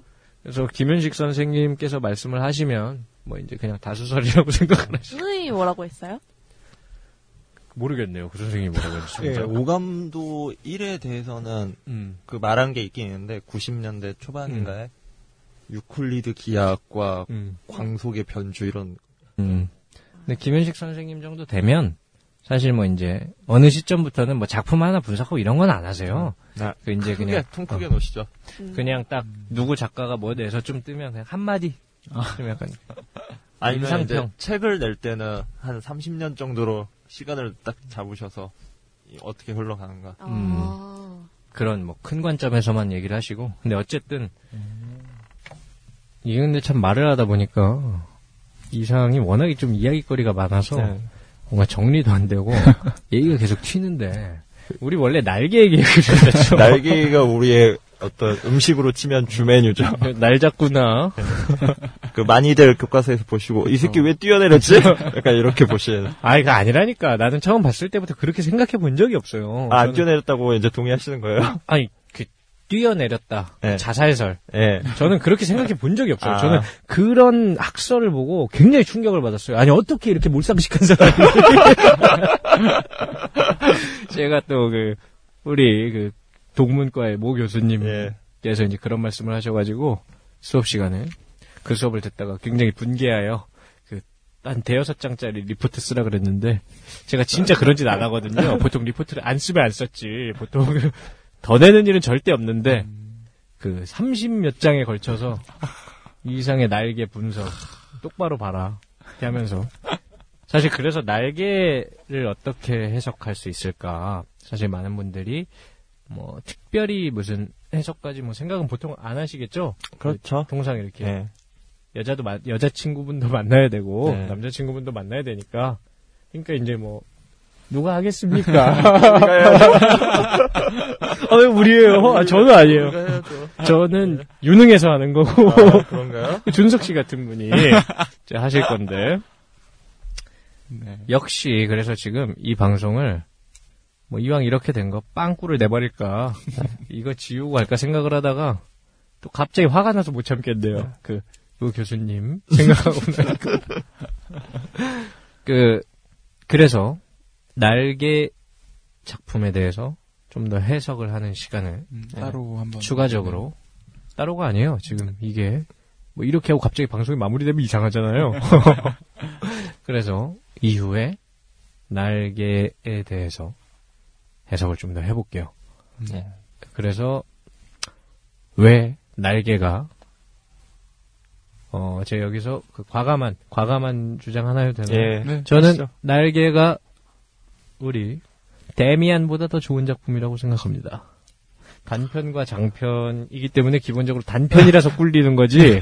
그래서 김윤식 선생님께서 말씀을 하시면, 뭐, 이제 그냥 다수설이라고 생각을 하시 선생님이 뭐라고 했어요? 모르겠네요. 그 선생님이 뭐라고 했는지. 예, 진짜. 오감도 1에 대해서는 음. 그 말한 게 있긴 있는데 90년대 초반인가에 유클리드 기하학과 음. 광속의 변주 이런 음. 근데 김현식 선생님 정도 되면 사실 뭐 이제 어느 시점부터는 뭐 작품 하나 분석하고 이런 건 안 하세요. 아, 그 이제 크게 그냥 통 크게 놓으시죠. 그냥 딱 누구 작가가 뭐 내서 좀 뜨면 그냥 한 마디. 좀 약간 아니면 이제 임상평. 책을 낼 때는 한 30년 정도로 시간을 딱 잡으셔서 이- 어떻게 흘러가는가. 아. 그런 뭐 큰 관점에서만 얘기를 하시고 근데 어쨌든 이게 근데 참 말을 하다 보니까 이상이 워낙에 좀 이야기거리가 많아서 네. 뭔가 정리도 안 되고 얘기가 계속 튀는데 우리 원래 날개 얘기 그랬었죠. 날개가 우리의 어떤 음식으로 치면 주메뉴죠. 날 잡구나. 그 많이들 교과서에서 보시고 이 새끼 왜 뛰어내렸지? 어, 약간 이렇게 보시는. 아, 이거 아니라니까. 나는 처음 봤을 때부터 그렇게 생각해 본 적이 없어요. 아, 안 저는- 뛰어내렸다고 이제 동의하시는 거예요? 아니, 그, 뛰어내렸다. 네. 자살설. 예. 저는 그렇게 생각해 본 적이 없어요. 아. 저는 그런 학설을 보고 굉장히 충격을 받았어요. 아니, 어떻게 이렇게 몰상식한 사람이. 제가 또 그, 우리 그, 동문과의 모 교수님께서 예. 이제 그런 말씀을 하셔가지고 수업 시간에 그 수업을 듣다가 굉장히 분개하여 그 한 대여섯 장짜리 리포트 쓰라 그랬는데 제가 진짜 그런 짓 안 하거든요. 보통 리포트를 안 쓰면 안 썼지. 보통 그더 내는 일은 절대 없는데 그 30 몇 장에 걸쳐서 이 이상의 날개 분석 똑바로 봐라 이렇게 하면서 사실 그래서 날개를 어떻게 해석할 수 있을까 사실 많은 분들이 뭐 특별히 무슨 해석까지 뭐 생각은 보통 안 하시겠죠 그렇죠. 통상 이렇게 예. 여자도 마- 여자친구분도 만나야 되고 네. 남자친구분도 만나야 되니까 그러니까 이제 뭐 누가 하겠습니까? 아, 왜 우리예요? 아, 저는 아니에요. 저는 유능해서 하는 거고 네. 아, 그런가요? 준석 씨 같은 분이 이제 하실 건데 네. 역시 그래서 지금 이 방송을 뭐 이왕 이렇게 된 거 빵꾸를 내버릴까 이거 지우고 갈까 생각을 하다가 또 갑자기 화가 나서 못 참겠네요. 그, 노 교수님 생각하고 나니까 그 그래서 날개 작품에 대해서 좀 더 해석을 하는 시간을 음, 따로 한번 네. 추가적으로 따로가 아니에요. 지금 이게 뭐 이렇게 하고 갑자기 방송이 마무리되면 이상하잖아요. 그래서 이후에 날개에 대해서 해석을 좀 더 해볼게요. 네. 그래서 왜 날개가 어, 제가 여기서 그 과감한 과감한 주장 하나 해도 되나요? 예. 네. 저는 하시죠. 날개가 우리 데미안보다 더 좋은 작품이라고 생각합니다. 단편과 장편이기 때문에 기본적으로 단편이라서 꿀리는 거지.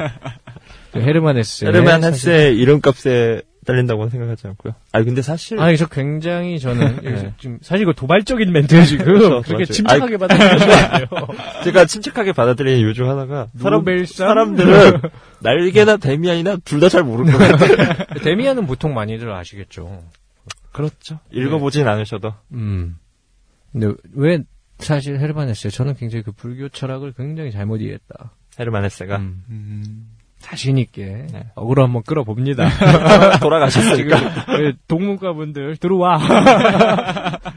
그 헤르만 헤세. 헤르만 예, 헤세 이름값에 딸린다고는 생각하지 않고요. 아 근데 사실 아, 그래서 굉장히 저는 네. 여기서 지금 사실 이거 도발적인 멘트예요 지금 그렇죠, 그렇게 도발적. 침착하게 받아들이는 거예요. 제가 침착하게 받아들이는 이유 중 하나가 사람, 노벨상? 사람들은 날개나 데미안이나 둘 다 잘 모르는 것 같아요. 데미안은 보통 많이들 아시겠죠. 네. 그렇죠. 읽어보진 않으셔도. 음. 근데 왜 사실 헤르만 헤세 저는 굉장히 그 불교 철학을 굉장히 잘못 이해했다. 헤르만 헤세가 음. 음, 자신 있게 네. 어그로 한번 끌어봅니다. 지금 돌아가셨으니까 예, 동문가분들 들어와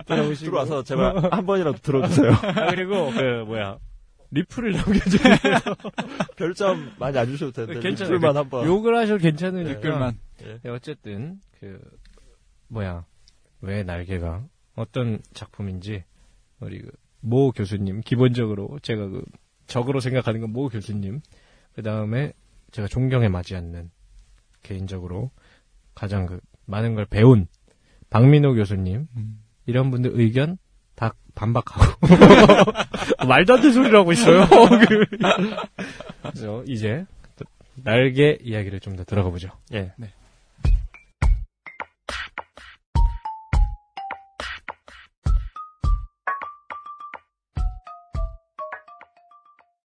들어오시고 들어와서 제발 한 번이라도 들어주세요. 아, 그리고 그 뭐야 리플을 남겨주세요. 별점 많이 안 주셔도 되는데 괜찮아요. 네, 리플만 한 번. 욕을 하셔도 괜찮으니까. 댓글만. 네, 어쨌든 그 뭐야 왜 날개가 어떤 작품인지 우리 그모 교수님 기본적으로 제가 그 적으로 생각하는 건 모 교수님 그 다음에 제가 존경에 맞지 않는 개인적으로 가장 그 많은 걸 배운 박민호 교수님 음. 이런 분들 의견 다 반박하고 말도 안 되는 소리를 하고 있어요. 그. 그래서 이제 또 날개 이야기를 좀 더 들어가 보죠. 예. 네.